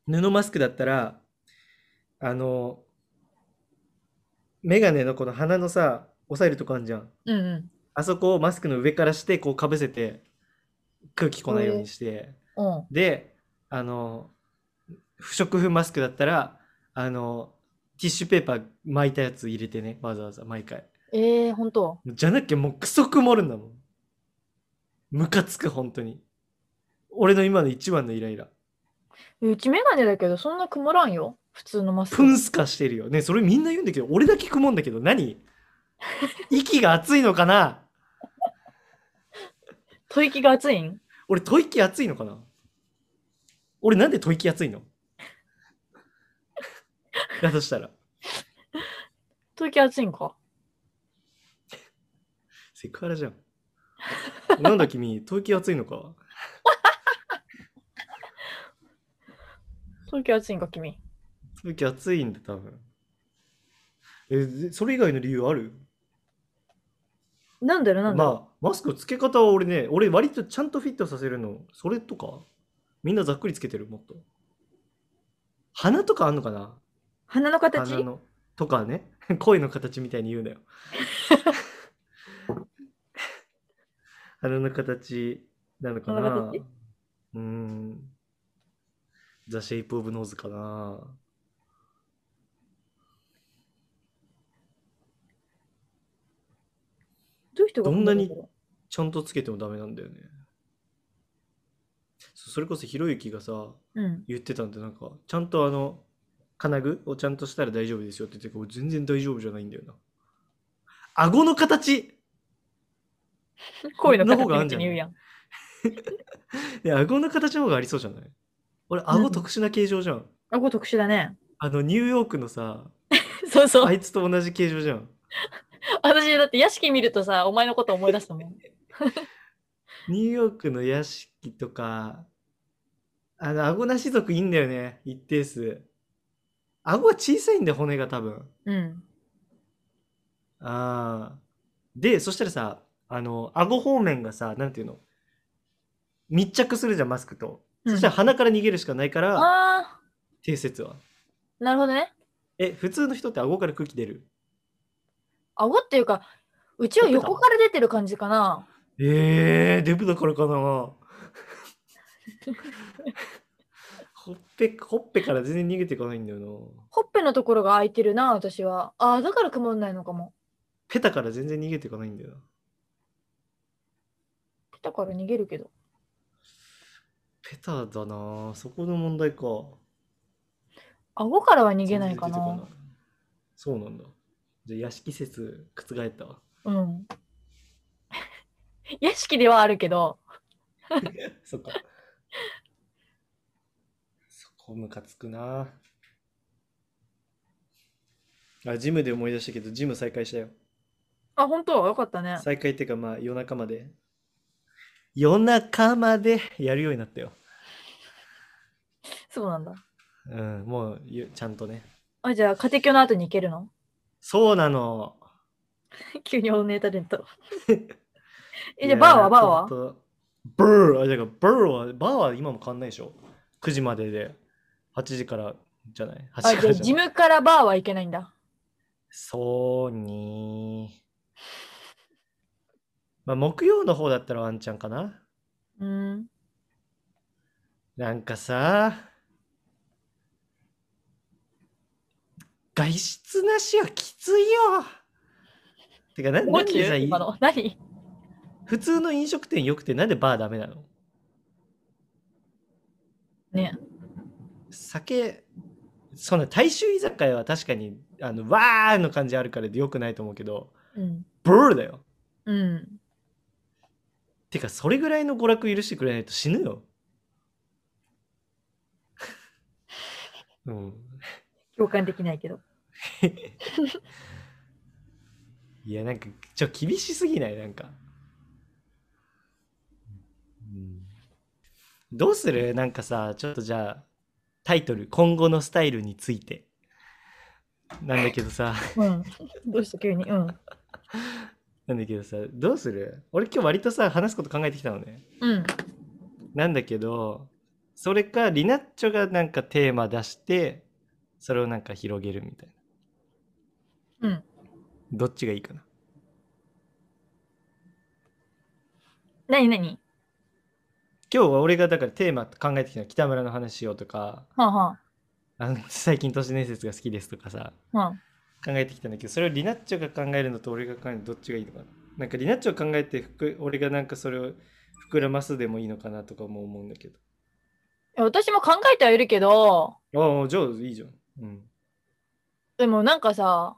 S2: 布マスクだったら、あの、メガネのこの鼻のさ、押さえるとこあんじゃん。
S1: うんうん。
S2: あそこをマスクの上からして、こうかぶせて、空気来ないようにして。
S1: うん。
S2: で、あの、不織布マスクだったら、あの、ティッシュペーパー巻いたやつ入れてね、わざわざ毎回。
S1: ええー、本当。
S2: じゃなきゃもうクソ曇るんだもん。ムカつく、本当に。俺の今の一番のイライラ。
S1: うちメガネだけど、そんな曇らんよ。普通のマスク
S2: プ。ンスカしてるよ。ねそれみんな言うんだけど、俺だけ曇んだけど、何 息が熱いのかな
S1: 吐息が熱いん
S2: 俺、吐息熱いのかな俺なんで吐息熱いのだとしたら、
S1: 吐息熱いんか。
S2: セクハラじゃん。なんだ君、吐息熱いのか
S1: 吐息熱いんか、君。
S2: 吐息熱いんだ、多分。え、でそれ以外の理由ある
S1: なんだろう、なんだろう。
S2: まあマスクつけ方は俺ね俺割とちゃんとフィットさせるのそれとかみんなざっくりつけてるもっと鼻とかあんのかな
S1: 鼻の形
S2: 鼻のとかね 声の形みたいに言 うなよ鼻の形なのか
S1: 鼻
S2: な
S1: の形
S2: うーんザ・シェイプ・オブ・ノーズかな
S1: どういう人が
S2: どんなに
S1: こだろ
S2: ちゃんとつけてもダメなんだよねそそれこそひろゆきがさ
S1: ううん。
S2: 言ってたんでなんかちゃんとあの金具をちゃんとしたら大丈夫ですよって言ってたけど俺全然大丈夫じゃないんだよな顎の形
S1: 声の
S2: の
S1: 形
S2: 方があんじゃ
S1: に
S2: な
S1: 言
S2: い
S1: うやん。
S2: いや顎の形の方がありそうじゃない俺
S1: う
S2: 顎
S1: ん
S2: 特殊な形状じゃん、
S1: あ、これ特殊だね。
S2: あのニューヨークのさ
S1: そうそう。
S2: あいつと同じ形状じゃん
S1: 私、だって屋敷見るとさ、お前のこと思い出すもん。
S2: ニューヨークの屋敷とかあの顎なし族いいんだよね一定数顎は小さいんだよ骨が多分
S1: うん。
S2: ああ。で、そしたらさ、あの、顎方面がさ、なんていうの密着するじゃん、マスクと。
S1: うん
S2: そしたら鼻から逃げるしかないから、
S1: あ
S2: 定説は。
S1: ー、なるほどね。
S2: え、普通の人って顎から空気出る
S1: 顎っていうか、うちは横から出てる感じかな。
S2: えー、デブだからかな。ほっぺ、ほっぺから全然逃げていかないんだよな。
S1: ほっぺのところが空いてるな、私は。ああ、だから曇んないのかも。
S2: ペタから全然逃げていかないんだよな。
S1: ペタから逃げるけど。
S2: ペタだな。そこの問題か。
S1: 顎からは逃げないか
S2: 全然出
S1: な
S2: て。こいそうなんだ。じゃあ、屋敷説覆ったわ。
S1: うん。 屋敷ではあるけど、
S2: そっか。そこムカつくな。あ、ジムで思い出したけど、ジム再開したよ。
S1: あ、本当はよかったね。
S2: 再開っていうか、まあ、夜中まで。夜中までやるようになったよ。
S1: そうなんだ。
S2: うん、もう、ゆちゃんとね。
S1: あ、じゃあ、家庭教の後に行けるの
S2: そうなの。
S1: 急にオンネタレント。 え、
S2: い
S1: じゃ
S2: や
S1: あ、バーはバー
S2: ち
S1: は
S2: ょっとバーは、だからバーは、バーは今も変わんないでしょ。9時までで、8時からじゃない。8
S1: あ、
S2: 時
S1: じ
S2: か
S1: ゃ
S2: ら
S1: あ、
S2: じゃ
S1: ジ
S2: ない。
S1: ムからバーは行けないんだ。
S2: そうにまあ、木曜の方だったらワンチャンかな。
S1: うん。
S2: なんかさ、外出なしはきついよ。てか、なな
S1: 大
S2: ん
S1: きい
S2: でさ、い
S1: 今の。何
S2: 普通の飲食店よくて、なんでバーダメなの
S1: ね。
S2: 酒、その大衆居酒屋は確かに、あの、わーの感じあるからでよくないと思うけど、
S1: うん。
S2: ブルーだよ。
S1: うん。
S2: てか、それぐらいの娯楽許してくれないと死 ぬよ。うん。
S1: 共感できないけど。
S2: いや、なんか、ちょ、厳しすぎないなんか。どうするなんかさ、ちょっとじゃあ、タイトル、今後のスタイルについて。なんだけどさ、
S1: うん。どうした急に。うん。
S2: なんだけどさ、どうする俺今日割とさ、話すこと考えてきたのね。
S1: うん。
S2: なんだけど、それか、リナッチョがなんかテーマ出して、それをなんか広げるみたいな。
S1: うん。
S2: どっちがいいかな
S1: 何何
S2: 今日は俺がだからテーマ考えてきたの北村の話しようとか、
S1: はあは
S2: あの 最近都市伝説が好きですとかさ
S1: あ。はあ。
S2: 考えてきたんだけどそれをリナッチョが考えるのと俺が考えるのどっちがいいのかななんかリナッチョが考えてふく俺がなんかそれを膨らますでもいいのかなとかも思うんだけ
S1: いや私も考えてはいるけど、
S2: どああじゃあいいじゃんうん
S1: でもなんかさ、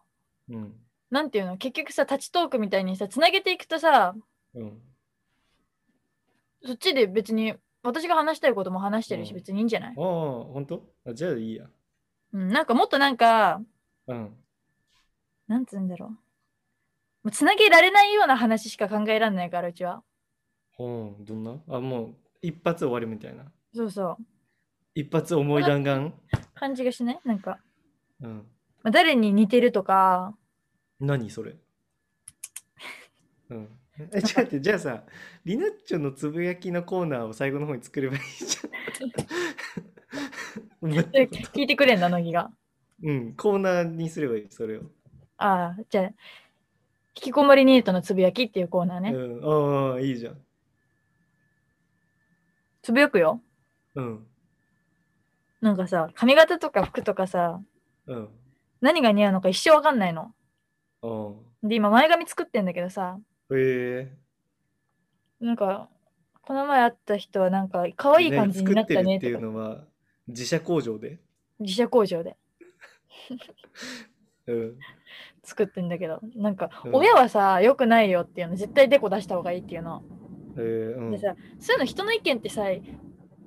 S2: うん
S1: なんていうの結局さ、立ちトークみたいにさ、つなげていくとさ、
S2: うん
S1: そっちで別に私が話したいことも話してるし、
S2: うん
S1: 別にいいんじゃない
S2: ああ、ほんとあじゃあいいや。
S1: うん、なんかもっとなんか、
S2: うん。
S1: なんつうんだろう。もうつなげられないような話しか考えられないから、うちは。
S2: うん、どんなあ、もう一発終わりみたいな。
S1: そうそう。
S2: 一発重い弾丸
S1: 感じがしないなんか、
S2: うん。
S1: まあ、誰に似てるとか、
S2: 何それ うん。え、ちょっと待って、じゃあさ、リナッチョのつぶやきのコーナーを最後の方に作ればいいじゃん。思ったこと
S1: 聞いてくれんだ、乃木が。
S2: うん、コーナーにすればいい、それを。
S1: ああ、じゃあ、引きこもりニートのつぶやきっていうコーナー
S2: う
S1: ね。
S2: ん、ああ、いいじゃん。
S1: つぶやくよ。
S2: うん、
S1: なんかさ、髪型とか服とかさ、
S2: うん、
S1: 何が似合うのか一生わかんないの。
S2: う
S1: で、今前髪作ってんだけどさ、
S2: ん。へえ。
S1: なんか、この前会った人はなんか、可愛い感じになった
S2: ね作
S1: ね
S2: ってる
S1: と
S2: っ
S1: か、
S2: ていうのは、自社工場で。
S1: 自社工場で
S2: うん。
S1: 作ってんだけど、なんか、
S2: うん
S1: 親はさ、良くないよっていうの、絶対デコ出した方がいいっていうの。
S2: へえ、うん。
S1: でさ、そういうの人の意見ってさ、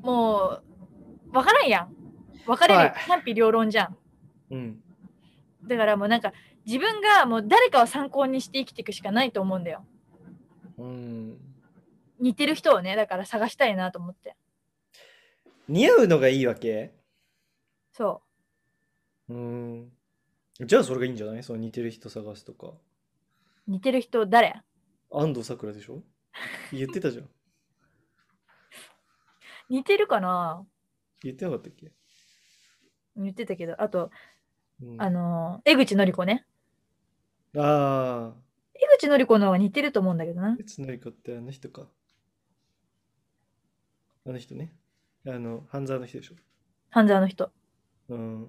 S1: もう、わからんやん。分かれる、
S2: はい
S1: 賛否両論じゃん。
S2: うん。
S1: だからもうなんか、自分がもう誰かを参考にして生きていくしかないと思うんだよ。
S2: うん。
S1: 似てる人をね、だから探したいなと思って。
S2: 似合うのがいいわけ
S1: そう。
S2: うーん。じゃあそれがいいんじゃないその似てる人探すとか。
S1: 似てる人誰
S2: 安藤サクラでしょ言ってたじゃん。
S1: 似てるかな
S2: 言ってなかったっけ、
S1: 言ってたけどあと
S2: うん、
S1: あのー江口のり子ね
S2: ああ、
S1: 江口のり子の方が似てると思うんだけどな
S2: 別のりこってあの人か。あの人ね。あの、半沢の人でしょ。
S1: 半沢の人。
S2: うん。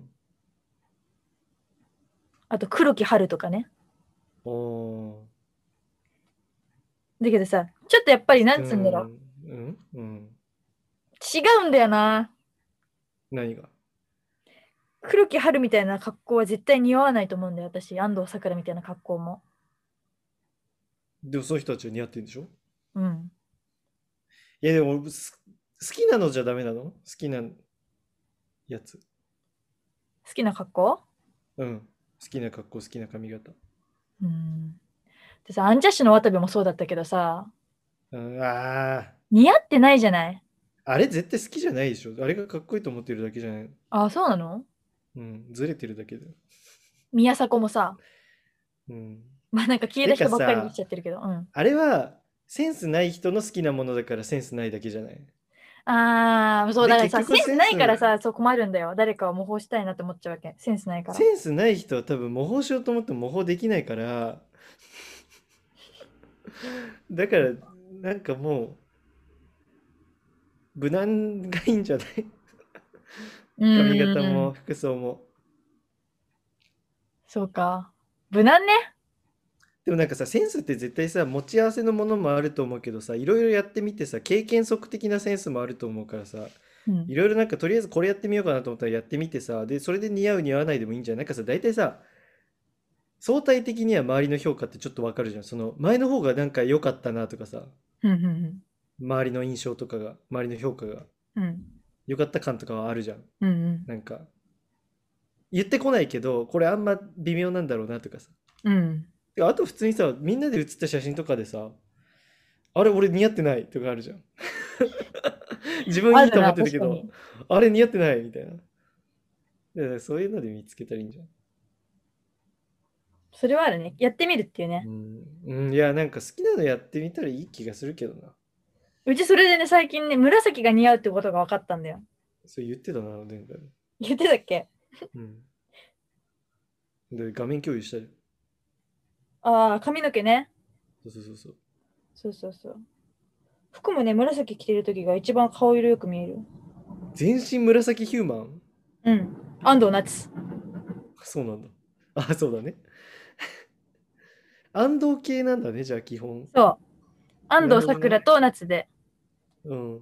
S1: あと、黒木春とかね。
S2: おお
S1: だけどさ、ちょっとやっぱり、な
S2: ー。
S1: んつうんだろう。
S2: うんうん。
S1: 違うんだよな。
S2: 何が
S1: 黒木春みたいな格好は絶対似合わないと思うんだよ、私。安藤サクラみたいな格好も。
S2: でもその人たちは似合ってるんでしょ
S1: うん。
S2: いやでも俺す好きなのじゃダメなの好きなやつ。
S1: 好きな格好
S2: うん。好きな格好、好きな髪型。
S1: うん。でさ、アンジャッシュの渡部もそうだったけどさ、
S2: うん、ああ。
S1: 似合ってないじゃない
S2: あれ絶対好きじゃないでしょ。あれがかっこいいと思ってるだけじゃない。
S1: あ、そうなの
S2: うん。ずれてるだけだよ。
S1: 宮迫もさ、
S2: うん。
S1: まあなんか消えた人ばっかり
S2: てかさ
S1: にしちゃってるけど、うん。
S2: あれはセンスない人の好きなものだからセンスないだけじゃない。
S1: ああ、そう
S2: で
S1: だからさ、
S2: 結
S1: セン
S2: 局
S1: スないから
S2: セン
S1: さ、そう困るんだよ。誰かを模倣したいなって思っちゃうわけ。センスないから。
S2: センスない人は多分模倣しようと思っても模倣できないから。 だから、なんかもう、無難がいいんじゃない
S1: 髪
S2: 髪型も。服装も。
S1: そうか。無難ね。
S2: でもなんかさ、センスって絶対さ、持ち合わせのものもあると思うけどさ、いろいろやってみてさ、経験則的なセンスもあると思うからさ、
S1: うん
S2: いろいろなんかとりあえずこれやってみようかなと思ったらやってみてさ、で、それで似合う似合わないでもいいんじゃないなんかさ、大体さ、相対的には周りの評価ってちょっとわかるじゃん。その前の方がなんか良かったなとかさ、
S1: うんうん
S2: 周りの印象とかが、周りの評価が
S1: うんうん
S2: 良かった感とかはあるじゃん。
S1: うんうん
S2: なんか、言ってこないけど、これあんま微妙なんだろうなとかさ。
S1: うん
S2: てかあと普通にさ、みんなで写った写真とかでさ、あれ俺似合ってないとかあるじゃん。 自分いいと思ってたけ
S1: あるな
S2: ど
S1: 確、
S2: あれ似合ってないみたいな。だからそういうので見つけたらいいんじゃん。
S1: それはあるね。やってみるっていうね。
S2: うん、うんいや、なんか好きなのやってみたらいい気がするけどな。
S1: うちそれでね、最近ね、紫が似合うってことが分かったんだよ。
S2: そう言ってたな、前回。
S1: 言ってたっけ
S2: うん。で、画面共有したり。
S1: ああ、髪の毛ね。
S2: そうそうそうそう。
S1: そうそうそう。服もね、紫着てる時が一番顔色よく見える。
S2: 全身紫ヒューマン
S1: うん。安藤夏。
S2: そうなんだ。あ、そうだね。 安藤系なんだね、じゃあ基本。
S1: そう。安
S2: なる
S1: 藤
S2: ほどね
S1: 桜と夏で。
S2: うん。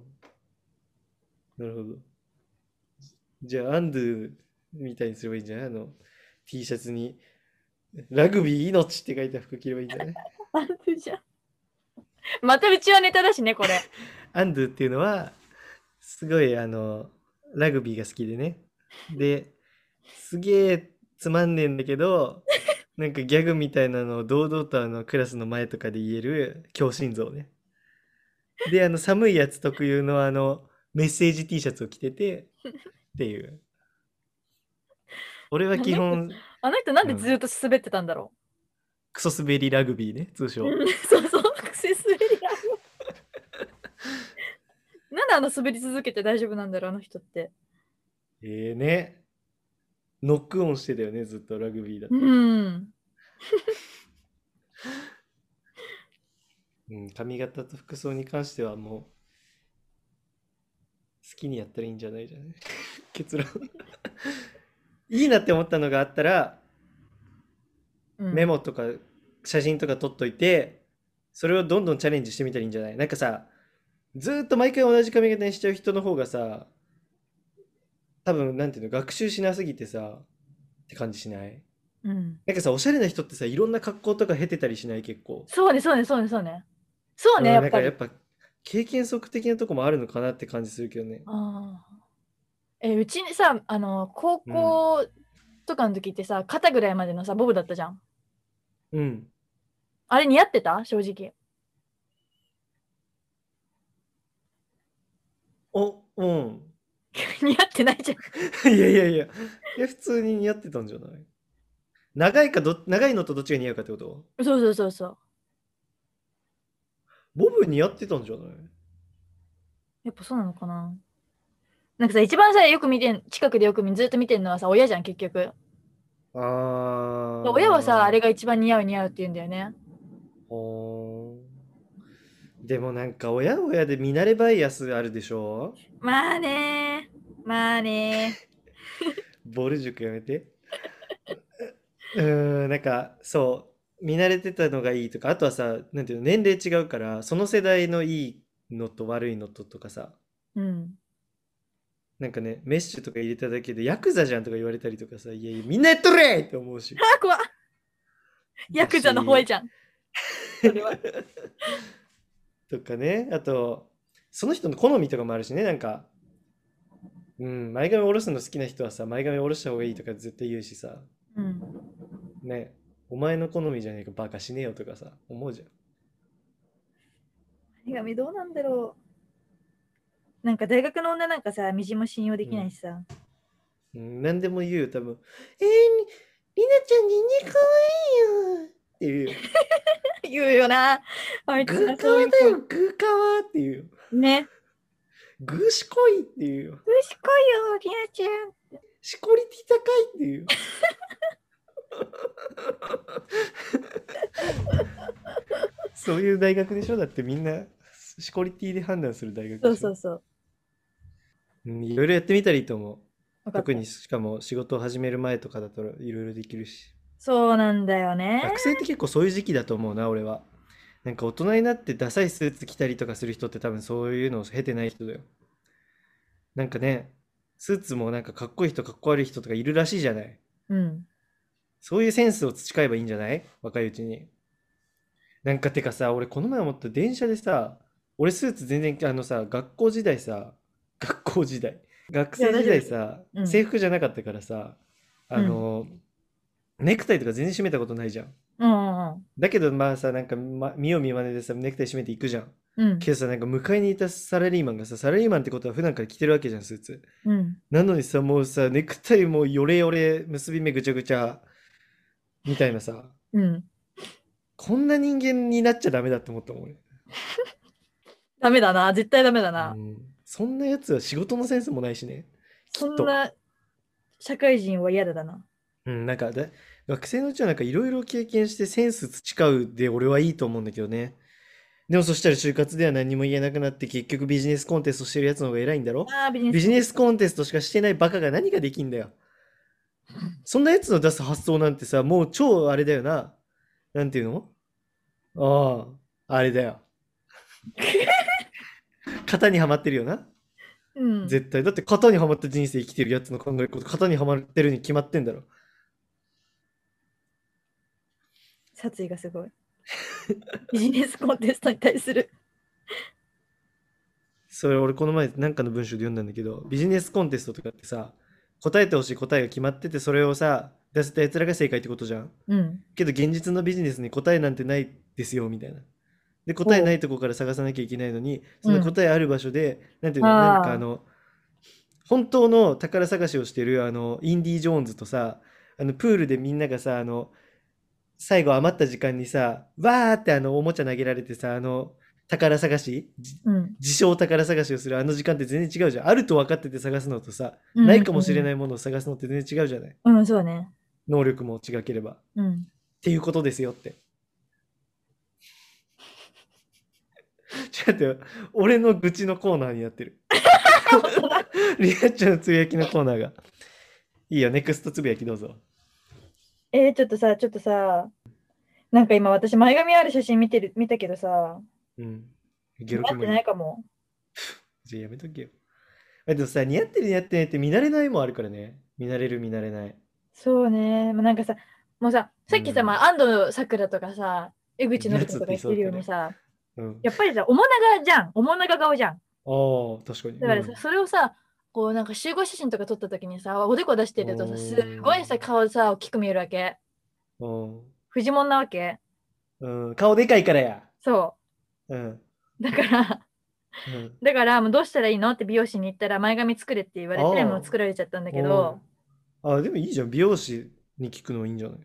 S2: なるほど。じゃあ、アンドゥみたいにすればいいんじゃないあの、T シャツに、ラグビー命って書いた服着ればいいんじゃない
S1: 安藤じゃん。またうちはネタだしね、これ。
S2: アンドゥっていうのは、すごい、あの、ラグビーが好きでね。で、すげえつまんねえんだけど、なんかギャグみたいなのを堂々とあのクラスの前とかで言える強心臓ね。で、あの、寒いやつ特有のあの、メッセージ T シャツを着てて、っていう。俺は基本、
S1: あの人なんでずっと滑ってたんだろ
S2: クソ滑りラグビーね、通
S1: う。
S2: 称。
S1: そうそう、癖滑りだよ。 なんであの滑り続けて大丈夫なんだろう、あの人って。
S2: ええね。ノックオンしてたよね、ずっとラグビーだと。
S1: うん。
S2: うん、髪型と服装に関してはもう好きにやったらいいんじゃないじゃない 結論いいなって思ったのがあったら
S1: うん
S2: メモとか写真とか撮っといてそれをどんどんチャレンジしてみたらいいんじゃないなんかさずーっと毎回同じ髪型にしちゃう人の方がさ多分なんていうの学習しなすぎてさって感じしない
S1: うん。
S2: なんかさおしゃれな人ってさいろんな格好とか経てたりしない結構
S1: そうね、そうね、そうね、そうね。そうね、
S2: うん
S1: やっぱ
S2: な
S1: り。
S2: んかやっぱ経験則的なとこもあるのかなって感じするけどね。
S1: ああ。え、うちにさ、あの、高校とかの時ってさ、肩ぐらいまでのさ、ボブだったじゃん。
S2: うん。
S1: あれ似合ってた正直。
S2: お、うん。
S1: 似合ってないじゃん。
S2: いやいやいや。いや、普通に似合ってたんじゃない長いかど、長いのとどっちが似合うかってこと
S1: そうそうそうそう。
S2: ボブ似合ってたんじゃない
S1: やっぱそうなのかななんかさ、一番さ、よく見てん、近くでよく見ずっと見てんのはさ、親じゃん、結局。
S2: あ
S1: で
S2: ー。
S1: 親はさ、あれが一番似合う似合うって言うんだよね。
S2: ほーでもなんか親は親で見慣れバイアスあるでしょ
S1: まあねまあね。
S2: ボル塾やめて。 うーん、なんか、そう、見慣れてたのがいいとか、あとはさ、なんていうの、年齢違うから、その世代のいいのと悪いのととかさ、
S1: うん。
S2: なんかね、メッシュとか入れただけで、ヤクザじゃんとか言われたりとかさ、いやいや、みんなやっとれって思うし。
S1: あ、怖っ ヤクザの吠えじゃん。それは。
S2: とかね、あと、その人の好みとかもあるしね、なんか、うん、前髪下ろすの好きな人はさ、前髪下ろした方がいいとか絶対言うしさ、
S1: うん。
S2: ね、お前の好みじゃねえか、バカしねえよとかさ、思うじゃん。
S1: 前髪どうなんだろう。なんか大学の女なんかさ、みじも信用できないしさ。
S2: うん、何でも言うよ、多分。えー、りりなちゃん、ニンニクかわいいよって言うよ。
S1: 言うよな。あいつ
S2: グー
S1: は
S2: カ
S1: そうい
S2: ワ
S1: う
S2: だ
S1: 子
S2: よ、グーカワって言うよ。
S1: ね。
S2: グーしこいって言うよ。
S1: うしこいよ、りなちゃん。
S2: しこりて高いって言う よ。そういう大学でしょだってみんなしこりティで判断する大学でしょ
S1: そうそうそう。
S2: うんいろいろやってみたらいいと思う。
S1: わかった
S2: 特にしかも仕事を始める前とかだといろいろできるし。
S1: そうなんだよね。
S2: 学生って結構そういう時期だと思うな、俺は。なんか大人になってダサいスーツ着たりとかする人って多分そういうのを経てない人だよ。なんかね、スーツもなんかかっこいい人かっこ悪い人とかいるらしいじゃない。
S1: うん。
S2: そういうセンスを培えばいいんじゃない若いうちに。なんかてかさ、俺この前思った電車でさ、俺スーツ全然、あのさ、学校時代さ、学校時代、学生時代さ、
S1: うん
S2: 制服じゃなかったからさ、あの、ネクタイとか全然締めたことないじゃん。
S1: うんうん
S2: だけどまあさ、なんか、ま、見よう見まねでさ、ネクタイ締めていくじゃん。
S1: うん。
S2: けどさ、なんか迎えにいたサラリーマンがさ、サラリーマンってことは普段から着てるわけじゃん、スーツ。
S1: うん。うん。
S2: なのにさ、もうさ、ネクタイもよれよれ、結び目ぐちゃぐちゃ、みたいなさ、
S1: うん。
S2: こんな人間になっちゃダメだって思ったもん、俺。
S1: ダメだな。絶対ダメだな
S2: う。ん、そんなやつは仕事のセンスもないしね。
S1: そんな社会人は嫌だだな。
S2: うん、なんかだ、学生のうちはなんかいろいろ経験してセンス培うで俺はいいと思うんだけどね。でもそしたら就活では何も言えなくなって結局ビジネスコンテストしてるやつの方が偉いんだろ
S1: ああ、ビジネス。
S2: ビジネスコンテストしかしてないバカが何ができんだよ。そんなやつの出す発想なんてさ、もう超あれだよな。なんていうのああ、あれだよ。 型にはまってるよな。
S1: うん。
S2: 絶対。だって型にはまった人生生きてるやつの考えこと、型にはまってるに決まってんだろ。
S1: 殺意がすごい。 ビジネスコンテストに対する。
S2: それ俺この前なんかの文章で読んだんだけど、ビジネスコンテストとかってさ、答えてほしい答えが決まってて、それをさ、出せたやつらが正解ってことじゃん。
S1: うん。
S2: けど現実のビジネスに答えなんてないですよみたいな。で答えないとこから探さなきゃいけないのにその答えある場所で、なんていうの
S1: あー
S2: なんかあの本当の宝探しをしてるあのインディ・ジョーンズとさあのプールでみんながさあの最後余った時間にさわーってあのおもちゃ投げられてさあの宝探しじ
S1: うん。
S2: 自称宝探しをするあの時間って全然違うじゃんあると分かってて探すのとさ、
S1: うん
S2: ないかもしれないものを探すのって全然違うじゃない
S1: うん、そうね。
S2: 能力も違ければ。
S1: うん。
S2: っていうことですよって。ちょっと待って俺の愚痴のコーナーになってる。リアちゃんのつぶやきのコーナーが。いいよ、ネクストつぶやきどうぞ。
S1: えー、ちょっとさ、ちょっとさ、なんか今私前髪ある写真見てる、見たけどさ、
S2: うん。ゲ
S1: 似
S2: ロ
S1: 合
S2: キ
S1: っ
S2: モ
S1: て
S2: い
S1: ないかも。
S2: じゃあやめとけよ。あでもさ、似合ってる似合ってないって見慣れないもあるからね。見慣れる見慣れない。
S1: そうね。もうなんかさ、もうさ、さっきさ、
S2: うん
S1: まあ、安藤サクラとかさ、江口のり子とか言ってるようにさ、
S2: うん。
S1: やっぱりさ、面長じゃん。面長顔じゃん。
S2: ああ、確かに。
S1: だから
S2: う
S1: さ、
S2: ん
S1: それをさ、こうなんか集合写真とか撮った時にさ、おでこ出してると
S2: お
S1: さ、
S2: ー
S1: すごいさ、顔さ、大きく見えるわけ。フジモンなわけ。
S2: うんうん。顔でかいからや。
S1: そ
S2: うん。
S1: う。だから、
S2: うん、
S1: だから、もうどうしたらいいのって美容師に言ったら、前髪作れって言われて、
S2: あー
S1: もう作られちゃったんだけど、
S2: うん。あ、でもいいじゃん。美容師に聞くのいいんじゃない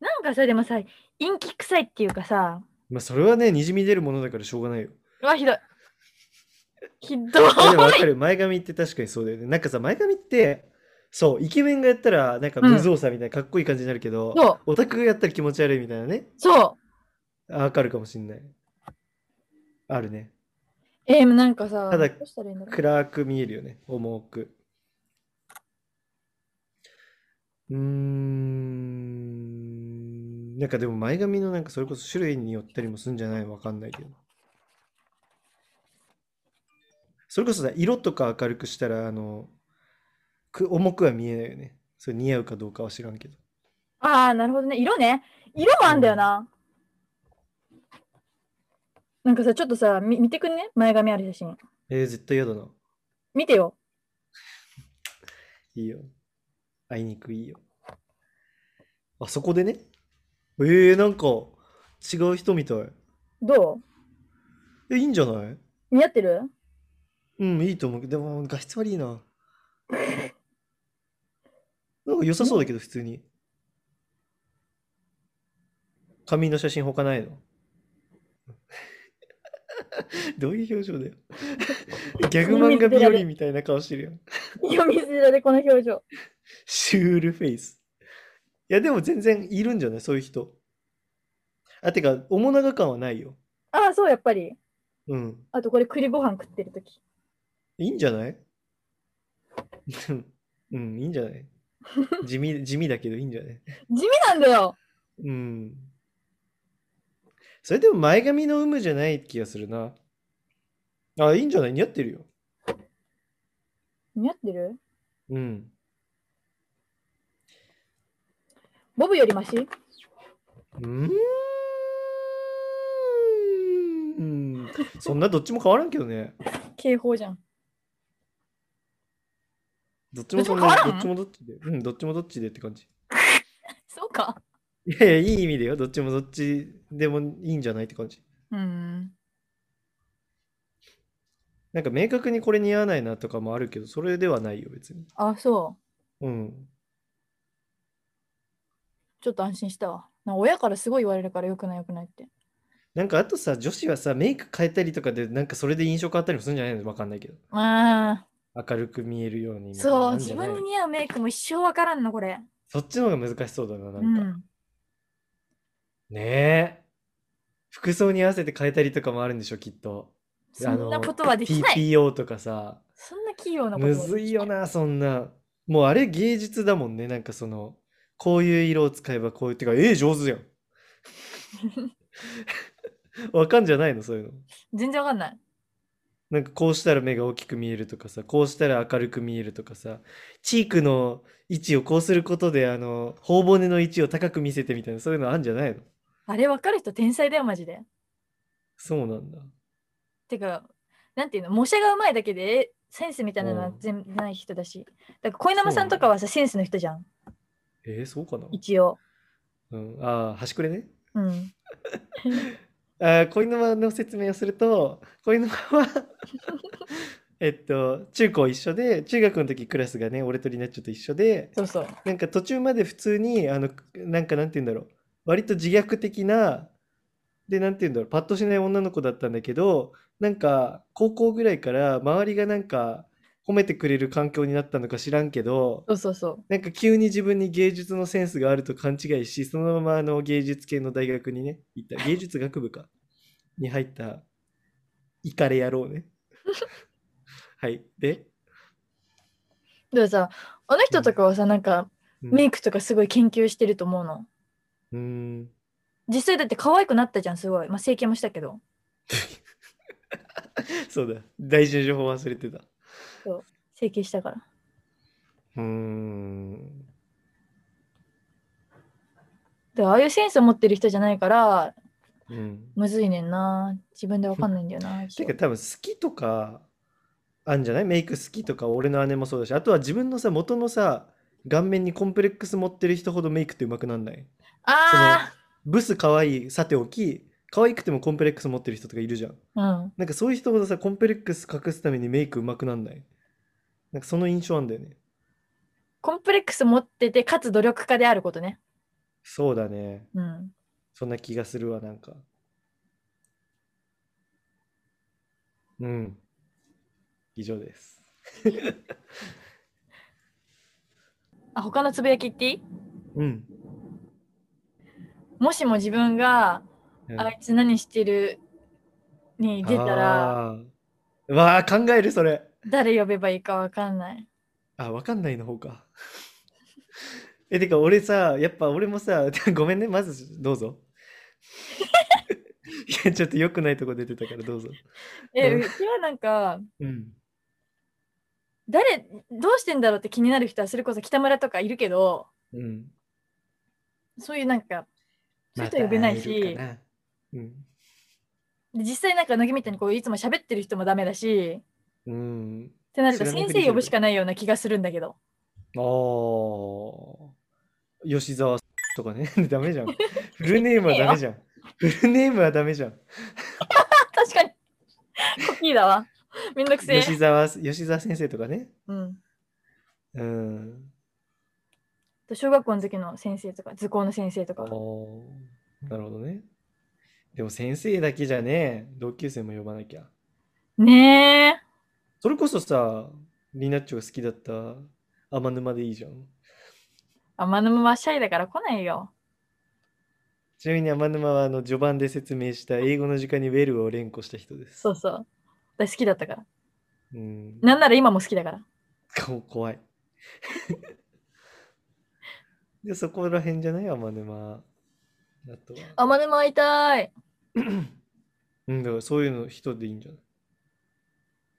S1: なんかさ、でもさ、陰気臭いっていうかさ、
S2: まあ、それはね、にじみ出るものだからしょうがないよ。
S1: うわ、ひどい。ひどい。
S2: あでも分かる、前髪って確かにそうだよね。なんかさ、前髪って、そう、イケメンがやったら、なんか無造作みたいな、かっこいい感じになるけど、
S1: そう
S2: オタクがやったら気持ち悪いみたいなね、
S1: そう。
S2: あわかるかもしんない。あるね。
S1: えー、なんかさ、
S2: ただ
S1: どうしたらいいんだろう
S2: 暗く見えるよね、重く。うーん、なんかでも前髪のなんかそれこそ種類によったりもするんじゃないわかんないけど。それこそさ、色とか明るくしたら、あの、く重くは見えないよね。それ似合うかどうかは知らんけど。
S1: ああ、なるほどね。色ね。色もあんだよな。なんかさ、ちょっとさ、み見てくんね前髪ある写真。
S2: えー、絶対嫌だな。
S1: 見てよ。
S2: いいよ。あいにくいいよ。あそこでね。えー、なんか違う人みたい。
S1: ど
S2: え、いいんじゃないう
S1: 似合って る
S2: うん、いいと思うけど、でも画質悪いな。なんか良さそうだけど、普通に。髪の写真他ないの どういう表情だよ。ギャグ漫画日和みたいな顔してるよ。
S1: 読みづらでこの表情。
S2: シュールフェイス。いや、でも全然いるんじゃないそういう人。あ、てか、面長感はないよ。
S1: ああ、そう、やっぱり。
S2: うん。
S1: あとこれ栗ご飯食ってるとき。
S2: いいんじゃない うん、いいんじゃない地味、地味だけどいいんじゃない
S1: 地味なんだよ
S2: うん。それでも前髪の有無じゃない気がするな。あ、いいんじゃない似合ってるよ。
S1: 似合ってる
S2: うん。
S1: ボブよりマシ
S2: うーん。そんなどっちも変わらんけどね。
S1: 警報じゃん。
S2: どっちもそん
S1: どっ
S2: な、
S1: ちも変わらん
S2: どっちもどっちで。うん、どっちもどっちでって感じ。
S1: そうか。
S2: いやいや、いい意味だよ。どっちもどっちでもいいんじゃないって感じ。
S1: うん。
S2: なんか明確にこれ似合わないなとかもあるけど、それではないよ、別に。
S1: あ、そ
S2: うん。
S1: う。ちょっと安心したわ。なんか親からすごい言われるからよくないよくないって。
S2: なんかあとさ、女子はさ、メイク変えたりとかで、なんかそれで印象変わったりもするんじゃないのわかんないけど。
S1: あ
S2: 明るく見えるように
S1: あ、
S2: みたいな
S1: そう。
S2: なんじ
S1: 自
S2: ゃない
S1: 分に似合うメイクも一生わからんの、これ。
S2: そっちの方が難しそうだな、な
S1: うん
S2: か。
S1: ん。
S2: ねえ。服装に合わせて変えたりとかもあるんでしょ、きっと。
S1: そんなことはできない。
S2: TPO とかさ、
S1: そんな器用なことは
S2: む
S1: できな
S2: ずいよな、そんな。もうあれ芸術だもんね、なんかその、こういう色を使えばこういう、てか、ええ上手や ん。わかんじゃないの、そういうの。
S1: 全然わかんない。
S2: なんかこうしたら目が大きく見えるとかさ、こうしたら明るく見えるとかさ、チークの位置をこうすることで、あの、頬骨の位置を高く見せてみたいな、そういうのあんじゃないの
S1: あれわかる人天才だよ、マジで。
S2: そうなんだ。
S1: てか、なんていうの、模写がうまいだけで、えセンスみたいなのは
S2: うん
S1: 全然ない人だし。だから、小稲さんとかはさ、センスの人じゃん。
S2: えー、そうかな
S1: 一応。
S2: うん、ああ、端くれね。
S1: うん。
S2: あー、恋沼の説明をすると、恋沼はえっと、中高一緒で、中学の時クラスがね、俺とリナッチョと一緒で、
S1: そうそう。
S2: なんか途中まで普通に、あの、なんかなんて言うんだろう、割と自虐的な、で、なんて言うんだろう、パッとしない女の子だったんだけど、なんか高校ぐらいから周りがなんか褒めてくれる環境になったのか知らんけど、
S1: そうそうそう。
S2: なんか急に自分に芸術のセンスがあると勘違いし、そのままあの芸術系の大学にね、行った、芸術学部か、に入った、イカレ野郎ね。はい。で、
S1: でもさ、あの人とかはさ、なんか、
S2: うん
S1: メイクとかすごい研究してると思うの。
S2: うーん、
S1: 実際だって可愛くなったじゃん、すごい。まあ、整形もしたけど。
S2: そうだ、大事な情報忘れてた。
S1: 整形したから。
S2: うーん、
S1: で、ああいうセンスを持ってる人じゃないから、
S2: うん。
S1: むずいねんな。自分でわかんないんだよな。
S2: てか多分好きとかあんじゃないメイク好きとか俺の姉もそうだしあとは自分のさ元のさ顔面にコンプレックス持ってる人ほどメイクってうまくなんない
S1: あ
S2: ブス可愛いさておき可愛くてもコンプレックス持ってる人とかいるじゃん
S1: あうん。
S2: なんかそういう人ほどさコンプレックス隠すためにメイクうまくなんないなんかその印象あんだよね
S1: コンプレックス持ってて、かつ努力家であることね。
S2: そうだね
S1: うん。
S2: そんな気がするわなんかうん以上です
S1: あ、他のつぶやき言っていい
S2: うん、
S1: もしも自分が
S2: うん
S1: あいつ何してるに出たら
S2: あーわあ、考える、それ。
S1: 誰呼べばいいかわかんない。
S2: あ、わかんないの方か。 え、てか、俺さ、やっぱ俺もさ、 ごめんね、まずどうぞ。 いや、ちょっと良くないとこ出てたから、どうぞ。
S1: え、
S2: う
S1: うんちはなんか、
S2: うん。
S1: 誰、どうしてんだろうって気になる人は、それこそ北村とかいるけど、
S2: うん。
S1: そういうなんか、そういう
S2: ま
S1: 人
S2: た
S1: は呼べない
S2: 会える
S1: し
S2: か、な。うん。
S1: で実際なんか乃木みたいにこういつも喋ってる人もダメだし、
S2: うん。
S1: ってなると
S2: 知らない
S1: 先
S2: ふり
S1: 生呼ぶ
S2: する
S1: しかないような気がするんだけど。
S2: あー吉沢とかね。 ダメじゃん。 フルネームはダメじゃん。フルネームはダメじゃん。
S1: 確かに。コピーだわ。めんどくせえ。
S2: 吉沢、吉沢先生とかね。
S1: うん。
S2: うん。
S1: と小学校の時の先生とか、図工の先生と
S2: あ
S1: か
S2: あ、。なるほどね。でも先生だけじゃね、同級生も呼ばなきゃ。
S1: ねえ。
S2: それこそさ、リナッチョが好きだった天沼でいいじゃん。
S1: 天沼はシャイだから来ないよ。
S2: ちなみに天沼はあの序盤で説明した英語の時間にウェルを連呼した人です。
S1: そうそう。私好きだったから。
S2: うん。
S1: なんなら今も好きだから。
S2: こ怖い。 で、そこら辺じゃない天沼。あとは。
S1: 天沼会いたい。
S2: うん、だからそういうの人でいいんじゃない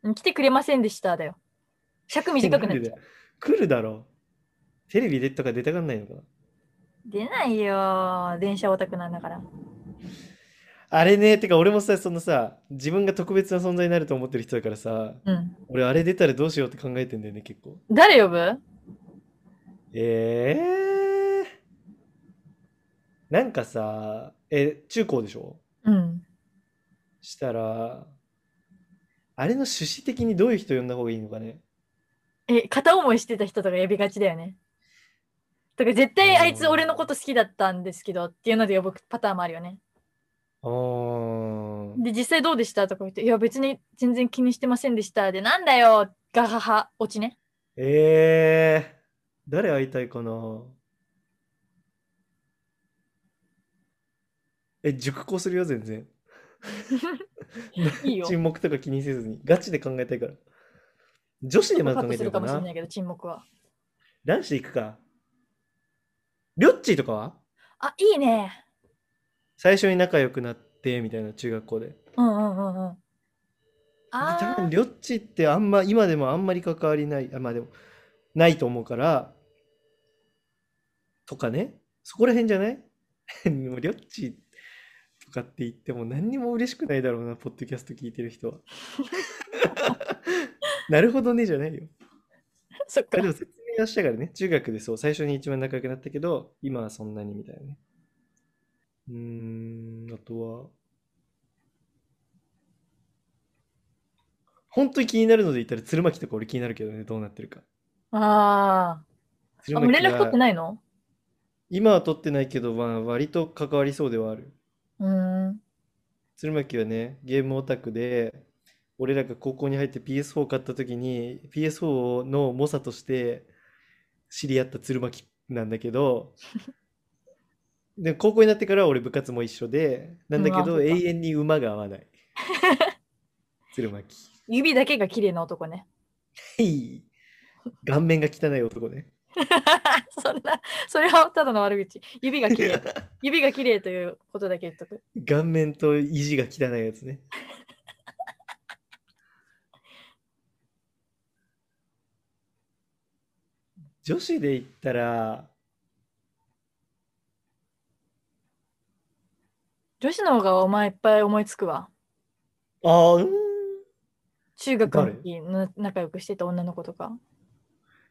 S1: うん来てくれませんでしただよ。尺短くなっちゃう。
S2: 来るだろう。テレビでとか出たがんないのかな
S1: 出ないよ。電車オタクなんだから。
S2: あれね、てか俺もさ、そのさ、自分が特別な存在になると思ってる人だからさ、
S1: うん。
S2: 俺あれ出たらどうしようって考えてんだよね、結構。
S1: 誰呼ぶ
S2: ええー。なんかさ、え、中高でしょ
S1: うん。
S2: したら、あれの趣旨的にどういう人呼んだ方がいいのかね。
S1: え、片思いしてた人とか呼びがちだよね。とか絶対あいつ俺のこと好きだったんですけどっていうので呼ぶパターンもあるよね。
S2: あー。
S1: で、実際どうでしたとか言って、いや別に全然気にしてませんでした。で、なんだよガハハ、落 ちね。
S2: ええー。誰会いたいかなえ、熟考するよ、全然。
S1: いいよ。
S2: 沈黙とか気にせずに、ガチで考えたいから。女子でまず
S1: カッ
S2: 考
S1: ト
S2: え
S1: す
S2: て
S1: る
S2: る
S1: か
S2: か
S1: もしれ
S2: な
S1: ないけど、沈黙は。
S2: 男子で行くか。りょっちーとかは
S1: あ、いいね。
S2: 最初に仲良くなってみたいな中学校で。で
S1: うんうんうんうん。
S2: 多
S1: あ
S2: 分
S1: ー
S2: りょっちーってあんま今でもあんまり関わりない、あまあでもないと思うから、とかね。そこら辺じゃない でもりょっちーとかって言っても何にも嬉しくないだろうな、ポッドキャスト聞いて る人は。なるほどねじゃないよ。
S1: そっか
S2: あで。も説明はしたからね、中学でそう、最初に一番仲良くなったけど、今はそんなにみたいなね。うーん、あとは。本当に気になるので言ったら、鶴巻とか俺気になるけどね、どうなってるか。
S1: あー。
S2: 鶴
S1: あ
S2: 巻
S1: 連絡取って
S2: い
S1: ないの
S2: 今は取ってないけど、まあ、割と関わりそうではある。
S1: うーん。
S2: 鶴巻はね、ゲームオタクで、俺らが高校に入って PS4 買った時に、PS4 の猛者として知り合った鶴巻なんだけど、で、高校になってからは俺部活も一緒で、なんだけ
S1: う
S2: ど
S1: わ
S2: 永遠に馬が合 わない。鶴巻。
S1: 指だけが綺麗な男ね。
S2: へい。顔面が汚い男ね。
S1: そんな、それはただの悪口。指が綺麗。指が綺麗ということだけ言っとく。
S2: 顔面と意地が汚いや つね。女子で言ったら、
S1: 女子の方がお前いっぱい思いつくわ。
S2: あーうーん、
S1: 中学の時の仲良くしてた女の子とか。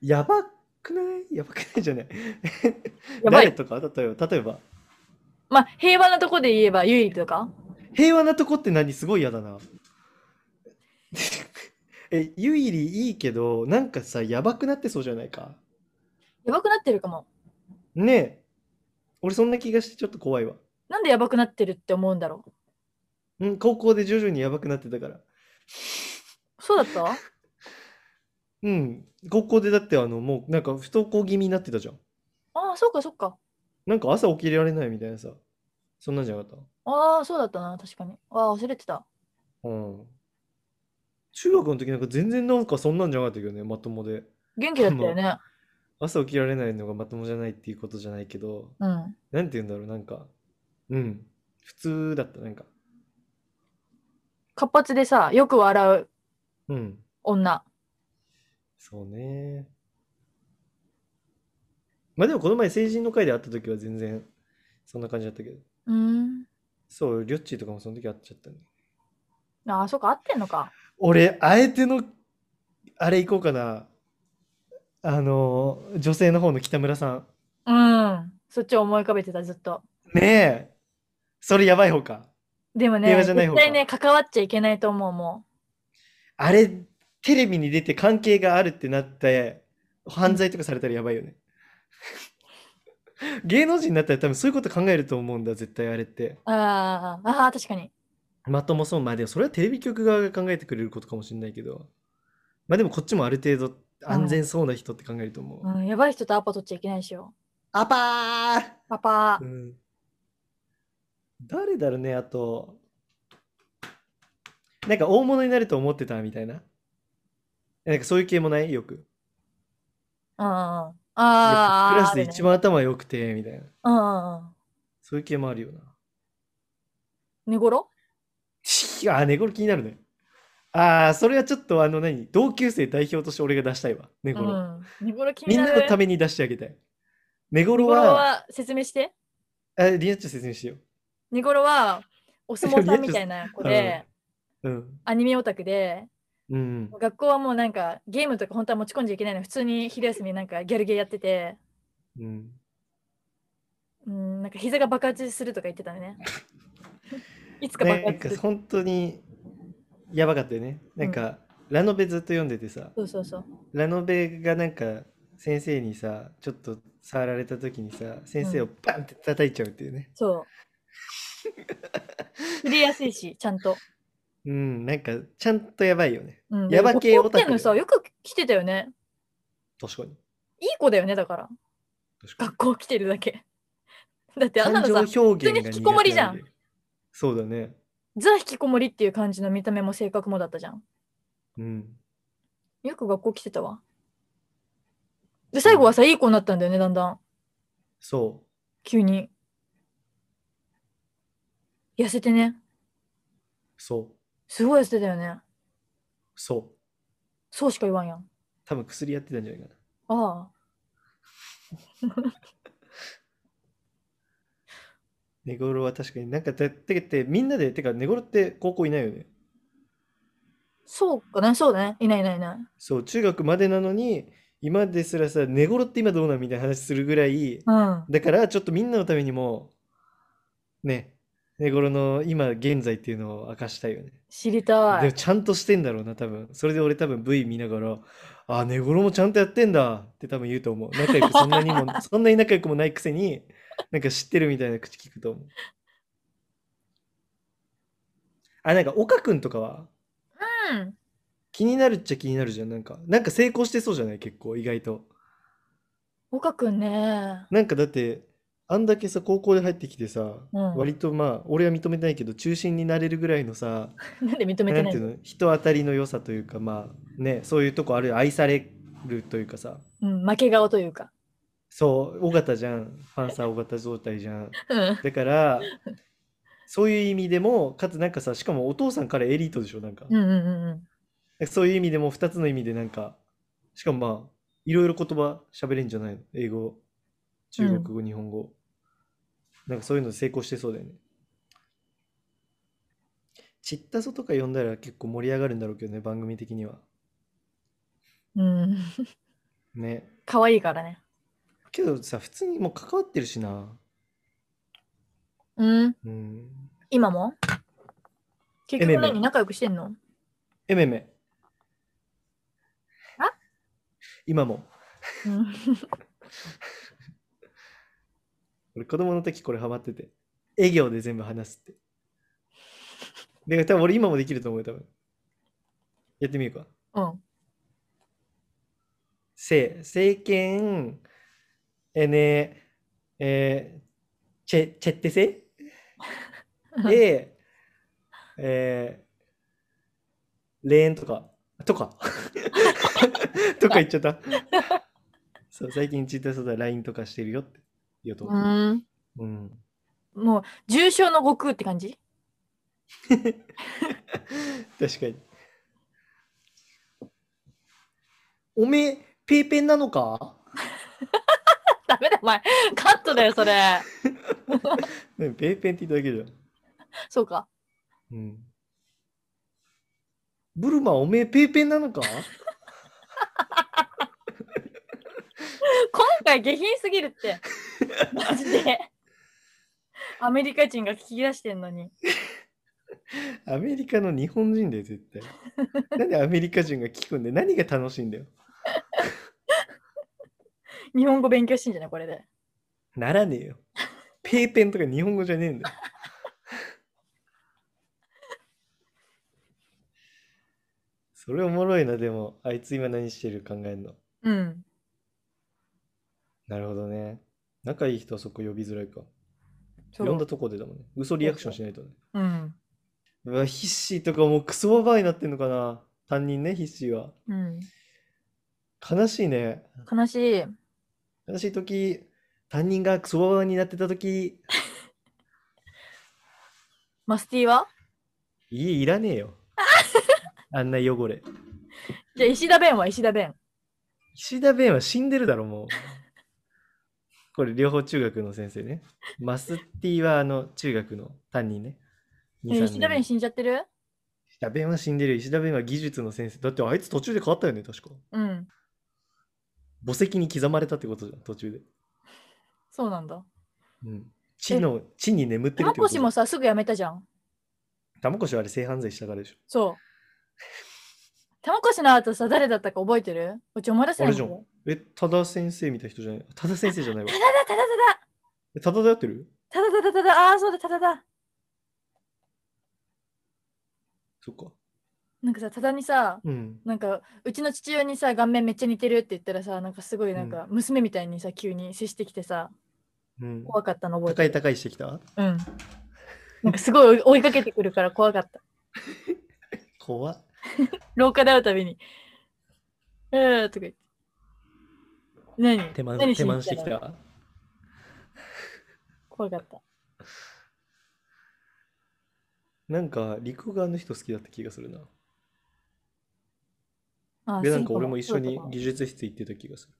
S2: やばくないやばくないじゃない。
S1: やば
S2: 誰
S1: い。
S2: とか例えば、例えば、
S1: まあ、平和なとこで言えば、ゆいとか。
S2: 平和なとこって何すごい嫌だな。 え、ゆいりいいけど、なんかさ、やばくなってそうじゃないか。
S1: やばくなってるかも。
S2: ねえ。俺そんな気がしてちょっと怖いわ。
S1: なんでやばくなってるって思うんだろ
S2: うん、高校で徐々にやばくなってたから。
S1: う。そうだ った
S2: うん、高校でだってあのもうなんか不登校気味になってたじゃん。
S1: ああ、そうか、そうか。
S2: なんか朝起きられないみたいなさ。そんなんじゃなかっ
S1: ああ、そうだったな、確かに。ああ、忘れてた。
S2: た。うん。中学の時なんか全然なんかそんなんじゃなかったけどね、まともで。
S1: 元気だったよね。
S2: 朝起きられないのがまともじゃないっていうことじゃないけど、
S1: うん。
S2: なんて言うんだろう、なんか、うん、普通だった、なんか。
S1: 活発でさ、よく笑う
S2: うん、
S1: 女。
S2: そうね。まあでもこの前成人の会で会った時は全然そんな感じだったけど。
S1: うん。
S2: そう、りょっちーとかもその時会っちゃったね。
S1: ああ、そっか、合ってんのか。
S2: 俺、あえての、あれ行こうかな。あの、女性の方の北村さん。
S1: うん。そっちを思い浮かべてた、ずっと。
S2: ねえ。それやばい方か。
S1: でもね、
S2: 映画じゃない
S1: 絶
S2: 方
S1: 対ね、関わっちゃいけないと思う、も
S2: あれ、テレビに出て関係があるってなって、犯罪とかされたらやばいよね。 芸能人になったら多分そういうこと考えると思うんだ、絶対あれって。
S1: う。ああ、ああ、確かに。
S2: まともそう。まあでもそれはテレビ局側が考えてくれることかもしれないけど。まあでもこっちもある程度安全そうな人って考えると思う。
S1: うん、やばい人とアポ取っちゃいけないでしょ。
S2: アパー
S1: パパ
S2: う、ん誰だろうね、あと。なんか大物になると思ってたみたいな。なんかそういう系もないよく。
S1: うん。あ
S2: やっぱ
S1: あ、
S2: クラスで
S1: あるね
S2: 一番頭良くて、みたいな。
S1: うんうんうん。
S2: そういう系もあるよな。
S1: 寝頃
S2: あー、寝頃気になる ね。ああ、それはちょっとあの何、同級生代表として俺が出したいわ、寝
S1: う
S2: 頃。
S1: ん。寝頃気に
S2: みん
S1: な
S2: な
S1: る。
S2: のために出してあげたい。寝
S1: 寝
S2: 頃
S1: 頃
S2: は、
S1: は説明して。
S2: あリナッチョ説明しよ
S1: 寝頃は、お相撲さんみたい な子で、
S2: う。うん。
S1: アニメオタクで、
S2: うん。
S1: 学校はもうなんかゲームとか本当は持ち込んじゃいけないの普通に昼休みなんかギャルゲーやってて
S2: うん。
S1: うんなんか膝が爆発するとか言ってたね いつか爆
S2: なん
S1: 発
S2: か
S1: する
S2: 本当にやばかったよね。なんか、ラノベずっと読んでてさ、
S1: そうそうそう
S2: ラノベがなんか先生にさ、ちょっと触られた時にさ、先生をバンって叩いちゃうっていうね。
S1: そう振りやすいしちゃんと、
S2: うん、なんかちゃんとやばいよね。
S1: うん、
S2: ヤバ系オ
S1: 学校来
S2: タクだよ
S1: てんのさよく来てたよね
S2: 確かに。
S1: いい子だよねだから
S2: 確かに
S1: 学校来てるだけだってあんな
S2: 感
S1: の
S2: 情
S1: さ
S2: 表現が
S1: 普通に引きこもりじゃん
S2: 苦手なんで。そうだね。
S1: ザ引きこもりっていう感じの見た目も性格もだったじゃん
S2: うん。
S1: よく学校来てたわで最後はさいい子になったんだよねだんだん
S2: そ
S1: 急に。痩せてね。
S2: う、そう、
S1: すごい痩せてたよね。
S2: そう。
S1: そうしか言わんやん。
S2: 多分薬やってたんじゃないかな。
S1: ああ。
S2: 寝頃は確かになんかだってってみんなで、てか寝頃って高校いないよね。
S1: そうかな、そうだね。いないいないいない。
S2: そう、中学までなのに、今ですらさ、寝頃って今どうなんみたいな話するぐらい、
S1: うん。
S2: だからちょっとみんなのためにも、ね、寝頃の今現在っていうのを明かしたいよね。
S1: 知りた
S2: でも
S1: い。
S2: ちゃんとしてんだろうな、多分。それで俺多分 V 見ながら、あ、寝頃もちゃんとやってんだって多分言うと思う。仲良くそんなにも、そんなに仲良くもないくせに、なんか知ってるみたいな口聞くと思う。あ、なんか岡くんとかは
S1: うん。
S2: 気になるっちゃ気になるじゃん。なんか、なんか成功してそうじゃない結構、意外と。
S1: 岡くんね。
S2: なんかだって、あんだけさ、高校で入ってきてさ、
S1: うん
S2: 割とまあ、俺は認めてないけど、中心になれるぐらいのさ、
S1: なんで認めて
S2: なん
S1: ない
S2: ていう
S1: の
S2: の人当たりの良さというかまあねそういうとこある愛されるというかさ
S1: うん、負け顔というか。
S2: そう尾形じゃんパンサー尾形状態じゃん
S1: うん。
S2: だからそういう意味でもかつなんかさしかもお父さんからエリートでしょなんか、
S1: うんうんうんうん。
S2: そういう意味でも2つの意味でなんかしかもまあいろいろ言葉喋れんじゃないの英語中国語、日本語なんかそういうの成功してそうだよねちったそとか読んだら結構盛り上がるんだろうけどね番組的には
S1: うん、
S2: ね
S1: 可愛いからね。
S2: けどさ普通にもう関わってるしな
S1: うん。
S2: うん
S1: 今も結
S2: えめ
S1: 局
S2: め
S1: 何仲良くしてんの
S2: えめめ
S1: あ
S2: 今も
S1: うん。
S2: 俺子供の時これハマってて営業で全部話すってだから多分俺今もできると思うよ多分やってみるか
S1: うん。
S2: せ政権えねえーチェチェッテ セでえーレーンとか、とか、 とか言っちゃった。そう、最近ツイッターそうだ、LINE とかしてるよって言おうと
S1: う
S2: 思って。
S1: ーん。
S2: うん。
S1: もう、重症の悟空って感じ
S2: 確かに。おめえ、ペーペンなのか
S1: ダメだ、お前。カットだよ、それ。
S2: ねペーペンって言っただけじゃん。
S1: そうか。
S2: うん。ブルマ、おめえ、ペーペンなのか
S1: 今回下品すぎるって。マジで。アメリカ人が聞き出してんのに。
S2: アメリカの日本人だよ、絶対。 なんでアメリカ人が聞くんで、何が楽しいんだよ。
S1: 日本語勉強してんじゃないこれで。
S2: ならねえよ。ペーペンとか日本語じゃねえん だよ。それおもろいな、でも、あいつ今何してる考えんの。
S1: うん。
S2: なるほどね。仲いい人はそこ呼びづらいか。
S1: そ
S2: 呼
S1: うん
S2: だとこでだもんね。嘘リアクションしないとね。
S1: うん。
S2: うわ、ヒッシーとかもうクソババアになってんのかな。担任ね、ヒッシーは。
S1: うん。
S2: 悲しいね。
S1: 悲しい。
S2: 悲しい時、担任がクソババアになってた時、
S1: マスティは
S2: 家いらねえ よ。あんな汚れ。
S1: じゃあ石田弁は石田弁。
S2: 石田弁は死んでるだろもうこれ両方中学の先生ねマスティはあの中学の担任ね
S1: え
S2: 2 3
S1: 石田弁
S2: 年
S1: 死んじゃってる
S2: 石田弁は死んでるよ石田弁は技術の先生だってあいつ途中で変わったよね確か
S1: うん。
S2: 墓石に刻まれたってことじゃん途中で、
S1: そうなんだ。
S2: うん、地の地に眠ってるっ
S1: 玉
S2: てこと
S1: 越もさ、すぐ辞めたじゃん。
S2: 玉越はあれ性犯罪したからでしょ
S1: そう。玉越の後さ、誰だったか覚えてるうち思い出せない
S2: あれじゃん
S1: もん
S2: え多田先生みたいな人じゃない 多田先生じゃないわ
S1: ただだただ
S2: え多田だやってる
S1: ただただただただああ、そうだただだ。
S2: そっか
S1: なんかさ、ただにさ、
S2: うん
S1: なんかうちの父親にさ顔面めっちゃ似てるって言ったらさなんかすごいなんか娘みたいにさ急に接してきてさ
S2: うん
S1: 怖かったの覚え
S2: 高
S1: て
S2: い
S1: る
S2: 高いしてきた
S1: うんなんかすごい追いかけてくるから怖かった
S2: 怖っ
S1: 廊下で会うたびに「えー」とか言って何
S2: 手満
S1: 何
S2: 手満してき
S1: にの
S2: た
S1: 怖かった
S2: なんか陸側の人好きだった気がするな
S1: あ
S2: でなんか俺も一緒に技術室行ってた気がする。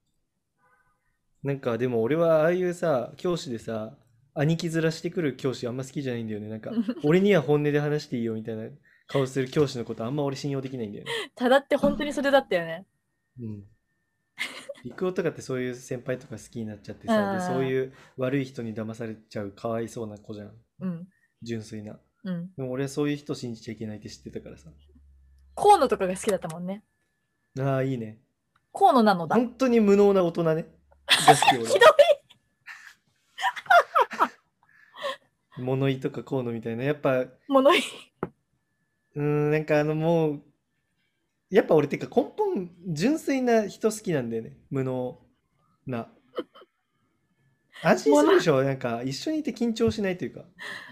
S2: なんかでも俺はああいうさ教師でさ兄貴面してくる教師あんま好きじゃないんだよねなんか俺には本音で話していいよみたいな顔する教師のことあんま俺信用できないんだよね。
S1: ただって本当にそれだったよね
S2: うん。陸男とかってそういう先輩とか好きになっちゃって
S1: う
S2: さ
S1: ん
S2: でそういう悪い人に騙されちゃうかわいそうな子じゃん
S1: うん
S2: 純粋な。
S1: うん
S2: でも俺はそういう人信じちゃいけないって知ってたからさ。
S1: 河野とかが好きだったもんね
S2: ああいいね。
S1: 河野なのだ
S2: 本当に無能な大人ね。が好き俺は
S1: ひど
S2: 物言いとか河野みたいな。やっぱ、う
S1: 物言い
S2: ーん、なんかあのもう、やっぱ俺てか根本、純粋な人好きなんだよね。無能 な。安心するでしょなんか一緒にいて緊張しないというか。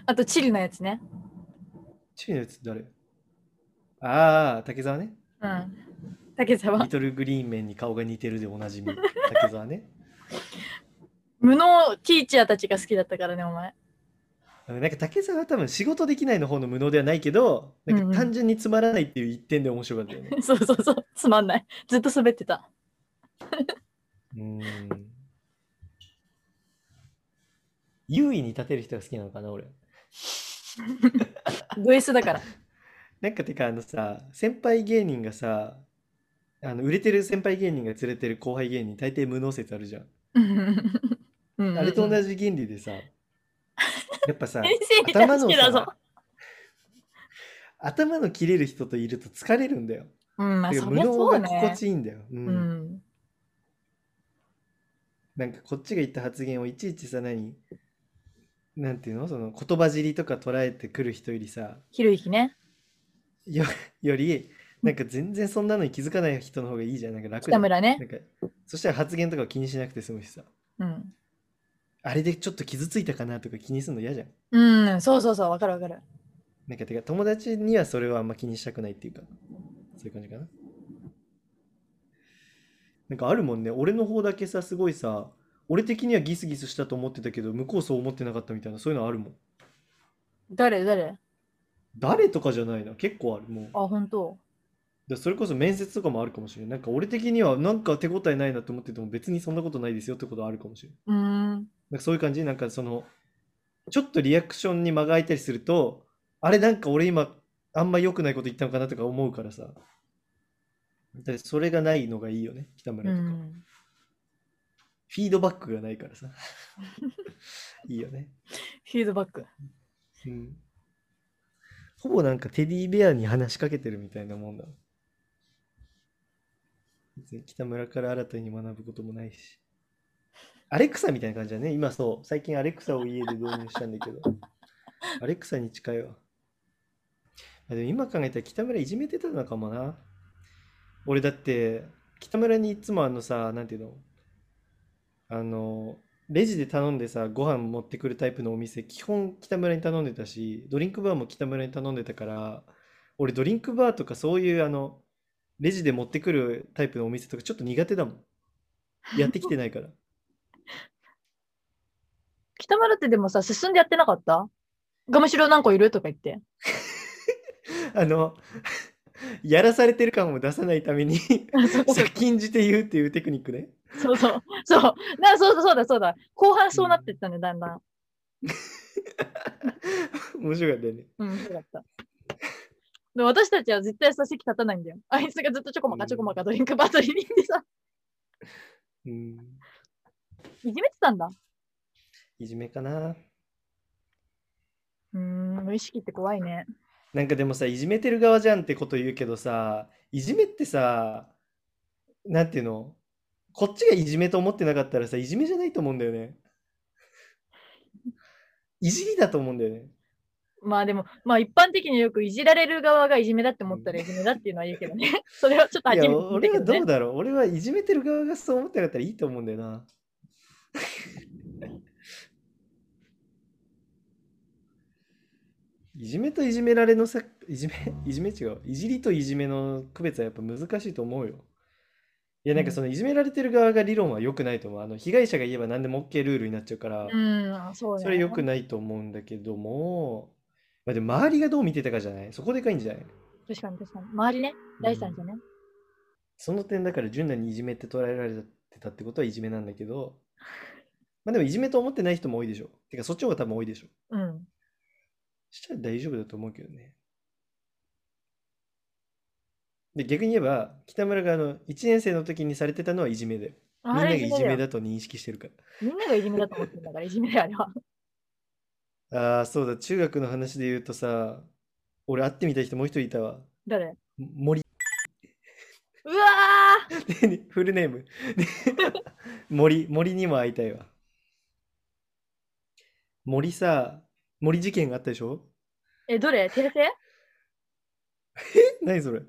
S1: あとチリのやつね
S2: チリのやつ誰ああ、竹澤ね。
S1: うん竹
S2: リ
S1: 澤
S2: トルグリーンメンに顔が似てるでおなじみ。竹澤ね。
S1: 無能ティーチャーたちが好きだったからねお前
S2: うんなんか竹澤は多分仕事できないの方の無能ではないけど、なん
S1: うんう
S2: か
S1: ん
S2: 単純につまらないっていう一点で面白かったよね。
S1: そうそうそう、つまんない。ずっと滑ってた。
S2: うーん優位に立てる人が好きなのかな俺
S1: ド S だから。
S2: なんかてかあのさ先輩芸人がさあの売れてる先輩芸人が連れてる後輩芸人大抵無能説あるじゃん、
S1: あ
S2: あれと
S1: じ。
S2: 同じ原理で さやっぱ さ
S1: 先生に対
S2: 頭
S1: し
S2: の
S1: てだぞ
S2: さ。頭の切れる人といると疲れるんだよ、
S1: うん、まあ、
S2: てか
S1: そ
S2: 無
S1: りゃ
S2: 能
S1: そう
S2: が
S1: ね
S2: 心。地いいんだよ、うん
S1: うん。
S2: なんかこっちが言った発言をいちいちさ何なんていうのその言葉尻とか捉えてくる人よりさ
S1: ひろゆきね。
S2: よ、より、なんか全然そんなのに気づかない人の方がいいじゃん。なんか楽じゃ
S1: 北
S2: ん。
S1: 村ね
S2: な。んか、そしたら発言とかを気にしなくて済むしさ。
S1: うん。
S2: あれでちょっと傷ついたかなとか気にするの嫌じゃん。
S1: うん、そうそうそう、わかるわかる。
S2: なんかてか友達にはそれはあんま気にしたくないっていうか。そういう感じかな。なんかあるもんね。俺の方だけさ、すごいさ、俺的にはギスギスしたと思ってたけど、向こうそう思ってなかったみたいな、そういうのあるもん。
S1: 誰誰
S2: 誰とかじゃないな。結構ある。もう。
S1: あ、本当
S2: でそれこそ面接とかもあるかもしれない。なんか俺的にはなんか手応えないなと思ってても別にそんなことないですよってことはあるかもしれない。
S1: うーん。
S2: なんかそういう感じなんかその、ちょっとリアクションに間が空いたりすると、あれなんか俺今あんま良くないこと言ったのかなとか思うからさ。でそれがないのがいいよね、北
S1: う
S2: 村とか。
S1: ん、
S2: フィードバックがないからさ。 いいよね。
S1: フィードバック。
S2: うん。ほぼなんかテディベアに話しかけてるみたいなもんだ。別に北村から新たに学ぶこともないし。アレクサみたいな感じだね。今そう。最近アレクサを家で導入したんだ けど。アレクサに近いわ。あでも今考えたら北村いじめてたのかもな。俺だって、北村にいつもあのさ、なんていうのあの、レジで頼んでさ、ご飯持ってくるタイプのお店、基本北村に頼んでたし、ドリンクバーも北村に頼んでたから、俺ドリンクバーとかそういうあの、レジで持ってくるタイプのお店とかちょっと苦手だもん。やってきてないから。
S1: 北村ってでもさ、進んでやってなかったガムシロ何個いるとか言って。
S2: あの、 やらされてる感を出さないために先んじて言うっていうテクニックね。
S1: そうそう。そう。なそうだそうだそうだ。後半そうなってったね、だんだん。
S2: 面白かったよね。
S1: うん、そうだった。で私たちは絶対さ、席立たないんだよ。あいつがずっとちょこまかちょこまかドリンクバー取りに行ってさ、
S2: うん。
S1: いじめてたんだ。
S2: いじめかな。
S1: うーん、無意識って怖いね。
S2: なんかでもさ、いじめてる側じゃんってこと言うけどさ、いじめってさ、なんていうのこっちがいじめと思ってなかったらさ、いじめじゃないと思うんだよね。いじりだと思うんだよね。
S1: まあでも、まあ一般的によくいじられる側がいじめだって思ったらいじめだっていうのは言うけどね。 それはちょっと
S2: い
S1: 初めて
S2: や、
S1: 聞い
S2: 俺
S1: た
S2: は
S1: けど
S2: ど
S1: ね
S2: う。だろう俺はいじめてる側がそう思ってなかったらいいと思うんだ よな。いじめといじめられのさ、いじめ、いじめ違う。いじりといじめの区別はやっぱ難しいと思うよ。いや、なんかそのいじめられてる側が理論は良くないと思う。あの、被害者が言えば何でも OK ルールになっちゃうか
S1: う
S2: ら、
S1: ん、そうだ
S2: それ良くないと思うんだけども、まあでも周りがどう見てたかじゃないそこでかいんじゃない
S1: 確かに確かに。周りね、第三者ね。
S2: その点だから純奈にいじめって捉えられてたってことはいじめなんだけど、 まあでもいじめと思ってない人も多いでしょ。てかそっちの方が多分多いでしょ。
S1: うん。
S2: したら大丈夫だと思うけどね。で、逆に言えば、北村があの1年生の時にされてたのはいじめだよ。みんな
S1: あ
S2: が
S1: れ
S2: い
S1: いじ
S2: じ
S1: め
S2: め
S1: だよ。
S2: だと認識してるか
S1: みんながいじめだと思ってるんだから、いじめだよ、あれは。
S2: ら。ああ、そうだ、中学の話で言うとさ、俺会ってみたい人もう一人いたわ。
S1: 誰
S2: も森。
S1: うわー
S2: でフルネーム。で森、森にも会いたいわ。森さ、森事件があったでしょ
S1: え、どれテレセ
S2: え何それ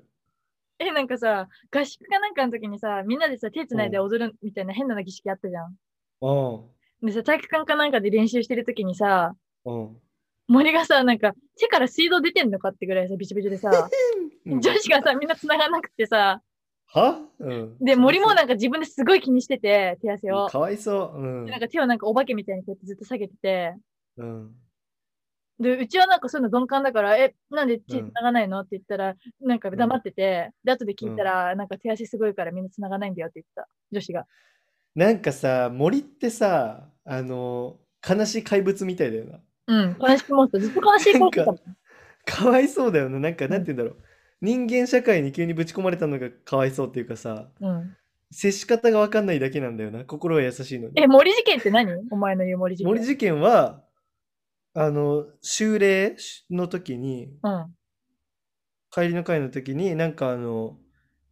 S1: え、なんかさ、合宿かなんかの時にさ、みんなでさ、手つないで踊るみたいな変な儀式あったじゃん。
S2: うん、
S1: でさ、体育館かなんかで練習してる時にさ、
S2: うん。
S1: 森がさ、なんか手から水道出てんのかってぐらいさ、びちょびちょでさ、
S2: うん
S1: 女子がさ、みんな繋がなくてさ、
S2: はうん。
S1: で、森も
S2: か
S1: なんか自分ですごい気にしてて、手汗を。
S2: かわいそう。うん
S1: で。なんか手をなんかお化けみたいにこうやってずっと下げてて、
S2: うん。
S1: で、うちはなんかそういうの鈍感だから、え、なんで手
S2: うん
S1: 繋がないのって言ったら、なんか黙ってて、で、後で聞いたら、なんか手足すごいからみんな繋がないんだよって言った、女子が。
S2: なんかさ、森ってさ、あの、悲しい怪物みたいだよな。
S1: うん、悲しいモンスター、ずっと悲しいモンスターだもん。
S2: かわいそうだよな。なんか、なんて言うんだろう。人間社会に急にぶち込まれたのがかわいそうっていうかさ、
S1: うん、
S2: 接し方がわかんないだけなんだよな。心は優しいのに。
S1: え、森事件って何お前の言う森事件。
S2: 森事件は、あの、修例の時に、
S1: うん。
S2: 帰りの会の時に、なんかあの、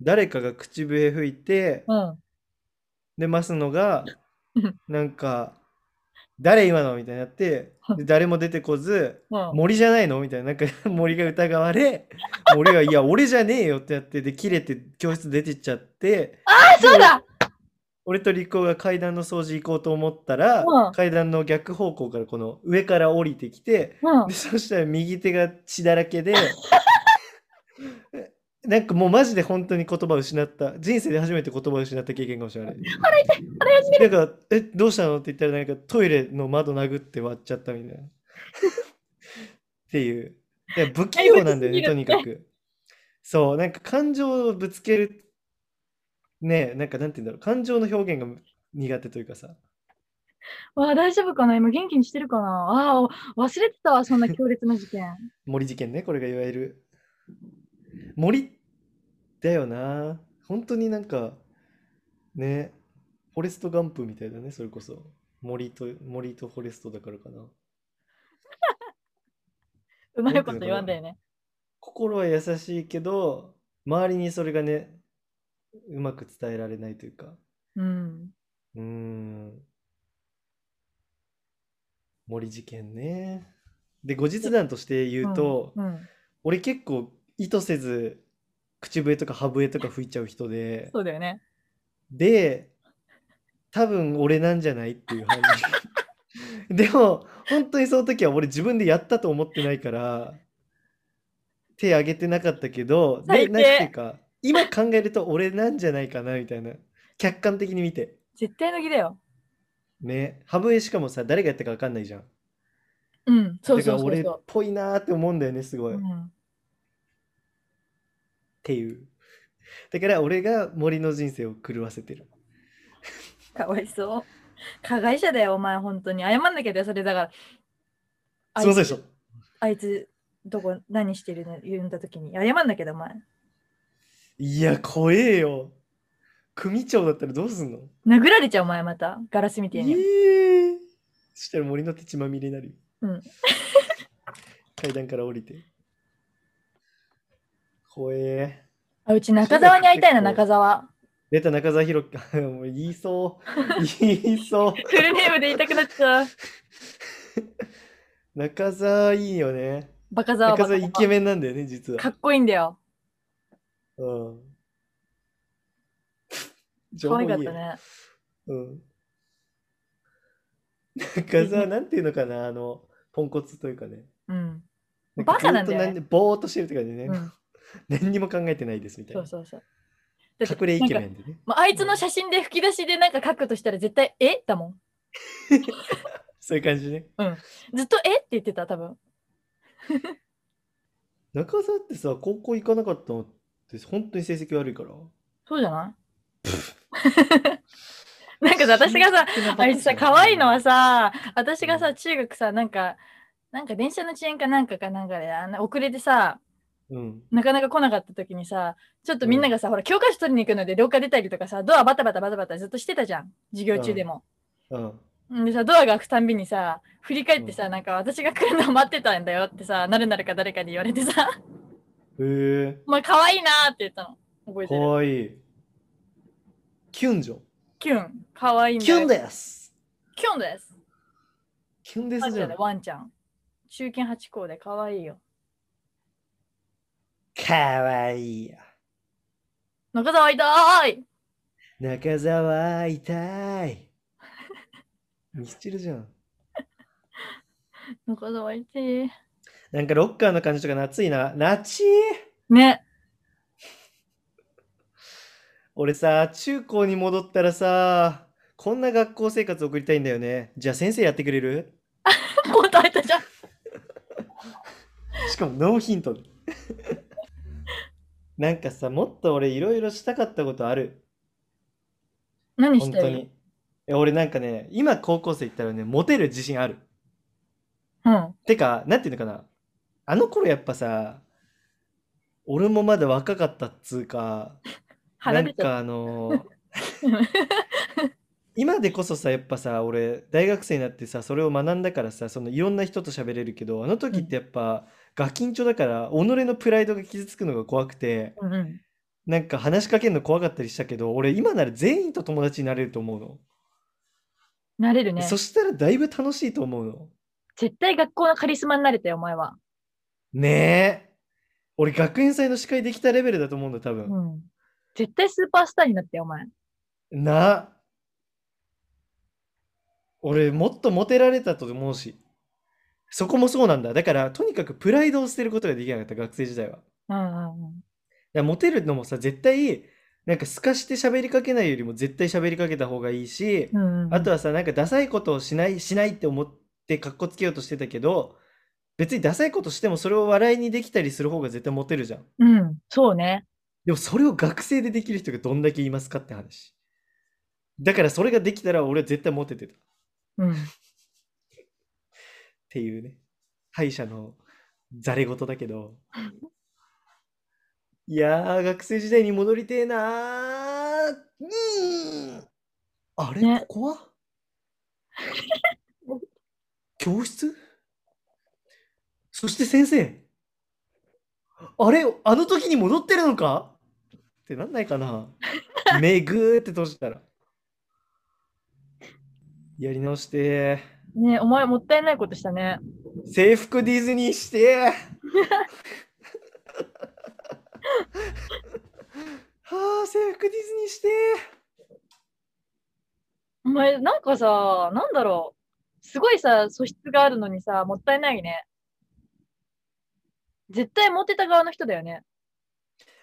S2: 誰かが口笛吹いて、
S1: うん。
S2: で、マスノが
S1: うん、
S2: なんか、誰今のみたいになって、で誰も出てこず、
S1: うん。
S2: 森じゃないのみたいな、なんか森が疑われ、森が、いや、俺じゃねえよってやって、で、切れて教室出てっちゃって、
S1: あ、そうだ
S2: 俺とリコが階段の掃除行こうと思ったら
S1: うん、
S2: 階段の逆方向からこの上から降りてきて、
S1: うん
S2: で。そしたら右手が血だらけで、 なんかもうマジで本当に言葉を失った。人生で初めて言葉を失った経験かもしれない。
S1: 腹がちぎる
S2: なんか、え、どうしたのって言ったら、なんかトイレの窓殴って割っちゃったみたいな。っていう。いや、不器用なんだよね、
S1: だ
S2: と
S1: いぶ
S2: に
S1: 不器
S2: かく。そう、なんか感情をぶつける、ねえ、なんかなんて言うんだろう、感情の表現が苦手というかさ。
S1: わあ、大丈夫かな今元気にしてるかなああ、お忘れてたわ、そんな強烈な 事件。
S2: 森事件ね、これがいわゆる。森だよな。本当になんか、ね、フォレストガンプみたいだね、それこそ。森と、森とフォレストだからかな。
S1: うまいこと言わんだよね。
S2: 心は優しいけど、周りにそれがね、うまく伝えられないというか。
S1: うん。
S2: うーん。森事件ね。で、後日談として言うと、
S1: うん。
S2: 俺結構意図せず口笛とか歯笛とか吹いちゃう人で、
S1: そうだよね。
S2: で、多分俺なんじゃないっていう犯人。 でも、本当にその時は俺自分でやったと思ってないから、手挙げてなかったけど、で、
S1: 最低
S2: なんていうか、今考えると俺なんじゃないかなみたいな。客観的に見て。
S1: 絶対の儀だよ。
S2: ね。羽生しかもさ、誰がやったか分かんないじゃん。
S1: うん。そう
S2: だ
S1: そ
S2: から
S1: うそう
S2: 俺っ
S1: そ
S2: ぽいなーって思うんだよね、すご
S1: う。
S2: い。
S1: う
S2: っ
S1: ん。
S2: ていう。だから俺が森の人生を狂わせてる。
S1: かわいそう。加害者だよ、お前、本当に。謝んなきゃだよ、それだから。あい
S2: すいませんでした。
S1: あいつ、どこ、何してるの言うんだときに。謝んなきゃだ、お前。
S2: いや、怖えよ。組長だったらどうすんの
S1: 殴られちゃう、お前、また。ガラスみ
S2: え
S1: たいに。
S2: えそしたら森の手血まみれになるよ。
S1: うん
S2: 階段から降りて。怖え。
S1: あ、うち中澤に会いたいな、
S2: 結構
S1: 中澤。
S2: 出た中澤ひろ もう言いそう。言いそう。
S1: フルネームで言いたくなっちゃう。
S2: 中澤いいよね。
S1: バカ澤バカ
S2: 中澤イケ
S1: 澤。
S2: メンなんだよね、実
S1: か
S2: は。
S1: っこいいんだよ。
S2: うん。情
S1: 可
S2: 報
S1: 愛
S2: いい
S1: かっ
S2: よ
S1: たね。
S2: うん。中澤、なんていうのかな、あの、ポンコツというかね。
S1: うん。
S2: なんか
S1: バカなんだよね
S2: ずっと何ぼーっとしてるって感じでね、
S1: うん。
S2: 何にも考えてないですみたい
S1: そ
S2: な
S1: う。そうそう。だって
S2: 隠れイケ
S1: なん
S2: メ
S1: か
S2: ンでね。
S1: まあ、あいつの写真で吹き出しでなんか書くとしたら絶対「えだもん。
S2: そういう感じね。
S1: ずっと「えって言ってた、多分。
S2: 中澤ってさ、高校行かなかったのって本当に成績悪いから。
S1: そうじゃ ないなんかさ、私がさ、 あいつさ、可愛いのは、さ、私が
S2: う
S1: さ、
S2: ん
S1: 中学さ、なんか、なんか電車の遅延かなんかかなんかで、あの遅れてさ、
S2: うん、
S1: なかなか来なかった時にさ、ちょっとみんながさ、ほら、教科書取りに行くので廊下出たりとかさ、ドアバタバタバタバタずっとしてたじゃん。授業中でも。
S2: うん。
S1: んでさ、ドアが開くたんびにさ、振り返ってさ、
S2: うん
S1: なんか私が来るのを待ってたんだよってさ、なるなるか誰かに言われてさ、
S2: へえ、
S1: お前可愛いなーって言ったの。覚えてる。
S2: 可愛い。キュンじゃん。
S1: キュン。可愛いんだ
S2: キ
S1: よ
S2: ュンです。
S1: キュンです。
S2: キュンで
S1: マ
S2: す
S1: ジ
S2: じゃん
S1: で。ワンちゃん。中堅八校で可愛いよ。
S2: 可愛いよ。
S1: 中澤いたーい
S2: 中澤痛い。ミスチルじゃん。
S1: 中澤いてー。
S2: なんかロッカーの感じとか夏いな。夏い
S1: ね。
S2: 俺さ、中高に戻ったらさ、こんな学校生活送りたいんだよね。じゃあ先生やってくれる
S1: 答えたじゃん。
S2: しかもノーヒントで。 なんかさ、もっと俺いろいろしたかったことある。
S1: 何し
S2: 本
S1: て
S2: 当
S1: る
S2: に。え俺なんかね、今高校生行ったらね、モテる自信ある。
S1: うん。
S2: てか、なんていうのかな。あの頃やっぱさ、俺もまだ若かったっつうか、
S1: 腹
S2: な
S1: 出
S2: ん
S1: ちゃっ
S2: かあのー
S1: た。うん
S2: 今でこそさやっぱさ俺大学生になってさそれを学んだからさそのいろんな人と喋れるけどあの時ってやっぱ、ガキンチョだから己のプライドが傷つくのが怖くて
S1: うんうん。
S2: なんか話しかけるの怖かったりしたけど俺今なら全員と友達になれると思うの、
S1: なれるね。
S2: そしたらだいぶ楽しいと思うの
S1: 絶対学校のカリスマになれたよ、お前は。
S2: ねえ俺学園祭の司会できたレベルだと思うんだ多
S1: う
S2: 分、
S1: ん。絶対スーパースターになったよ、お前。
S2: な俺もっとモテられたと思うしそこもそうなんだだからとにかくプライドを捨てることができなかった学生時代は
S1: うんうんうん。
S2: やモテるのもさ絶対なんかすかして喋りかけないよりも絶対喋りかけた方がいいし、
S1: うん
S2: あとはさなんかダサいことをしないしないって思ってかっこつけようとしてたけど別にダサいことしてもそれを笑いにできたりする方が絶対モテるじゃん
S1: うん、そうね。
S2: でもそれを学生でできる人がどんだけいますかって話だからそれができたら俺は絶対モテてたっ
S1: うん。
S2: ていうね敗者のざれ言だけどいやー学生時代に戻りてえなーうーんあれ、
S1: ね
S2: ここは教室そして先生あれあの時に戻ってるのかってなんないかな目ぐーって閉じたらやり直して
S1: ねえお前もったいないことしたね。
S2: 制服ディズニーして はあ制服ディズニーして
S1: お前、なんかさ、なんだろう。すごいさ、素質があるのにさ、もったいないね。絶対モテた側の人だよね。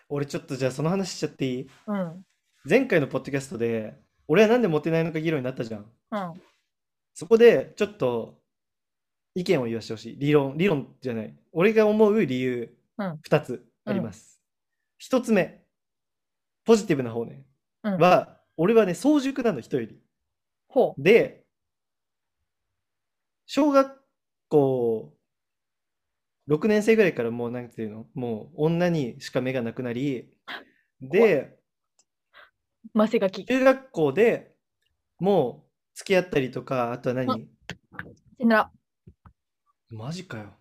S2: 俺ちょっとじゃあその話しちゃっていい
S1: うん。うん。
S2: 前回のポッドキャストで俺はなんでモテないのか議論になったじゃん
S1: あ
S2: そこでちょっと意見を言わせてほしい理論理論じゃない俺が思う理由
S1: うん
S2: 2つあります、一1つ目ポジティブな方ね、
S1: うん
S2: は俺はね早熟なの人より
S1: ほ
S2: で小学校6年生ぐらいからもうなんていうのもう女にしか目がなくなりで
S1: う。マセガキ。
S2: 中学校でもう付き合ったりとかあとは何
S1: さよなら。
S2: マジかよ